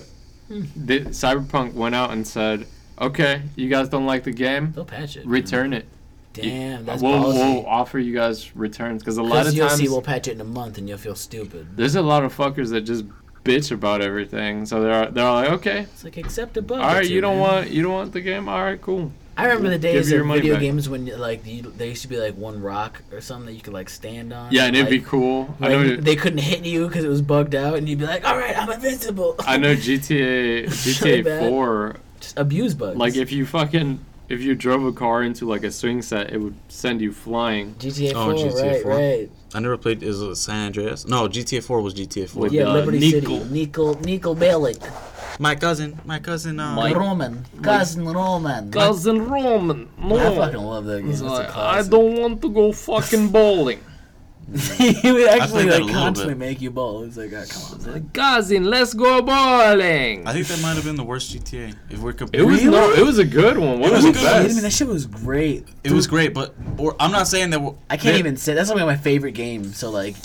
[SPEAKER 4] Hmm.
[SPEAKER 1] the, Cyberpunk went out and said, "Okay, you guys don't like the game,
[SPEAKER 4] They'll patch it.
[SPEAKER 1] return it.
[SPEAKER 4] Damn, that's
[SPEAKER 1] we'll,
[SPEAKER 4] policy.
[SPEAKER 1] we'll offer you guys returns." Because a lot
[SPEAKER 4] 'Cause
[SPEAKER 1] of
[SPEAKER 4] you'll
[SPEAKER 1] times,
[SPEAKER 4] see we'll patch it in a month, and you'll feel stupid.
[SPEAKER 1] there's a lot of fuckers that just bitch about everything. So they're they're like, "Okay,
[SPEAKER 4] It's like accept a bug.
[SPEAKER 1] all
[SPEAKER 4] or
[SPEAKER 1] right,
[SPEAKER 4] two,
[SPEAKER 1] you don't
[SPEAKER 4] man.
[SPEAKER 1] want you don't want the game. All right, cool."
[SPEAKER 4] I remember the
[SPEAKER 1] Give
[SPEAKER 4] days
[SPEAKER 1] you your
[SPEAKER 4] of
[SPEAKER 1] money
[SPEAKER 4] video
[SPEAKER 1] back.
[SPEAKER 4] games when like you, there used to be like one rock or something that you could like stand on.
[SPEAKER 1] Yeah, and it'd be
[SPEAKER 4] like,
[SPEAKER 1] cool. I
[SPEAKER 4] like,
[SPEAKER 1] know.
[SPEAKER 4] they couldn't hit you because it was bugged out, and you'd be like, "All right, I'm invincible."
[SPEAKER 1] I know GTA
[SPEAKER 4] So
[SPEAKER 1] GTA
[SPEAKER 4] bad.
[SPEAKER 1] Four.
[SPEAKER 4] Just abuse bugs.
[SPEAKER 1] Like if you fucking if you drove a car into like a swing set, it would send you flying.
[SPEAKER 4] GTA
[SPEAKER 6] Oh,
[SPEAKER 4] 4,
[SPEAKER 6] GTA
[SPEAKER 4] right,
[SPEAKER 6] 4.
[SPEAKER 4] right.
[SPEAKER 6] I never played. Is it San Andreas? No, GTA 4 was GTA 4.
[SPEAKER 1] With,
[SPEAKER 4] Yeah,
[SPEAKER 1] uh,
[SPEAKER 4] Liberty
[SPEAKER 1] Nickel.
[SPEAKER 4] City, Nickel, Nickel Bellic,
[SPEAKER 6] My cousin. My cousin. Uh,
[SPEAKER 1] Mike.
[SPEAKER 4] Roman, cousin Roman.
[SPEAKER 1] Cousin Roman, no.
[SPEAKER 4] I fucking love that game. It's a classic.
[SPEAKER 1] want to go fucking bowling.
[SPEAKER 4] he would actually
[SPEAKER 6] played
[SPEAKER 4] like
[SPEAKER 6] that a little
[SPEAKER 4] constantly
[SPEAKER 6] bit.
[SPEAKER 4] make you ball. It's like, oh, come on, man.
[SPEAKER 1] Cousin, let's go bowling.
[SPEAKER 6] I think that might have been the worst GTA. If we're
[SPEAKER 1] It
[SPEAKER 6] comparing,
[SPEAKER 1] was no, it was a good one. What
[SPEAKER 6] It
[SPEAKER 1] was
[SPEAKER 6] was
[SPEAKER 1] the
[SPEAKER 6] a good
[SPEAKER 4] Dude, I mean,
[SPEAKER 1] best?
[SPEAKER 4] that shit was great.
[SPEAKER 6] it was great, but or I'm not saying that. We're,
[SPEAKER 4] I can't
[SPEAKER 6] that-
[SPEAKER 4] even say that's like my favorite game. So like,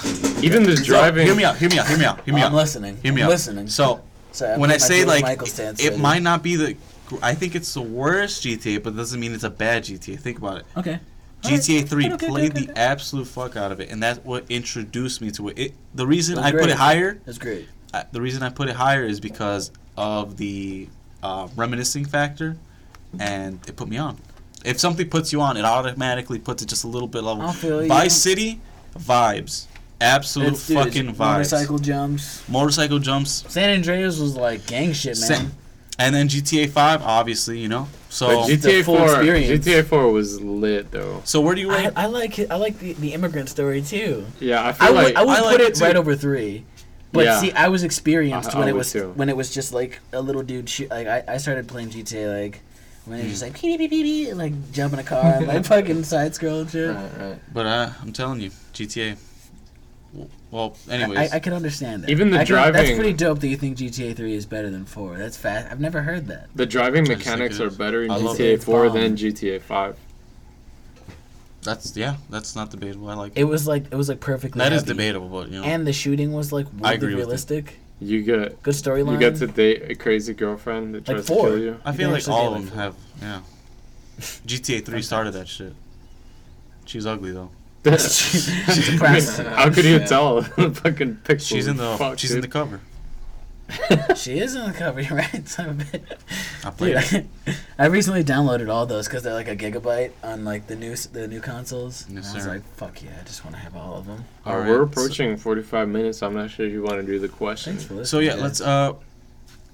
[SPEAKER 1] Even the
[SPEAKER 6] So,
[SPEAKER 1] driving.
[SPEAKER 6] Hear me out. Hear me out. Hear me out. Hear me out.
[SPEAKER 4] I'm listening.
[SPEAKER 6] Hear me
[SPEAKER 4] I'm
[SPEAKER 6] out.
[SPEAKER 4] listening.
[SPEAKER 6] So
[SPEAKER 4] Sorry, I'm
[SPEAKER 6] when I
[SPEAKER 4] putting my
[SPEAKER 6] say
[SPEAKER 4] George
[SPEAKER 6] like,
[SPEAKER 4] Michael
[SPEAKER 6] it,
[SPEAKER 4] stance
[SPEAKER 6] it
[SPEAKER 4] ready.
[SPEAKER 6] might not be the. I think it's the worst GTA, but doesn't mean it's a bad GTA. Think about it.
[SPEAKER 4] Okay.
[SPEAKER 6] GTA 3
[SPEAKER 4] Okay, okay,
[SPEAKER 6] played
[SPEAKER 4] okay,
[SPEAKER 6] the
[SPEAKER 4] okay.
[SPEAKER 6] absolute fuck out of it, and that's what introduced me to it. it the reason
[SPEAKER 4] That's
[SPEAKER 6] I put
[SPEAKER 4] great.
[SPEAKER 6] it higher,
[SPEAKER 4] That's great.
[SPEAKER 6] I, the reason I put it higher is because of the uh, reminiscing factor, and it put me on. If something puts you on, it automatically puts it just a little bit level.
[SPEAKER 4] I feel you.
[SPEAKER 6] Vice City vibes, absolute
[SPEAKER 4] Let's do this.
[SPEAKER 6] fucking vibes. Motorcycle.
[SPEAKER 4] Motorcycle jumps.
[SPEAKER 6] jumps,
[SPEAKER 4] San Andreas was like gang shit, man.
[SPEAKER 6] sa- and then GTA 5, obviously, you know. So,
[SPEAKER 1] But GTA
[SPEAKER 4] the full
[SPEAKER 1] Four,
[SPEAKER 4] experience.
[SPEAKER 1] GTA Four was lit though.
[SPEAKER 6] so where do you
[SPEAKER 4] I,
[SPEAKER 6] rank?
[SPEAKER 4] I like it- I like the, the immigrant story too.
[SPEAKER 1] Yeah, I feel
[SPEAKER 4] I
[SPEAKER 1] like
[SPEAKER 4] would, I would
[SPEAKER 6] I like
[SPEAKER 4] put
[SPEAKER 6] it
[SPEAKER 4] it
[SPEAKER 6] too. Uh-huh,
[SPEAKER 4] right over three, but
[SPEAKER 1] Yeah.
[SPEAKER 4] see, I was experienced
[SPEAKER 1] I- I
[SPEAKER 4] when it
[SPEAKER 1] would
[SPEAKER 4] was
[SPEAKER 1] too.
[SPEAKER 4] when it was just like a little dude. Shoot, like I, I started playing GTA like when
[SPEAKER 6] Hmm.
[SPEAKER 4] they just like pee pee pee pee and like jump in a car and like fucking side scroll and shit.
[SPEAKER 5] Right, right.
[SPEAKER 6] But uh, I'm telling you, GTA. Well,
[SPEAKER 4] I,
[SPEAKER 6] anyways,
[SPEAKER 4] I can understand that.
[SPEAKER 1] Even the
[SPEAKER 4] I can- That's
[SPEAKER 1] driving-
[SPEAKER 4] pretty dope that you think GTA 3 is better than 4. That's fast. I've never heard that.
[SPEAKER 1] The driving
[SPEAKER 6] just think
[SPEAKER 1] mechanics
[SPEAKER 6] it
[SPEAKER 1] are
[SPEAKER 6] is.
[SPEAKER 1] better in
[SPEAKER 6] I love
[SPEAKER 1] GTA
[SPEAKER 4] it. Um,
[SPEAKER 1] 4
[SPEAKER 4] It's bomb.
[SPEAKER 1] than GTA 5.
[SPEAKER 6] that's yeah, that's not debatable. I like
[SPEAKER 4] It was like it was like perfectly.
[SPEAKER 6] that is
[SPEAKER 4] heavy.
[SPEAKER 6] debatable, but you know,
[SPEAKER 4] And the shooting was like
[SPEAKER 6] I
[SPEAKER 4] weirdly
[SPEAKER 6] agree with it.
[SPEAKER 4] realistic.
[SPEAKER 1] You get
[SPEAKER 4] Good
[SPEAKER 1] you
[SPEAKER 4] storyline.
[SPEAKER 1] get to date a crazy girlfriend that
[SPEAKER 4] Like
[SPEAKER 1] tries to
[SPEAKER 4] four.
[SPEAKER 1] kill you.
[SPEAKER 6] I
[SPEAKER 4] you
[SPEAKER 6] feel
[SPEAKER 4] can
[SPEAKER 6] like
[SPEAKER 4] actually
[SPEAKER 6] all
[SPEAKER 4] get
[SPEAKER 6] of
[SPEAKER 4] like-
[SPEAKER 6] them have yeah. GTA Three started that shit. She's ugly though.
[SPEAKER 4] She's a prostitute.
[SPEAKER 1] How could you
[SPEAKER 5] Yeah.
[SPEAKER 1] tell? Fucking pixels.
[SPEAKER 6] She's in the
[SPEAKER 1] Fuck,
[SPEAKER 6] she's in
[SPEAKER 1] dude.
[SPEAKER 6] the cover.
[SPEAKER 4] She is on the cover, you're right? Son of a bitch.
[SPEAKER 6] I played
[SPEAKER 4] Dude,
[SPEAKER 6] it.
[SPEAKER 4] I, I recently downloaded all those because they're like a gigabyte on like the new s- the new consoles.
[SPEAKER 6] Yes,
[SPEAKER 4] and I was
[SPEAKER 6] sir.
[SPEAKER 4] like, fuck yeah, I just want to have all of them.
[SPEAKER 1] Uh,
[SPEAKER 6] Alright,
[SPEAKER 1] we're
[SPEAKER 6] so-
[SPEAKER 1] approaching 45 minutes. I'm not sure if you want to do the question.
[SPEAKER 4] Thanks for listening.
[SPEAKER 6] So yeah,
[SPEAKER 4] guys.
[SPEAKER 6] let's uh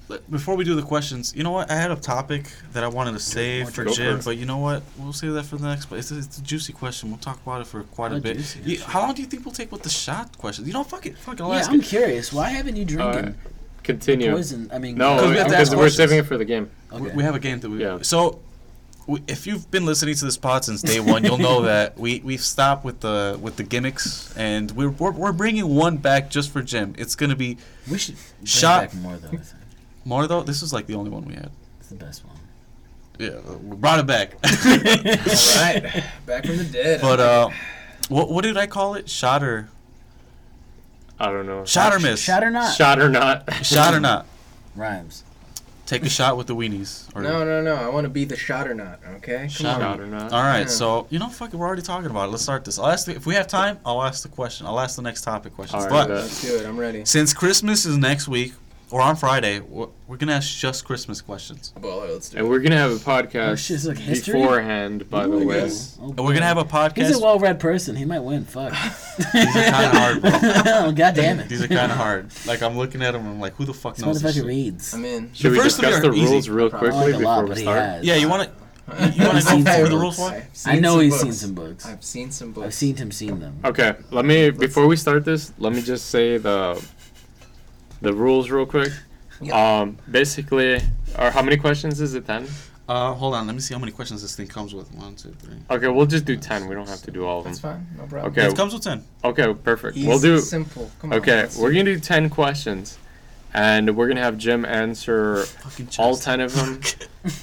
[SPEAKER 6] let- before we do the questions, you know what? I had a topic that I wanted to save for
[SPEAKER 1] Go for
[SPEAKER 6] Jim,
[SPEAKER 1] it.
[SPEAKER 6] but you know what? We'll save that for the next. But it's a, it's a juicy question. We'll talk about it for quite
[SPEAKER 4] Oh,
[SPEAKER 6] a bit.
[SPEAKER 4] juicy.
[SPEAKER 6] You- how long do you think we'll take with the shot question? You know, fuck it, fuck it. I'll
[SPEAKER 4] Yeah,
[SPEAKER 6] ask
[SPEAKER 4] I'm
[SPEAKER 6] it.
[SPEAKER 4] curious. Why haven't you drinking
[SPEAKER 1] Alright, Continue.
[SPEAKER 4] poison? I mean,
[SPEAKER 1] No,
[SPEAKER 6] Because we have to ask
[SPEAKER 1] because we are
[SPEAKER 6] questions.
[SPEAKER 1] saving it for the game.
[SPEAKER 6] We-
[SPEAKER 4] okay.
[SPEAKER 6] We have a game that we.
[SPEAKER 1] Yeah.
[SPEAKER 6] So, we, if you've been listening to this pod since day one, you'll know that we we've stopped with the with the gimmicks, and we're we're, we're bringing one back just for Jim. It's gonna be
[SPEAKER 4] we should bring
[SPEAKER 6] Shot-
[SPEAKER 4] back more though. I think.
[SPEAKER 6] more though. This is like the only one we had.
[SPEAKER 4] It's the best one.
[SPEAKER 6] Yeah, we brought it back.
[SPEAKER 5] All right, back from the dead.
[SPEAKER 6] But uh, what what did I call it? Shot or
[SPEAKER 1] I don't know.
[SPEAKER 6] shot or miss?
[SPEAKER 4] Shot or not?
[SPEAKER 1] Shot or not.
[SPEAKER 6] Shot or not?
[SPEAKER 4] Rhymes.
[SPEAKER 6] Take a shot with the weenies. Or
[SPEAKER 5] no, no, no. I want to be the shot or not. Okay. Come
[SPEAKER 6] uh, Shot
[SPEAKER 5] on.
[SPEAKER 1] Shot or not.
[SPEAKER 6] All right,
[SPEAKER 5] Yeah.
[SPEAKER 6] so you know, fuck it, we're already talking about it. Let's start this. I'll ask the, if we have time. I'll ask the question. I'll ask the next topic question.
[SPEAKER 1] All right,
[SPEAKER 6] but
[SPEAKER 1] bet.
[SPEAKER 5] Let's do it. I'm ready.
[SPEAKER 6] since Christmas is next week or on Friday, we're, we're gonna ask just Christmas questions.
[SPEAKER 5] Well, all right, let's do it.
[SPEAKER 1] And we're gonna have a
[SPEAKER 4] Oh,
[SPEAKER 1] podcast
[SPEAKER 4] shit, it's like history?
[SPEAKER 1] beforehand, by the
[SPEAKER 5] Ooh,
[SPEAKER 1] way.
[SPEAKER 5] yes.
[SPEAKER 4] Oh,
[SPEAKER 6] And we're gonna have a podcast.
[SPEAKER 4] He's a well-read person. He might win. Fuck.
[SPEAKER 6] These are kind of hard, bro.
[SPEAKER 4] oh, God damn it.
[SPEAKER 6] These are kind of hard. Like I'm looking at them. I'm like, who the fuck
[SPEAKER 4] This
[SPEAKER 6] knows? This
[SPEAKER 4] motherfucker
[SPEAKER 6] shit?
[SPEAKER 4] reads.
[SPEAKER 5] I'm in.
[SPEAKER 1] Should
[SPEAKER 6] The
[SPEAKER 1] we
[SPEAKER 6] first three
[SPEAKER 1] discuss
[SPEAKER 6] are
[SPEAKER 1] the rules
[SPEAKER 6] easy.
[SPEAKER 1] real
[SPEAKER 4] I
[SPEAKER 1] quickly
[SPEAKER 4] don't like a
[SPEAKER 1] before
[SPEAKER 4] lot,
[SPEAKER 1] we
[SPEAKER 4] but he
[SPEAKER 1] start?
[SPEAKER 4] has.
[SPEAKER 6] Yeah, you want to? You wanna
[SPEAKER 4] I've seen
[SPEAKER 6] go over
[SPEAKER 4] some
[SPEAKER 6] the
[SPEAKER 4] books.
[SPEAKER 6] rules?
[SPEAKER 5] I've
[SPEAKER 6] Why?
[SPEAKER 4] I
[SPEAKER 5] seen
[SPEAKER 4] know
[SPEAKER 5] some
[SPEAKER 4] he's
[SPEAKER 5] books.
[SPEAKER 4] seen some books.
[SPEAKER 5] I've seen some books.
[SPEAKER 4] I've seen him seen them.
[SPEAKER 1] Okay, let me before we start this, let me just say the the rules real quick. Um, basically, or how many questions is it ten?
[SPEAKER 6] Uh, hold on. Let me see how many questions this thing comes with. One, two, three.
[SPEAKER 1] Okay, we'll just do ten. We don't have to do all of
[SPEAKER 5] That's
[SPEAKER 1] them.
[SPEAKER 5] fine. No problem.
[SPEAKER 1] Okay.
[SPEAKER 6] It comes with ten.
[SPEAKER 1] Okay, perfect.
[SPEAKER 5] Easy,
[SPEAKER 1] We'll do.
[SPEAKER 5] simple. Come on.
[SPEAKER 1] Okay,
[SPEAKER 5] let's
[SPEAKER 1] we're
[SPEAKER 5] do
[SPEAKER 1] gonna do ten questions, and we're gonna have Jim answer
[SPEAKER 6] Fucking
[SPEAKER 1] all
[SPEAKER 6] chest.
[SPEAKER 1] ten of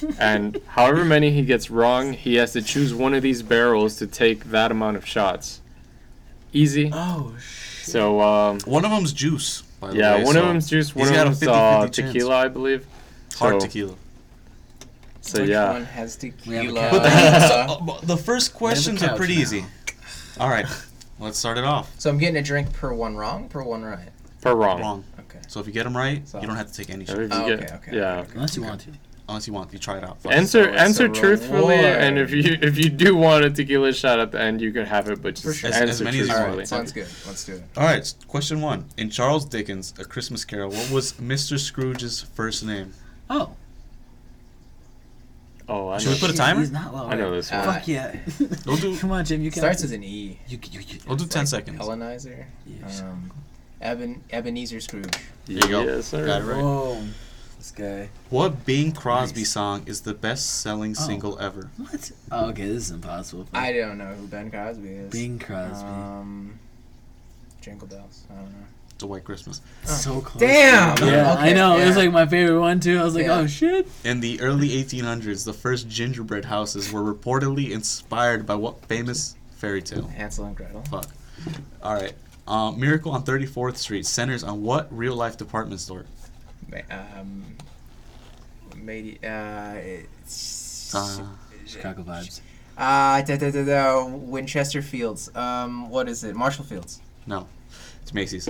[SPEAKER 1] them, and however many he gets wrong, he has to choose one of these barrels to take that amount of shots. Easy.
[SPEAKER 4] Oh, shit.
[SPEAKER 1] So um,
[SPEAKER 6] One of them's juice. By the
[SPEAKER 1] yeah,
[SPEAKER 6] way,
[SPEAKER 1] one
[SPEAKER 6] so
[SPEAKER 1] of them's juice, one
[SPEAKER 6] he's
[SPEAKER 1] of
[SPEAKER 6] got a
[SPEAKER 1] them's
[SPEAKER 6] 50-50
[SPEAKER 1] uh,
[SPEAKER 6] chance.
[SPEAKER 1] tequila, I believe.
[SPEAKER 6] hard
[SPEAKER 1] So-
[SPEAKER 6] tequila.
[SPEAKER 5] it.
[SPEAKER 1] so
[SPEAKER 5] Which
[SPEAKER 1] yeah.
[SPEAKER 5] One has
[SPEAKER 4] We have a
[SPEAKER 5] tequila.
[SPEAKER 4] count. But
[SPEAKER 6] So, uh, the first questions are
[SPEAKER 4] couch
[SPEAKER 6] pretty
[SPEAKER 4] now.
[SPEAKER 6] easy. All right, let's start it off.
[SPEAKER 5] so I'm getting a drink per one wrong, per one right.
[SPEAKER 1] Per wrong.
[SPEAKER 6] Wrong.
[SPEAKER 5] Okay.
[SPEAKER 6] So if you get them right,
[SPEAKER 5] So-
[SPEAKER 6] you don't have to take any
[SPEAKER 1] If you
[SPEAKER 6] shit
[SPEAKER 5] Oh,
[SPEAKER 1] get-
[SPEAKER 5] okay, okay,
[SPEAKER 1] yeah.
[SPEAKER 5] okay,
[SPEAKER 4] Unless you want to.
[SPEAKER 6] unless you want. You try it out. Fuck.
[SPEAKER 1] Answer
[SPEAKER 5] So it's
[SPEAKER 1] answer
[SPEAKER 5] a
[SPEAKER 1] truthfully,
[SPEAKER 5] reward.
[SPEAKER 1] and if you if you do want a tequila shot at the end, you can have it, but
[SPEAKER 5] For
[SPEAKER 1] just
[SPEAKER 5] sure.
[SPEAKER 6] As-
[SPEAKER 1] answer
[SPEAKER 6] as many as you
[SPEAKER 1] truthfully.
[SPEAKER 6] want.
[SPEAKER 5] Alright, sounds good. Let's do it.
[SPEAKER 6] All right, s- question one. In Charles Dickens' A Christmas Carol, what was Mr. Scrooge's first name?
[SPEAKER 4] Oh.
[SPEAKER 1] Oh, I
[SPEAKER 6] Should we
[SPEAKER 1] know.
[SPEAKER 6] put a timer?
[SPEAKER 4] He's not well
[SPEAKER 1] I know
[SPEAKER 4] read.
[SPEAKER 1] this
[SPEAKER 5] Uh,
[SPEAKER 1] one.
[SPEAKER 4] Fuck yeah.
[SPEAKER 6] We'll do-
[SPEAKER 4] Come on, Jim. You can.
[SPEAKER 5] Starts with an E.
[SPEAKER 4] You, you, you,
[SPEAKER 6] We'll do 10 seconds.
[SPEAKER 5] Helenizer.
[SPEAKER 4] you-
[SPEAKER 5] Um, Eben, Ebenezer Scrooge.
[SPEAKER 6] There you go.
[SPEAKER 1] Yes, sir.
[SPEAKER 6] Got it right.
[SPEAKER 4] Whoa. This guy.
[SPEAKER 6] What Bing Crosby
[SPEAKER 4] Nice.
[SPEAKER 6] song is the best-selling
[SPEAKER 4] Oh.
[SPEAKER 6] single ever?
[SPEAKER 4] What? Oh, okay. This is impossible.
[SPEAKER 5] I don't know who Ben Crosby is.
[SPEAKER 4] Bing Crosby.
[SPEAKER 5] Um, Jingle Bells. I don't know.
[SPEAKER 6] It's a White Christmas.
[SPEAKER 4] so close.
[SPEAKER 5] Damn!
[SPEAKER 4] Yeah,
[SPEAKER 5] Okay,
[SPEAKER 4] I know. It was
[SPEAKER 5] yeah.
[SPEAKER 4] like my favorite one too. I was like,
[SPEAKER 5] Yeah.
[SPEAKER 4] oh shit.
[SPEAKER 6] In the early 1800s, the first gingerbread houses were reportedly inspired by what famous fairy tale?
[SPEAKER 5] Hansel and Gretel.
[SPEAKER 6] Fuck. All right. Um, Miracle on 34th Street centers on what real life department store?
[SPEAKER 5] Ma- Um, maybe, uh, it's,
[SPEAKER 6] Uh,
[SPEAKER 4] Chicago vibes.
[SPEAKER 5] uh, da, da, da, da, Winchester Fields. Um, what is it? Marshall Fields.
[SPEAKER 6] no, it's Macy's.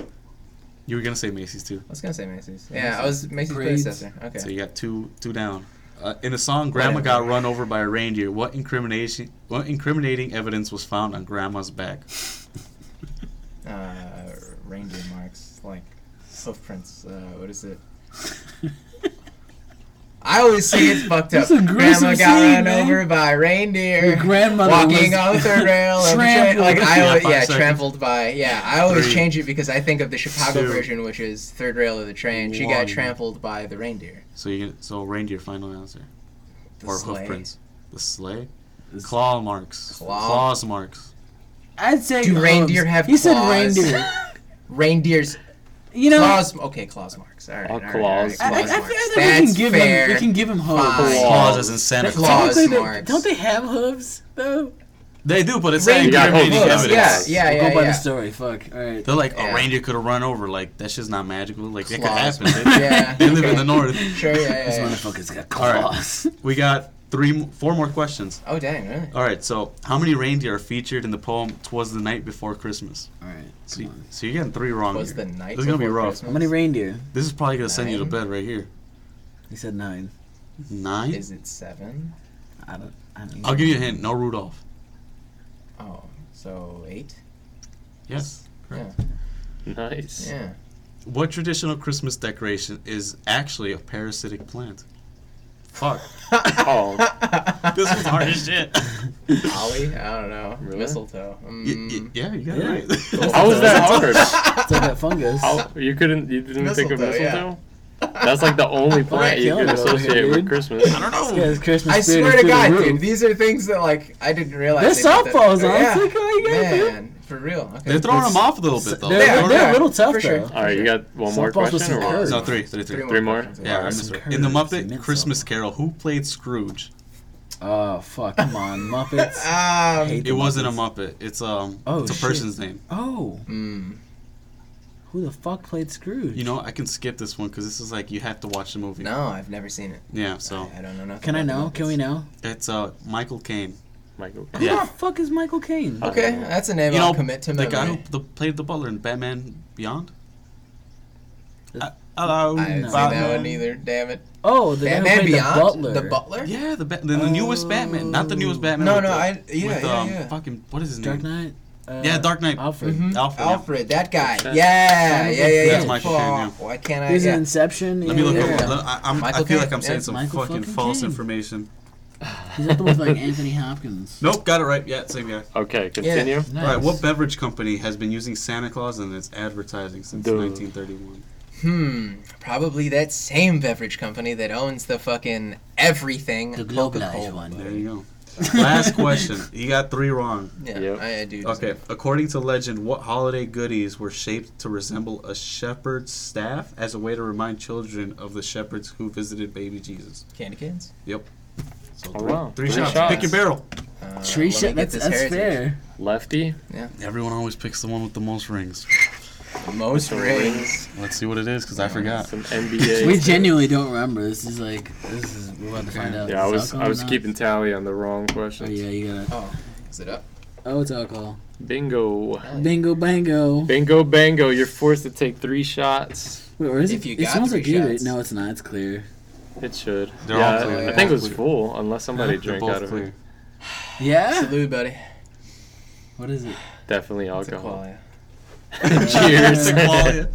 [SPEAKER 6] You were gonna say Macy's too,
[SPEAKER 5] I was gonna say Macy's. Yeah, I was Macy's
[SPEAKER 4] Parades.
[SPEAKER 5] predecessor. Okay.
[SPEAKER 6] so you got two two down. Uh, in the song "Grandma Got Run Over by a Reindeer," what incrimination what incriminating evidence was found on Grandma's back?
[SPEAKER 5] uh, reindeer marks, like hoof prints. Uh, what is it? I always say it's fucked up.
[SPEAKER 4] This is a
[SPEAKER 5] Grandma
[SPEAKER 4] gruesome
[SPEAKER 5] got
[SPEAKER 4] scene,
[SPEAKER 5] run
[SPEAKER 4] man.
[SPEAKER 5] over by a
[SPEAKER 4] Your
[SPEAKER 5] reindeer.
[SPEAKER 4] grandmother
[SPEAKER 5] Walking
[SPEAKER 4] was
[SPEAKER 5] on the third rail, of the train.
[SPEAKER 4] trampled.
[SPEAKER 5] like I
[SPEAKER 6] Yeah,
[SPEAKER 5] always,
[SPEAKER 6] five
[SPEAKER 5] yeah,
[SPEAKER 6] seconds.
[SPEAKER 5] trampled by, yeah. I always
[SPEAKER 6] Three,
[SPEAKER 5] change it because I think of the Chicago
[SPEAKER 6] two,
[SPEAKER 5] version, which is third rail of the train. She got
[SPEAKER 6] one.
[SPEAKER 5] trampled by the reindeer.
[SPEAKER 6] So you so reindeer final answer
[SPEAKER 5] The
[SPEAKER 6] or
[SPEAKER 5] sleigh.
[SPEAKER 6] hoof prints? The sleigh,
[SPEAKER 4] This-
[SPEAKER 6] claw marks,
[SPEAKER 5] Claw.
[SPEAKER 6] claws marks.
[SPEAKER 4] I'd say.
[SPEAKER 5] Do
[SPEAKER 4] hooves.
[SPEAKER 5] reindeer have
[SPEAKER 4] He said
[SPEAKER 5] claws?
[SPEAKER 4] reindeer.
[SPEAKER 5] reindeers.
[SPEAKER 4] You know,
[SPEAKER 5] claws. Okay, claws marks. All right. all
[SPEAKER 1] Or
[SPEAKER 5] right, all
[SPEAKER 1] claws.
[SPEAKER 5] right,
[SPEAKER 4] I, I, I
[SPEAKER 5] claws
[SPEAKER 4] feel that
[SPEAKER 5] marks.
[SPEAKER 4] we can
[SPEAKER 5] That's
[SPEAKER 4] give
[SPEAKER 5] fair.
[SPEAKER 4] them. We can give them hooves.
[SPEAKER 5] Fine.
[SPEAKER 6] Claws as in Santa
[SPEAKER 5] That-
[SPEAKER 6] Claus.
[SPEAKER 5] Claws
[SPEAKER 4] Technically, they-
[SPEAKER 5] marks.
[SPEAKER 4] Don't they have hooves though?
[SPEAKER 6] They do, but it's
[SPEAKER 5] Reindeer
[SPEAKER 6] not incriminating
[SPEAKER 1] hooves,
[SPEAKER 6] evidence.
[SPEAKER 5] Yeah, yeah,
[SPEAKER 4] We'll
[SPEAKER 5] yeah.
[SPEAKER 4] go by
[SPEAKER 5] yeah.
[SPEAKER 4] the story. Fuck. All right.
[SPEAKER 6] They're like
[SPEAKER 5] Yeah.
[SPEAKER 6] a reindeer could have run over. Like that shit's not magical. Like it could
[SPEAKER 5] Claws
[SPEAKER 6] happen.
[SPEAKER 5] marks.
[SPEAKER 6] bitch.
[SPEAKER 5] yeah.
[SPEAKER 6] They live in
[SPEAKER 5] okay.
[SPEAKER 6] the north.
[SPEAKER 5] Sure. Yeah.
[SPEAKER 4] This
[SPEAKER 5] yeah, yeah.
[SPEAKER 4] motherfucker's got
[SPEAKER 6] All right.
[SPEAKER 4] claws.
[SPEAKER 6] We got three, m- four more questions.
[SPEAKER 5] Oh dang. Really.
[SPEAKER 6] All right. So how many reindeer are featured in the poem "Twas the Night Before Christmas"?
[SPEAKER 4] All right.
[SPEAKER 6] So, you- so you're getting three wrong.
[SPEAKER 5] Was
[SPEAKER 6] here.
[SPEAKER 5] the night.
[SPEAKER 6] This is gonna be
[SPEAKER 5] before
[SPEAKER 6] rough.
[SPEAKER 5] Christmas?
[SPEAKER 4] How many reindeer?
[SPEAKER 6] This is probably gonna send you to
[SPEAKER 5] Nine?
[SPEAKER 6] bed right here.
[SPEAKER 4] He said nine.
[SPEAKER 6] Nine.
[SPEAKER 5] Is it seven?
[SPEAKER 4] I don't. I don't.
[SPEAKER 6] I'll give you a hint. No Rudolph.
[SPEAKER 5] Oh, so eight.
[SPEAKER 6] Yes.
[SPEAKER 1] Nice.
[SPEAKER 5] Yeah.
[SPEAKER 6] What traditional Christmas decoration is actually a parasitic plant? Fuck.
[SPEAKER 1] Oh,
[SPEAKER 6] this was hard as shit.
[SPEAKER 5] Ollie. I don't know.
[SPEAKER 1] Really?
[SPEAKER 5] Mistletoe.
[SPEAKER 6] Y-
[SPEAKER 5] Mm,
[SPEAKER 6] y- yeah, you got
[SPEAKER 4] Yeah.
[SPEAKER 6] it right.
[SPEAKER 1] how was that hard?
[SPEAKER 4] It's like that fungus.
[SPEAKER 1] How, you couldn't. You didn't think of
[SPEAKER 5] Mistletoe, yeah.
[SPEAKER 1] mistletoe. That's like the only plant you
[SPEAKER 4] killing
[SPEAKER 1] could
[SPEAKER 4] it over here,
[SPEAKER 1] associate with
[SPEAKER 4] dude.
[SPEAKER 1] Christmas.
[SPEAKER 6] I don't
[SPEAKER 4] This
[SPEAKER 6] know.
[SPEAKER 4] guy's Christmas
[SPEAKER 5] I
[SPEAKER 4] spirit is
[SPEAKER 5] swear to
[SPEAKER 4] through
[SPEAKER 5] God,
[SPEAKER 4] the
[SPEAKER 5] dude,
[SPEAKER 4] roof.
[SPEAKER 5] these are things that like I didn't realize.
[SPEAKER 4] Their
[SPEAKER 5] they put that-
[SPEAKER 4] softballs on.
[SPEAKER 5] Yeah.
[SPEAKER 4] Look how you got through.
[SPEAKER 5] Man, for real. Okay.
[SPEAKER 6] They're throwing
[SPEAKER 5] That's
[SPEAKER 6] them off a little bit though.
[SPEAKER 4] They're,
[SPEAKER 5] Yeah,
[SPEAKER 4] they're,
[SPEAKER 5] yeah,
[SPEAKER 4] a little tough
[SPEAKER 5] for
[SPEAKER 4] though.
[SPEAKER 5] sure.
[SPEAKER 1] All right, you got one more
[SPEAKER 4] Softball's supposed
[SPEAKER 1] question
[SPEAKER 4] to
[SPEAKER 1] or
[SPEAKER 4] be
[SPEAKER 1] what?
[SPEAKER 4] hurt.
[SPEAKER 6] No, three, three, three.
[SPEAKER 5] Three
[SPEAKER 1] Three
[SPEAKER 5] more.
[SPEAKER 1] more?
[SPEAKER 5] questions.
[SPEAKER 6] Yeah, I
[SPEAKER 4] Arson
[SPEAKER 6] remember.
[SPEAKER 4] Curry.
[SPEAKER 6] In the
[SPEAKER 4] It's
[SPEAKER 6] Muppet
[SPEAKER 4] immense.
[SPEAKER 6] Christmas Carol, who played Scrooge?
[SPEAKER 4] Oh fuck! Come on, Muppets. I
[SPEAKER 5] Um.
[SPEAKER 4] hate
[SPEAKER 6] It
[SPEAKER 4] the
[SPEAKER 6] wasn't a
[SPEAKER 4] Muppets.
[SPEAKER 6] Muppet. It's um,
[SPEAKER 4] Oh,
[SPEAKER 6] it's a
[SPEAKER 4] shit.
[SPEAKER 6] person's name.
[SPEAKER 4] Oh,
[SPEAKER 5] mm,
[SPEAKER 4] who the fuck played Scrooge?
[SPEAKER 6] You know, I can skip this one because this is like you have to watch the movie.
[SPEAKER 5] No, I've never seen it.
[SPEAKER 6] Yeah, so
[SPEAKER 5] I, I don't know nothing.
[SPEAKER 4] Can I
[SPEAKER 5] about the
[SPEAKER 4] know? Can we
[SPEAKER 5] Muppets.
[SPEAKER 4] know?
[SPEAKER 6] it's uh Michael Caine.
[SPEAKER 1] Michael.
[SPEAKER 4] Who the fuck is Michael Caine?
[SPEAKER 1] Uh,
[SPEAKER 5] Okay, that's a name
[SPEAKER 6] you know,
[SPEAKER 5] I'll commit to
[SPEAKER 6] the
[SPEAKER 5] memory.
[SPEAKER 6] guy who the, played the butler in Batman Beyond.
[SPEAKER 4] Uh,
[SPEAKER 6] Hello,
[SPEAKER 5] I haven't seen that one either. Damn it.
[SPEAKER 4] Oh, the guy
[SPEAKER 5] Batman
[SPEAKER 4] who played
[SPEAKER 5] Beyond.
[SPEAKER 4] the butler.
[SPEAKER 6] Yeah, the ba- the, the newest Batman, not the newest Batman.
[SPEAKER 5] No,
[SPEAKER 6] with
[SPEAKER 5] no,
[SPEAKER 6] the-
[SPEAKER 5] I- yeah,
[SPEAKER 6] with,
[SPEAKER 5] yeah,
[SPEAKER 6] um,
[SPEAKER 5] yeah.
[SPEAKER 6] Fucking what is his
[SPEAKER 4] Dark
[SPEAKER 6] name?
[SPEAKER 4] Knight. Uh,
[SPEAKER 6] Yeah, Dark Knight.
[SPEAKER 4] Alfred.
[SPEAKER 5] Mhm.
[SPEAKER 6] Alfred, yeah.
[SPEAKER 5] Alfred, that guy.
[SPEAKER 1] That's-
[SPEAKER 5] Yeah, yeah, yeah, yeah.
[SPEAKER 6] That's Michael
[SPEAKER 5] Fuck,
[SPEAKER 6] Caine, yeah.
[SPEAKER 5] Why can't I?
[SPEAKER 4] He was
[SPEAKER 5] yeah.
[SPEAKER 4] in Inception.
[SPEAKER 6] Let me
[SPEAKER 4] yeah,
[SPEAKER 6] look
[SPEAKER 4] yeah.
[SPEAKER 6] up. let- I, I'm, I
[SPEAKER 5] Michael
[SPEAKER 6] feel like
[SPEAKER 5] Caine,
[SPEAKER 6] I'm saying
[SPEAKER 5] yeah,
[SPEAKER 6] some
[SPEAKER 4] Michael
[SPEAKER 6] fucking
[SPEAKER 4] fucking
[SPEAKER 6] false
[SPEAKER 4] Caine.
[SPEAKER 6] information.
[SPEAKER 4] He's up there with like Anthony Hopkins.
[SPEAKER 6] Nope, got it right. Yeah, same guy.
[SPEAKER 1] Okay, continue.
[SPEAKER 4] Nice.
[SPEAKER 6] All right, what beverage company has been using Santa Claus in its advertising since
[SPEAKER 1] Duh.
[SPEAKER 6] 1931?
[SPEAKER 5] Hmm. Probably that same beverage company that owns the fucking everything.
[SPEAKER 4] The Globe Life
[SPEAKER 5] Coca-Cola.
[SPEAKER 4] one.
[SPEAKER 6] There you go. Last question. You got three wrong.
[SPEAKER 5] Yeah,
[SPEAKER 1] Yep.
[SPEAKER 5] I, I do.
[SPEAKER 6] Okay, according to legend, what holiday goodies were shaped to resemble a shepherd's staff as a way to remind children of the shepherds who visited baby Jesus?
[SPEAKER 5] Candy canes.
[SPEAKER 6] So
[SPEAKER 1] Oh,
[SPEAKER 6] three,
[SPEAKER 1] wow.
[SPEAKER 6] three
[SPEAKER 1] Three
[SPEAKER 6] shots.
[SPEAKER 1] shots.
[SPEAKER 6] Pick your barrel.
[SPEAKER 5] Uh,
[SPEAKER 4] Tree
[SPEAKER 5] let me
[SPEAKER 4] shit.
[SPEAKER 5] get
[SPEAKER 4] That's,
[SPEAKER 5] this
[SPEAKER 4] that's
[SPEAKER 5] heritage.
[SPEAKER 4] fair.
[SPEAKER 1] Lefty.
[SPEAKER 6] Everyone always picks the one with the most rings.
[SPEAKER 5] Most
[SPEAKER 1] Some
[SPEAKER 5] rings.
[SPEAKER 6] Let's see what it is, because I forgot.
[SPEAKER 1] Some NBA.
[SPEAKER 4] We genuinely don't remember. This is like this is we're about to find out.
[SPEAKER 1] Yeah, I
[SPEAKER 4] Is
[SPEAKER 1] was
[SPEAKER 4] alcohol
[SPEAKER 1] I
[SPEAKER 4] or
[SPEAKER 1] was
[SPEAKER 4] not?
[SPEAKER 1] keeping tally on the wrong
[SPEAKER 4] Oh
[SPEAKER 1] questions.
[SPEAKER 4] yeah, you got it.
[SPEAKER 5] Is it up?
[SPEAKER 4] Oh, it's alcohol.
[SPEAKER 1] Bingo.
[SPEAKER 4] Bingo, bango.
[SPEAKER 1] Bingo bango, you're forced to take three shots.
[SPEAKER 4] Wait, or is
[SPEAKER 5] If
[SPEAKER 4] it?
[SPEAKER 5] you
[SPEAKER 4] it
[SPEAKER 5] got
[SPEAKER 4] smells
[SPEAKER 5] three
[SPEAKER 4] like Gatorade.
[SPEAKER 5] shots.
[SPEAKER 4] No, it's not. It's clear.
[SPEAKER 1] It should.
[SPEAKER 6] They're
[SPEAKER 1] yeah,
[SPEAKER 6] all clear.
[SPEAKER 1] I think it was
[SPEAKER 6] Clear.
[SPEAKER 1] full unless somebody
[SPEAKER 6] They're
[SPEAKER 1] drank
[SPEAKER 6] both
[SPEAKER 1] out of
[SPEAKER 6] clear.
[SPEAKER 1] it.
[SPEAKER 4] Yeah.
[SPEAKER 5] Salute, buddy.
[SPEAKER 4] What is it?
[SPEAKER 1] Definitely
[SPEAKER 5] It's a
[SPEAKER 1] alcohol.
[SPEAKER 5] qualia.
[SPEAKER 1] Cheers.
[SPEAKER 6] Sick qualia.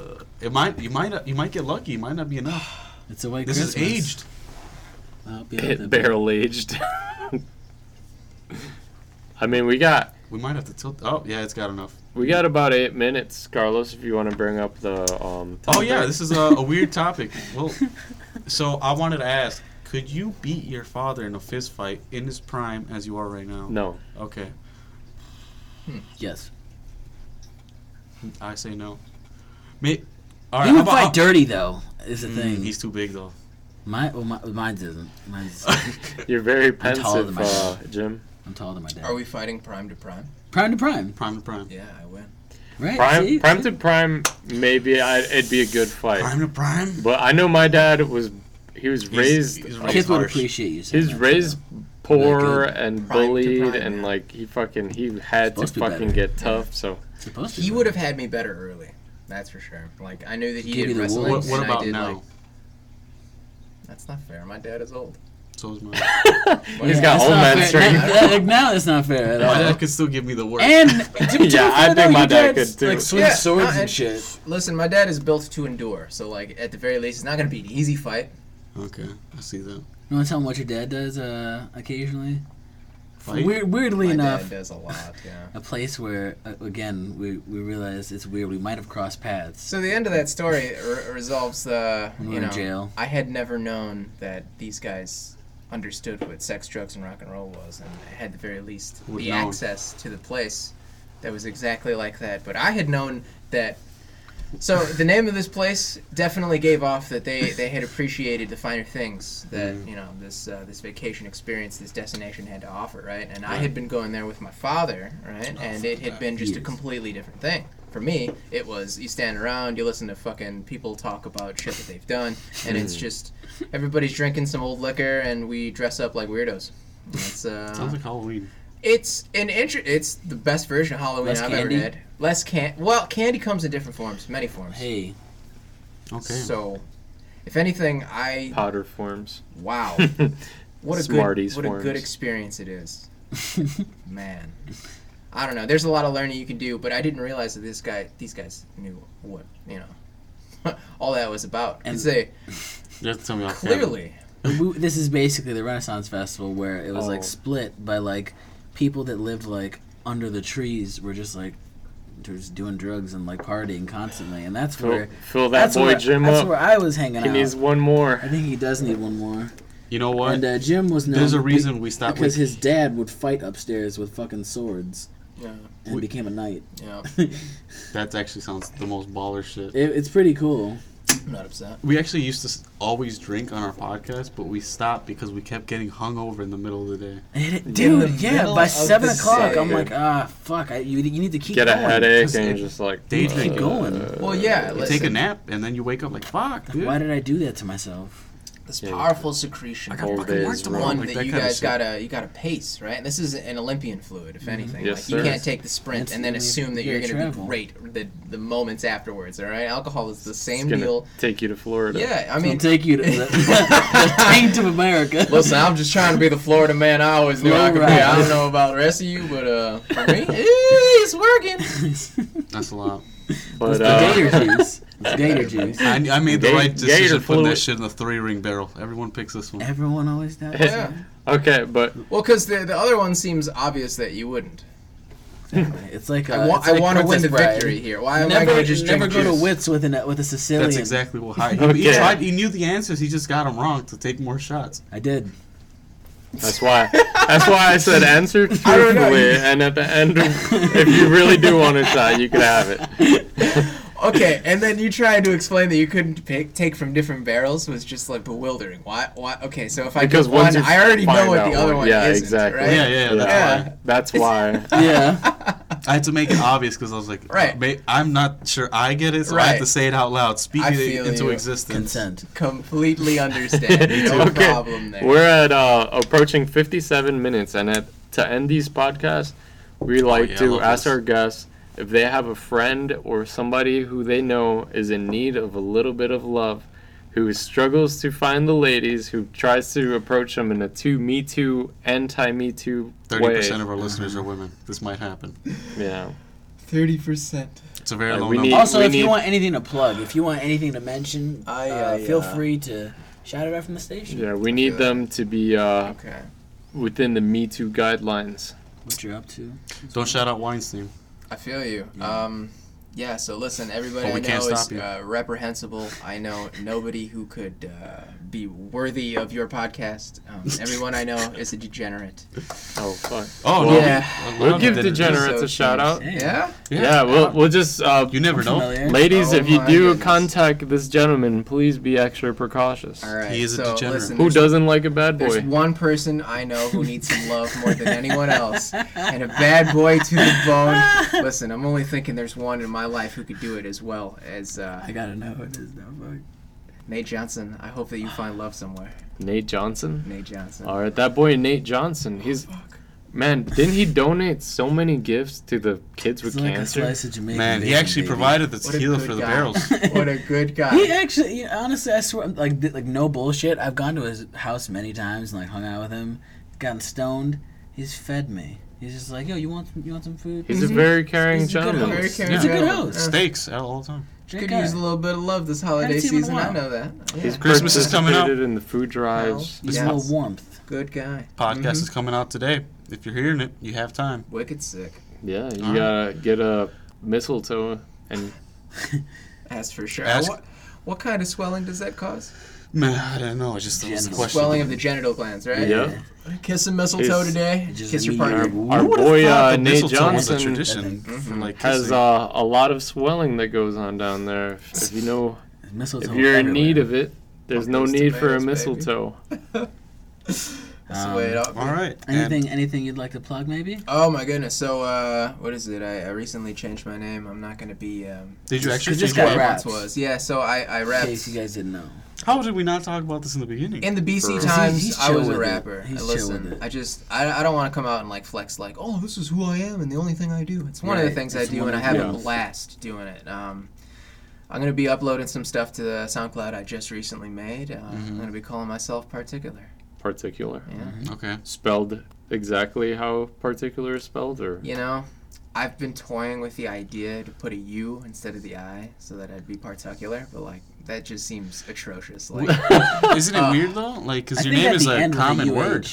[SPEAKER 6] Uh, It might you might you might get lucky. It might not be enough.
[SPEAKER 4] It's a white.
[SPEAKER 6] This
[SPEAKER 4] Christmas.
[SPEAKER 6] is aged.
[SPEAKER 4] I'll be able to-
[SPEAKER 1] It barrel aged. I mean, we got
[SPEAKER 6] We might have to tilt. Oh yeah, it's got enough.
[SPEAKER 1] we got about eight minutes, Carlos. If you want to bring up the um.
[SPEAKER 6] Oh
[SPEAKER 1] topic.
[SPEAKER 6] yeah, this is a, a weird topic. Well, so I wanted to ask, could you beat your father in a fist fight in his prime as you are right now?
[SPEAKER 1] No.
[SPEAKER 6] Okay,
[SPEAKER 4] Yes.
[SPEAKER 6] I say no. Me. All right.
[SPEAKER 4] You
[SPEAKER 6] how
[SPEAKER 4] would
[SPEAKER 6] about-
[SPEAKER 4] fight dirty though. Is the
[SPEAKER 6] Mm,
[SPEAKER 4] thing.
[SPEAKER 6] He's too big though.
[SPEAKER 4] My well, my mine's isn't. Mine's.
[SPEAKER 1] You're very
[SPEAKER 4] I'm taller than
[SPEAKER 1] pensive,
[SPEAKER 4] my
[SPEAKER 1] uh, Jim.
[SPEAKER 4] I'm taller than my dad.
[SPEAKER 5] Are we fighting prime to prime?
[SPEAKER 4] prime to prime?
[SPEAKER 6] prime to prime.
[SPEAKER 5] Yeah, I win.
[SPEAKER 4] Right.
[SPEAKER 1] Prime,
[SPEAKER 4] See?
[SPEAKER 1] prime to prime, maybe I, it'd be a good fight.
[SPEAKER 6] Prime to prime.
[SPEAKER 1] But I know my dad was, he was raised,
[SPEAKER 6] he's
[SPEAKER 1] uh,
[SPEAKER 6] raised-
[SPEAKER 4] Kids would
[SPEAKER 6] harsh.
[SPEAKER 4] appreciate you. saying
[SPEAKER 1] He's
[SPEAKER 4] that,
[SPEAKER 1] raised poor
[SPEAKER 4] Like
[SPEAKER 1] and
[SPEAKER 5] prime to
[SPEAKER 1] bullied,
[SPEAKER 5] prime,
[SPEAKER 1] and
[SPEAKER 5] yeah.
[SPEAKER 1] like he fucking he had to
[SPEAKER 4] Supposed to be
[SPEAKER 1] fucking
[SPEAKER 4] better.
[SPEAKER 1] get tough. So
[SPEAKER 4] though. Supposed to
[SPEAKER 5] He
[SPEAKER 4] be.
[SPEAKER 5] would have had me better early. That's for sure. Like I knew that he
[SPEAKER 4] Give me
[SPEAKER 5] did
[SPEAKER 4] the
[SPEAKER 5] wrestling.
[SPEAKER 4] wolves.
[SPEAKER 6] What, what
[SPEAKER 5] and I
[SPEAKER 6] about
[SPEAKER 5] did,
[SPEAKER 6] now?
[SPEAKER 5] Like, that's not fair. My dad is old.
[SPEAKER 6] So is mine.
[SPEAKER 1] he's
[SPEAKER 4] Yeah,
[SPEAKER 1] got
[SPEAKER 4] that's
[SPEAKER 1] old
[SPEAKER 4] not
[SPEAKER 1] man
[SPEAKER 4] fair.
[SPEAKER 1] strength.
[SPEAKER 4] Now- like, now that's not fair at
[SPEAKER 6] My
[SPEAKER 4] all.
[SPEAKER 6] dad could still give me the work.
[SPEAKER 4] And to be
[SPEAKER 1] Yeah, I
[SPEAKER 4] fair,
[SPEAKER 1] think
[SPEAKER 4] though,
[SPEAKER 1] my
[SPEAKER 4] your
[SPEAKER 1] dad
[SPEAKER 4] dad's,
[SPEAKER 1] could, too.
[SPEAKER 4] Like swing
[SPEAKER 5] Yeah,
[SPEAKER 4] swords
[SPEAKER 5] uh,
[SPEAKER 4] and shit.
[SPEAKER 5] Listen, my dad is built to endure, so like at the very least, it's not gonna be an easy fight.
[SPEAKER 6] okay, I see that.
[SPEAKER 4] You want to tell him what your dad does uh, occasionally?
[SPEAKER 6] Fight?
[SPEAKER 4] Weird, weirdly
[SPEAKER 5] my
[SPEAKER 4] enough,
[SPEAKER 5] dad does a lot. Yeah.
[SPEAKER 4] a place where uh, again we we realized it's weird. We might have crossed paths
[SPEAKER 5] So the end of that story re- resolves the
[SPEAKER 4] when we
[SPEAKER 5] you
[SPEAKER 4] were
[SPEAKER 5] know
[SPEAKER 4] in jail.
[SPEAKER 5] I had never known that these guys understood what sex, drugs, and rock and roll was, and at the very least,
[SPEAKER 6] Would
[SPEAKER 5] the
[SPEAKER 6] know.
[SPEAKER 5] access to the place that was exactly like that. But I had known that. So the name of this place definitely gave off that they, they had appreciated the finer things that you know this uh, this vacation experience this destination had to offer, right? And I had been going there with my father, right? and it had been just a
[SPEAKER 6] years.
[SPEAKER 5] completely different thing. For me, it was you stand around, you listen to fucking people talk about shit that they've done, and it's just everybody's drinking some old liquor, and we dress up like weirdos. It's uh,
[SPEAKER 7] Sounds like Halloween.
[SPEAKER 5] it's an intro. It's the best version of Halloween
[SPEAKER 4] Less
[SPEAKER 5] I've
[SPEAKER 4] candy?
[SPEAKER 5] ever had. Less can. Well, candy comes in different forms, many forms.
[SPEAKER 4] Hey,
[SPEAKER 7] Okay.
[SPEAKER 5] So, if anything, I
[SPEAKER 1] Powder forms.
[SPEAKER 5] wow, what a
[SPEAKER 1] Smarties
[SPEAKER 5] good what a good
[SPEAKER 1] forms.
[SPEAKER 5] experience it is. Man, I don't know. There's a lot of learning you can do, but I didn't realize that this guy, these guys knew what you know, all that was about. And
[SPEAKER 4] And-
[SPEAKER 5] they
[SPEAKER 7] you have to tell me off camera.
[SPEAKER 5] clearly,
[SPEAKER 4] we- this is basically the Renaissance Festival where it was
[SPEAKER 1] Oh.
[SPEAKER 4] like split by like people that lived like under the trees were just like just doing drugs and like partying constantly, and that's
[SPEAKER 1] Fill,
[SPEAKER 4] where
[SPEAKER 1] fill that
[SPEAKER 4] that's
[SPEAKER 1] boy
[SPEAKER 4] where,
[SPEAKER 1] Jim
[SPEAKER 4] that's
[SPEAKER 1] up.
[SPEAKER 4] where I was hanging
[SPEAKER 1] he
[SPEAKER 4] out.
[SPEAKER 1] needs one more.
[SPEAKER 4] I think he does need one more.
[SPEAKER 7] You know what?
[SPEAKER 4] And uh, Jim was known
[SPEAKER 7] There's a
[SPEAKER 4] be-
[SPEAKER 7] reason we stopped
[SPEAKER 4] because
[SPEAKER 7] with
[SPEAKER 4] his dad would fight upstairs with fucking swords
[SPEAKER 5] yeah,
[SPEAKER 4] and became a knight.
[SPEAKER 5] yeah.
[SPEAKER 4] it,
[SPEAKER 7] That actually sounds the most baller shit.
[SPEAKER 4] it's pretty cool.
[SPEAKER 5] I'm not upset.
[SPEAKER 7] We actually used to s- always drink on our podcast, but we stopped because we kept getting hungover in the middle of the day.
[SPEAKER 4] It,
[SPEAKER 5] the
[SPEAKER 4] dude, yeah,
[SPEAKER 5] middle
[SPEAKER 4] by
[SPEAKER 5] of
[SPEAKER 4] seven
[SPEAKER 5] the
[SPEAKER 4] o'clock,
[SPEAKER 5] day.
[SPEAKER 4] I'm like, ah, fuck, I, you, you need to keep
[SPEAKER 1] Get a
[SPEAKER 4] going.
[SPEAKER 1] headache
[SPEAKER 7] Just-
[SPEAKER 1] and
[SPEAKER 7] it-
[SPEAKER 1] just uh, like
[SPEAKER 7] Day drinking.
[SPEAKER 4] Keep going.
[SPEAKER 5] Well, yeah.
[SPEAKER 7] You
[SPEAKER 5] uh, listen,
[SPEAKER 7] take a nap and then you wake up like fuck, dude.
[SPEAKER 4] Why did I do that to myself?
[SPEAKER 5] this
[SPEAKER 1] Yeah.
[SPEAKER 5] powerful secretion.
[SPEAKER 7] I got
[SPEAKER 1] All
[SPEAKER 7] fucking
[SPEAKER 1] day
[SPEAKER 7] work
[SPEAKER 1] is
[SPEAKER 5] the
[SPEAKER 1] wrong.
[SPEAKER 7] tomorrow.
[SPEAKER 5] one
[SPEAKER 7] Like,
[SPEAKER 5] that,
[SPEAKER 7] that
[SPEAKER 5] you
[SPEAKER 7] kinda
[SPEAKER 5] guys
[SPEAKER 7] shit.
[SPEAKER 5] gotta you gotta pace, right? This is an Olympian fluid, if anything.
[SPEAKER 1] Yes,
[SPEAKER 5] like you
[SPEAKER 1] sir.
[SPEAKER 5] can't take the sprint
[SPEAKER 4] That's
[SPEAKER 5] and then
[SPEAKER 4] the way
[SPEAKER 5] assume that
[SPEAKER 4] you
[SPEAKER 5] you're
[SPEAKER 4] gotta
[SPEAKER 5] gonna
[SPEAKER 4] travel.
[SPEAKER 5] be great the the moments afterwards, all right? Alcohol is the
[SPEAKER 1] It's
[SPEAKER 5] same
[SPEAKER 1] gonna
[SPEAKER 5] deal.
[SPEAKER 1] take you to Florida.
[SPEAKER 5] Yeah, I
[SPEAKER 4] I will
[SPEAKER 5] mean
[SPEAKER 4] take you to the, the taint of America.
[SPEAKER 5] Listen, I'm just trying to be the Florida man I always knew I could be. I don't
[SPEAKER 4] Florida.
[SPEAKER 5] know about the rest of you, but uh for me, eh, it's working.
[SPEAKER 7] That's a lot.
[SPEAKER 1] but uh,
[SPEAKER 4] the gator juice. It's gator juice.
[SPEAKER 7] I, I made the
[SPEAKER 1] Gator-
[SPEAKER 7] right
[SPEAKER 1] gator
[SPEAKER 7] decision putting
[SPEAKER 1] fluid.
[SPEAKER 7] that shit in the three ring barrel. Everyone picks this one.
[SPEAKER 4] Everyone always does.
[SPEAKER 5] Yeah.
[SPEAKER 4] man.
[SPEAKER 1] okay, but
[SPEAKER 5] Well, because the the other one seems obvious that you wouldn't.
[SPEAKER 4] It's like uh,
[SPEAKER 5] I want
[SPEAKER 4] it's like
[SPEAKER 5] I want to win
[SPEAKER 4] Princess
[SPEAKER 5] the
[SPEAKER 4] Bride.
[SPEAKER 5] victory here. Why am I
[SPEAKER 4] Never,
[SPEAKER 5] gonna just
[SPEAKER 4] never
[SPEAKER 5] drink
[SPEAKER 4] go
[SPEAKER 5] juice?
[SPEAKER 4] to wits with an with a Sicilian.
[SPEAKER 7] That's exactly what. Hi, he, he
[SPEAKER 1] Okay.
[SPEAKER 7] tried. He knew the answers. He just got them wrong to take more shots.
[SPEAKER 4] I did.
[SPEAKER 1] that's why that's why I said answer
[SPEAKER 5] I don't know,
[SPEAKER 1] truthfully,
[SPEAKER 5] you-
[SPEAKER 1] and at the end, of, if you really do want to try, you can have it.
[SPEAKER 5] Okay, and then you tried to explain that you couldn't pick take from different barrels was just like bewildering. Why? Why? Okay, so if I
[SPEAKER 1] Because
[SPEAKER 5] pick one,
[SPEAKER 1] once you
[SPEAKER 5] I already know
[SPEAKER 1] find
[SPEAKER 5] what
[SPEAKER 1] out
[SPEAKER 5] the other
[SPEAKER 1] one-
[SPEAKER 5] one
[SPEAKER 1] yeah,
[SPEAKER 5] isn't.
[SPEAKER 1] exactly.
[SPEAKER 5] Right?
[SPEAKER 7] Yeah, yeah, that's
[SPEAKER 5] Yeah.
[SPEAKER 7] why.
[SPEAKER 1] That's why.
[SPEAKER 4] Yeah.
[SPEAKER 7] I had to make it obvious because I was like,
[SPEAKER 5] Right.
[SPEAKER 7] "Ma- I'm not sure I get it, so I
[SPEAKER 5] Right.
[SPEAKER 7] have to say it out loud, speak
[SPEAKER 5] I
[SPEAKER 7] it
[SPEAKER 5] feel
[SPEAKER 7] into
[SPEAKER 5] you.
[SPEAKER 7] existence.
[SPEAKER 4] Consent.
[SPEAKER 5] Completely understand. No
[SPEAKER 1] Okay.
[SPEAKER 5] problem there.
[SPEAKER 1] We're at uh, approaching 57 minutes, and at, to end these podcasts, we like
[SPEAKER 7] yeah, I
[SPEAKER 1] to
[SPEAKER 7] love
[SPEAKER 1] ask
[SPEAKER 7] this.
[SPEAKER 1] our guests if they have a friend or somebody who they know is in need of a little bit of love, who struggles to find the ladies, who tries to approach them in a too me too, anti me too
[SPEAKER 7] Thirty
[SPEAKER 1] way.
[SPEAKER 7] percent of our listeners are women. This might happen.
[SPEAKER 1] yeah.
[SPEAKER 5] Thirty percent.
[SPEAKER 7] It's a very
[SPEAKER 1] Like,
[SPEAKER 7] low
[SPEAKER 1] we
[SPEAKER 7] number.
[SPEAKER 1] need-
[SPEAKER 4] Also, if
[SPEAKER 1] need-
[SPEAKER 4] you want anything to plug, if you want anything to mention,
[SPEAKER 5] I,
[SPEAKER 4] uh,
[SPEAKER 5] uh,
[SPEAKER 4] feel
[SPEAKER 5] yeah.
[SPEAKER 4] free to shout it out from the station.
[SPEAKER 1] Yeah, we need them to be uh,
[SPEAKER 5] Okay.
[SPEAKER 1] within the Me Too guidelines.
[SPEAKER 4] What you're up to?
[SPEAKER 7] Don't shout out Weinstein.
[SPEAKER 5] I feel you.
[SPEAKER 4] Yeah.
[SPEAKER 5] Um, yeah. So listen, everybody
[SPEAKER 7] But
[SPEAKER 5] I
[SPEAKER 7] we can't
[SPEAKER 5] know is
[SPEAKER 7] stop you.
[SPEAKER 5] uh, reprehensible. I know nobody who could uh, be worthy of your podcast. Um, everyone I know is a degenerate.
[SPEAKER 1] Oh fuck.
[SPEAKER 7] Oh
[SPEAKER 1] Well,
[SPEAKER 7] no,
[SPEAKER 5] yeah.
[SPEAKER 7] we-
[SPEAKER 1] We'll give
[SPEAKER 7] Degenerate.
[SPEAKER 1] degenerates
[SPEAKER 5] So
[SPEAKER 1] a shout out.
[SPEAKER 4] Hey,
[SPEAKER 5] Yeah.
[SPEAKER 1] Yeah, we'll we'll just uh,
[SPEAKER 7] You never know.
[SPEAKER 4] familiar?
[SPEAKER 1] Ladies,
[SPEAKER 5] Oh
[SPEAKER 1] if you
[SPEAKER 5] my
[SPEAKER 1] do
[SPEAKER 5] goodness.
[SPEAKER 1] contact this gentleman, please be extra precautious.
[SPEAKER 5] All right.
[SPEAKER 7] He is a
[SPEAKER 5] so
[SPEAKER 7] degenerate.
[SPEAKER 5] Listen,
[SPEAKER 1] Who
[SPEAKER 5] there's-
[SPEAKER 1] doesn't like a bad
[SPEAKER 5] There's
[SPEAKER 1] boy?
[SPEAKER 5] one person I know who needs some love more than anyone else, and a bad boy to the bone. Listen, I'm only thinking there's one in my life who could do it as well as uh,
[SPEAKER 4] I gotta know who it is now. Fuck.
[SPEAKER 5] Nate Johnson. I hope that you find love somewhere,
[SPEAKER 1] Nate Johnson.
[SPEAKER 5] Nate Johnson.
[SPEAKER 1] All right, that boy Nate Johnson. He's
[SPEAKER 5] Fuck.
[SPEAKER 1] man. Didn't he donate so many gifts to the kids with
[SPEAKER 4] It's like a
[SPEAKER 1] cancer?
[SPEAKER 4] slice of Jamaican
[SPEAKER 7] Man, he
[SPEAKER 4] bacon,
[SPEAKER 7] actually
[SPEAKER 4] baby.
[SPEAKER 7] provided the
[SPEAKER 5] What a
[SPEAKER 7] tequila
[SPEAKER 5] good
[SPEAKER 7] for the
[SPEAKER 5] guy.
[SPEAKER 7] barrels.
[SPEAKER 5] What a good
[SPEAKER 4] He
[SPEAKER 5] guy.
[SPEAKER 4] actually, you know, honestly, I swear, like, th- like no bullshit. I've gone to his house many times and like hung out with him, gotten stoned. He's fed me. He's just like, yo, you want some, you want some food?
[SPEAKER 1] He's a very caring
[SPEAKER 4] He's a good
[SPEAKER 1] gentleman.
[SPEAKER 4] host.
[SPEAKER 5] Very caring
[SPEAKER 4] He's a good
[SPEAKER 5] gentleman.
[SPEAKER 4] host.
[SPEAKER 7] Steaks out all the time.
[SPEAKER 4] Drink
[SPEAKER 5] Could
[SPEAKER 4] up.
[SPEAKER 5] use a little bit of love this holiday
[SPEAKER 4] Haven't seen him in a
[SPEAKER 5] season. I
[SPEAKER 4] while.
[SPEAKER 5] know that. Yeah.
[SPEAKER 1] He's
[SPEAKER 7] Christmas is coming up.
[SPEAKER 1] participated in the food drives.
[SPEAKER 5] Well,
[SPEAKER 4] He's
[SPEAKER 5] yeah.
[SPEAKER 4] a little warmth.
[SPEAKER 5] Good guy.
[SPEAKER 7] Podcast
[SPEAKER 5] Mhm.
[SPEAKER 7] is coming out today. If you're hearing it, you have time.
[SPEAKER 5] Wicked sick.
[SPEAKER 1] Yeah, you
[SPEAKER 7] All right.
[SPEAKER 1] gotta get a mistletoe and
[SPEAKER 5] That's for sure.
[SPEAKER 7] Ask-
[SPEAKER 5] What, what kind of swelling does that cause?
[SPEAKER 6] Man, I don't know. It's just this
[SPEAKER 4] General.
[SPEAKER 6] question.
[SPEAKER 5] Swelling of the genital glands, right?
[SPEAKER 1] Yeah.
[SPEAKER 5] Kissing mistletoe
[SPEAKER 1] It's-
[SPEAKER 5] today.
[SPEAKER 4] It's just
[SPEAKER 5] Kiss your
[SPEAKER 4] me
[SPEAKER 5] partner.
[SPEAKER 4] and
[SPEAKER 1] Our
[SPEAKER 6] Who would've
[SPEAKER 1] boy,
[SPEAKER 6] thought
[SPEAKER 1] uh,
[SPEAKER 6] that
[SPEAKER 1] Nate
[SPEAKER 6] mistletoe was a
[SPEAKER 1] Johnson
[SPEAKER 6] tradition from like
[SPEAKER 1] Has
[SPEAKER 6] kissing?
[SPEAKER 1] uh, a lot of swelling that goes on down there. If you know,
[SPEAKER 4] Mistletoe
[SPEAKER 1] if you're in
[SPEAKER 4] everywhere.
[SPEAKER 1] need of it, there's
[SPEAKER 5] Fuck
[SPEAKER 1] no
[SPEAKER 5] those
[SPEAKER 1] need for a
[SPEAKER 5] tomatoes, baby.
[SPEAKER 1] mistletoe.
[SPEAKER 5] That's the way it ought to be.
[SPEAKER 6] All right. and-
[SPEAKER 4] Anything, anything you'd like to plug, maybe?
[SPEAKER 5] Oh my goodness. So uh, what is it? I, I recently changed my name. I'm not gonna be um,
[SPEAKER 6] Did you actually
[SPEAKER 4] Cause this
[SPEAKER 6] take
[SPEAKER 4] guy
[SPEAKER 5] what I
[SPEAKER 6] that?
[SPEAKER 4] raps.
[SPEAKER 5] once was. Yeah. So I I
[SPEAKER 4] In
[SPEAKER 5] rapped
[SPEAKER 4] case you guys didn't know.
[SPEAKER 6] How did we not talk about this in the beginning?
[SPEAKER 5] in the BC
[SPEAKER 6] He's-
[SPEAKER 5] times.
[SPEAKER 4] he's
[SPEAKER 5] I
[SPEAKER 4] chill
[SPEAKER 5] was a
[SPEAKER 4] with it.
[SPEAKER 5] rapper.
[SPEAKER 4] He's
[SPEAKER 5] I
[SPEAKER 4] chill
[SPEAKER 5] listen.
[SPEAKER 4] with it.
[SPEAKER 5] I just I, I don't want to come out and like flex like oh this is who I am and the only thing I do. It's one of the
[SPEAKER 4] Right.
[SPEAKER 5] things
[SPEAKER 4] It's
[SPEAKER 5] I do
[SPEAKER 4] one
[SPEAKER 5] and I
[SPEAKER 4] of
[SPEAKER 5] have a
[SPEAKER 1] the-
[SPEAKER 5] blast doing it. Um, I'm gonna be uploading some stuff to the SoundCloud I just recently made. Uh,
[SPEAKER 4] Mm-hmm.
[SPEAKER 5] I'm gonna be calling myself Particular.
[SPEAKER 1] Particular,
[SPEAKER 5] Yeah.
[SPEAKER 6] okay.
[SPEAKER 1] spelled exactly how particular is spelled, or
[SPEAKER 5] You know, I've been toying with the idea to put a U instead of the I so that I'd be particular, but like that just seems atrocious. Like
[SPEAKER 6] Isn't it weird though? Like,
[SPEAKER 4] I
[SPEAKER 6] because your
[SPEAKER 4] think
[SPEAKER 6] name
[SPEAKER 4] at
[SPEAKER 6] is
[SPEAKER 4] the
[SPEAKER 6] a
[SPEAKER 4] end with
[SPEAKER 6] common
[SPEAKER 4] UH,
[SPEAKER 6] word.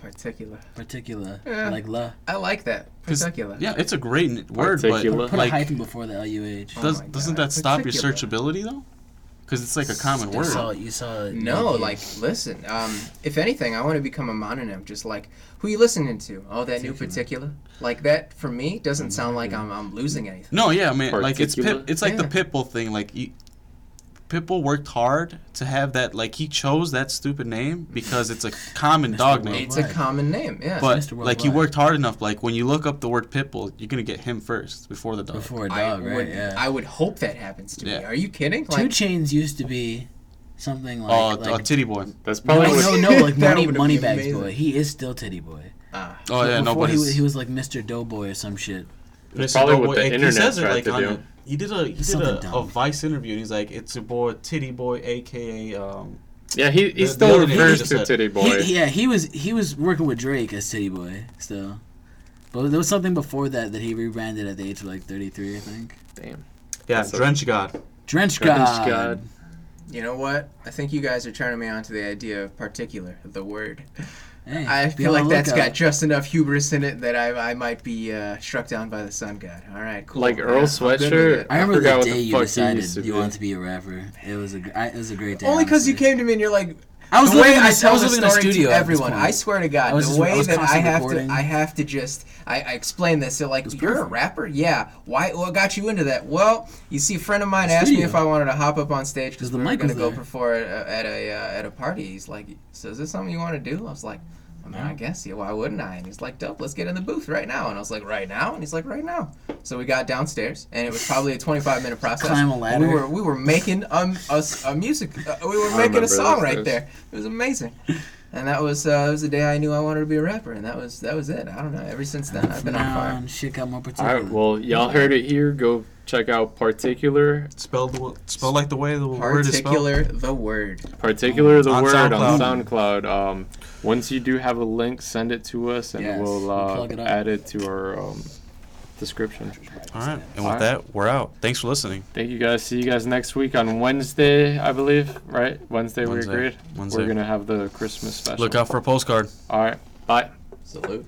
[SPEAKER 5] particular.
[SPEAKER 4] Particular,
[SPEAKER 5] Yeah.
[SPEAKER 4] like la.
[SPEAKER 5] I like that.
[SPEAKER 6] 'Cause-
[SPEAKER 5] Particular.
[SPEAKER 6] Yeah, it's a great n- word,
[SPEAKER 1] Particular.
[SPEAKER 6] but
[SPEAKER 4] Put a
[SPEAKER 6] like,
[SPEAKER 4] hyphen before the luh.
[SPEAKER 5] Oh
[SPEAKER 6] does,
[SPEAKER 5] my
[SPEAKER 6] doesn't
[SPEAKER 5] God,
[SPEAKER 6] that stop your
[SPEAKER 5] particular.
[SPEAKER 6] searchability though? Because it's like a common
[SPEAKER 4] You saw
[SPEAKER 6] word.
[SPEAKER 4] it. You saw it.
[SPEAKER 5] No,
[SPEAKER 4] here.
[SPEAKER 5] like listen. Um, if anything, I want to become a mononym. Just like who you listening to? Oh, that new particular. Like that for me doesn't sound like I'm, I'm losing anything.
[SPEAKER 6] No, yeah, man. Like it's
[SPEAKER 1] Particular.
[SPEAKER 6] pit, it's like the
[SPEAKER 5] Yeah.
[SPEAKER 6] Pitbull thing. Like you, Pitbull worked hard to have that. Like he chose that stupid name because it's a common dog
[SPEAKER 4] Oh
[SPEAKER 6] name.
[SPEAKER 5] It's a common name. Yeah.
[SPEAKER 6] But
[SPEAKER 4] Mr.
[SPEAKER 6] like you
[SPEAKER 4] Worldwide.
[SPEAKER 6] worked hard enough. Like when you look up the word Pitbull, you're gonna get him first before the dog.
[SPEAKER 4] before a
[SPEAKER 5] I
[SPEAKER 4] dog,
[SPEAKER 5] would.
[SPEAKER 4] right? Yeah.
[SPEAKER 5] I would hope that happens to me.
[SPEAKER 6] Yeah.
[SPEAKER 5] Are you kidding?
[SPEAKER 4] Two
[SPEAKER 5] Like,
[SPEAKER 4] chains used to be something like.
[SPEAKER 6] Oh,
[SPEAKER 4] like
[SPEAKER 6] uh, titty boy.
[SPEAKER 1] that's
[SPEAKER 4] no,
[SPEAKER 1] probably what.
[SPEAKER 4] no,
[SPEAKER 5] was-
[SPEAKER 4] no, like
[SPEAKER 5] That
[SPEAKER 4] money,
[SPEAKER 5] would've
[SPEAKER 4] money
[SPEAKER 5] been
[SPEAKER 4] bags
[SPEAKER 5] amazing.
[SPEAKER 4] boy. He is still titty boy.
[SPEAKER 5] ah,
[SPEAKER 6] Oh yeah, no,
[SPEAKER 4] Before
[SPEAKER 6] but
[SPEAKER 4] he, was,
[SPEAKER 6] it's-
[SPEAKER 4] he was like Mr. Doughboy or some shit.
[SPEAKER 6] That's
[SPEAKER 1] probably
[SPEAKER 6] about
[SPEAKER 1] what the
[SPEAKER 6] like,
[SPEAKER 1] internet
[SPEAKER 6] he says it,
[SPEAKER 1] tried
[SPEAKER 6] like,
[SPEAKER 1] to
[SPEAKER 6] on
[SPEAKER 1] do.
[SPEAKER 6] a- He did a he did
[SPEAKER 4] Something
[SPEAKER 6] a, a
[SPEAKER 4] dumb.
[SPEAKER 6] Vice interview and he's like, it's your boy Titty Boy, aka um,
[SPEAKER 1] Yeah, he, he
[SPEAKER 6] The-
[SPEAKER 1] still
[SPEAKER 6] the other day you
[SPEAKER 1] refers
[SPEAKER 6] just
[SPEAKER 1] to
[SPEAKER 6] said-
[SPEAKER 1] Titty Boy.
[SPEAKER 4] He, yeah, he was he was working with Drake as Titty Boy still, but there was something before that that he rebranded at the age of like 33, I think.
[SPEAKER 1] Damn.
[SPEAKER 6] yeah,
[SPEAKER 1] That's a-
[SPEAKER 6] Drench God.
[SPEAKER 4] Drench
[SPEAKER 1] Goodness
[SPEAKER 4] God.
[SPEAKER 1] God.
[SPEAKER 5] you know what? I think you guys are turning me on to the idea of particular, the word.
[SPEAKER 4] Hey,
[SPEAKER 5] I
[SPEAKER 4] be
[SPEAKER 5] feel
[SPEAKER 4] on
[SPEAKER 5] like
[SPEAKER 4] the
[SPEAKER 5] that's
[SPEAKER 4] lookout.
[SPEAKER 5] got just enough hubris in it that I, I might be uh, struck down by the sun god. All right, cool.
[SPEAKER 1] Like Earl
[SPEAKER 5] Yeah, I'm good with
[SPEAKER 1] Sweatshirt.
[SPEAKER 5] it.
[SPEAKER 4] I remember
[SPEAKER 1] forgot
[SPEAKER 4] the
[SPEAKER 1] what
[SPEAKER 4] day
[SPEAKER 1] the
[SPEAKER 4] you
[SPEAKER 1] fuck he
[SPEAKER 4] decided
[SPEAKER 1] used to
[SPEAKER 4] you
[SPEAKER 1] be.
[SPEAKER 4] wanted to be a rapper. It was a gr- I, it was a great day.
[SPEAKER 5] Only because you
[SPEAKER 4] honestly.
[SPEAKER 5] came to me and you're like,
[SPEAKER 4] I was
[SPEAKER 5] the
[SPEAKER 4] living
[SPEAKER 5] way
[SPEAKER 4] in
[SPEAKER 5] I
[SPEAKER 4] a, I
[SPEAKER 5] tell
[SPEAKER 4] was
[SPEAKER 5] the
[SPEAKER 4] living in a
[SPEAKER 5] story
[SPEAKER 4] studio. at
[SPEAKER 5] to
[SPEAKER 4] this
[SPEAKER 5] everyone,
[SPEAKER 4] point.
[SPEAKER 5] I swear to
[SPEAKER 4] I
[SPEAKER 5] God,
[SPEAKER 4] was
[SPEAKER 5] the
[SPEAKER 4] just- I
[SPEAKER 5] way
[SPEAKER 4] was
[SPEAKER 5] that I
[SPEAKER 4] constantly
[SPEAKER 5] have
[SPEAKER 4] recording.
[SPEAKER 5] to, I have to just, I, I explain this. They're like, you're a
[SPEAKER 4] perfect.
[SPEAKER 5] rapper, yeah. Why? What got you into that? Well, you see, a friend of mine asked me
[SPEAKER 4] Studio.
[SPEAKER 5] if I wanted to hop up on stage because
[SPEAKER 4] the
[SPEAKER 5] we were
[SPEAKER 4] mic
[SPEAKER 5] gonna
[SPEAKER 4] was
[SPEAKER 5] go
[SPEAKER 4] there.
[SPEAKER 5] perform at a at a, uh, at a party. He's like, so is this something you want to do? I was like. I mean, I guess yeah. Why wouldn't I? And he's like, "Dope, let's get in the booth right now." And I was like, "Right now?" And he's like, "Right now." So we got downstairs, and it was probably a 25-minute process.
[SPEAKER 4] Climb a
[SPEAKER 5] And We
[SPEAKER 4] ladder.
[SPEAKER 5] were we were making um a, a music. Uh, we were
[SPEAKER 1] I
[SPEAKER 5] making
[SPEAKER 1] remember
[SPEAKER 5] a song
[SPEAKER 1] those
[SPEAKER 5] right
[SPEAKER 1] days.
[SPEAKER 5] there. It was amazing. And that was uh, that was the day I knew I wanted to be a rapper, and that was that was it. I don't know. Ever since then, I've
[SPEAKER 4] From
[SPEAKER 5] been on
[SPEAKER 4] now
[SPEAKER 5] fire.
[SPEAKER 4] on, shit got more
[SPEAKER 1] All
[SPEAKER 4] particular.
[SPEAKER 1] right, well, y'all heard it here. Go check out Particular.
[SPEAKER 6] Spelled the wo- spelled like the way the word is spelled.
[SPEAKER 5] Particular, the word.
[SPEAKER 1] Particular the
[SPEAKER 6] On
[SPEAKER 1] word on
[SPEAKER 6] SoundCloud.
[SPEAKER 1] SoundCloud. Um, once you do have a link, send it to us, and
[SPEAKER 4] Yes,
[SPEAKER 1] we'll
[SPEAKER 4] we'll
[SPEAKER 1] uh,
[SPEAKER 4] plug it up.
[SPEAKER 1] add it to our um, description.
[SPEAKER 6] All right, and with
[SPEAKER 1] All right.
[SPEAKER 6] that, we're out. Thanks for listening.
[SPEAKER 1] Thank you guys. See you guys next week on Wednesday, I believe. Right? Wednesday, we
[SPEAKER 6] Wednesday.
[SPEAKER 1] agreed.
[SPEAKER 6] Wednesday.
[SPEAKER 1] We're gonna have the Christmas special.
[SPEAKER 6] Look out for a postcard.
[SPEAKER 1] All right. Bye.
[SPEAKER 5] Salute.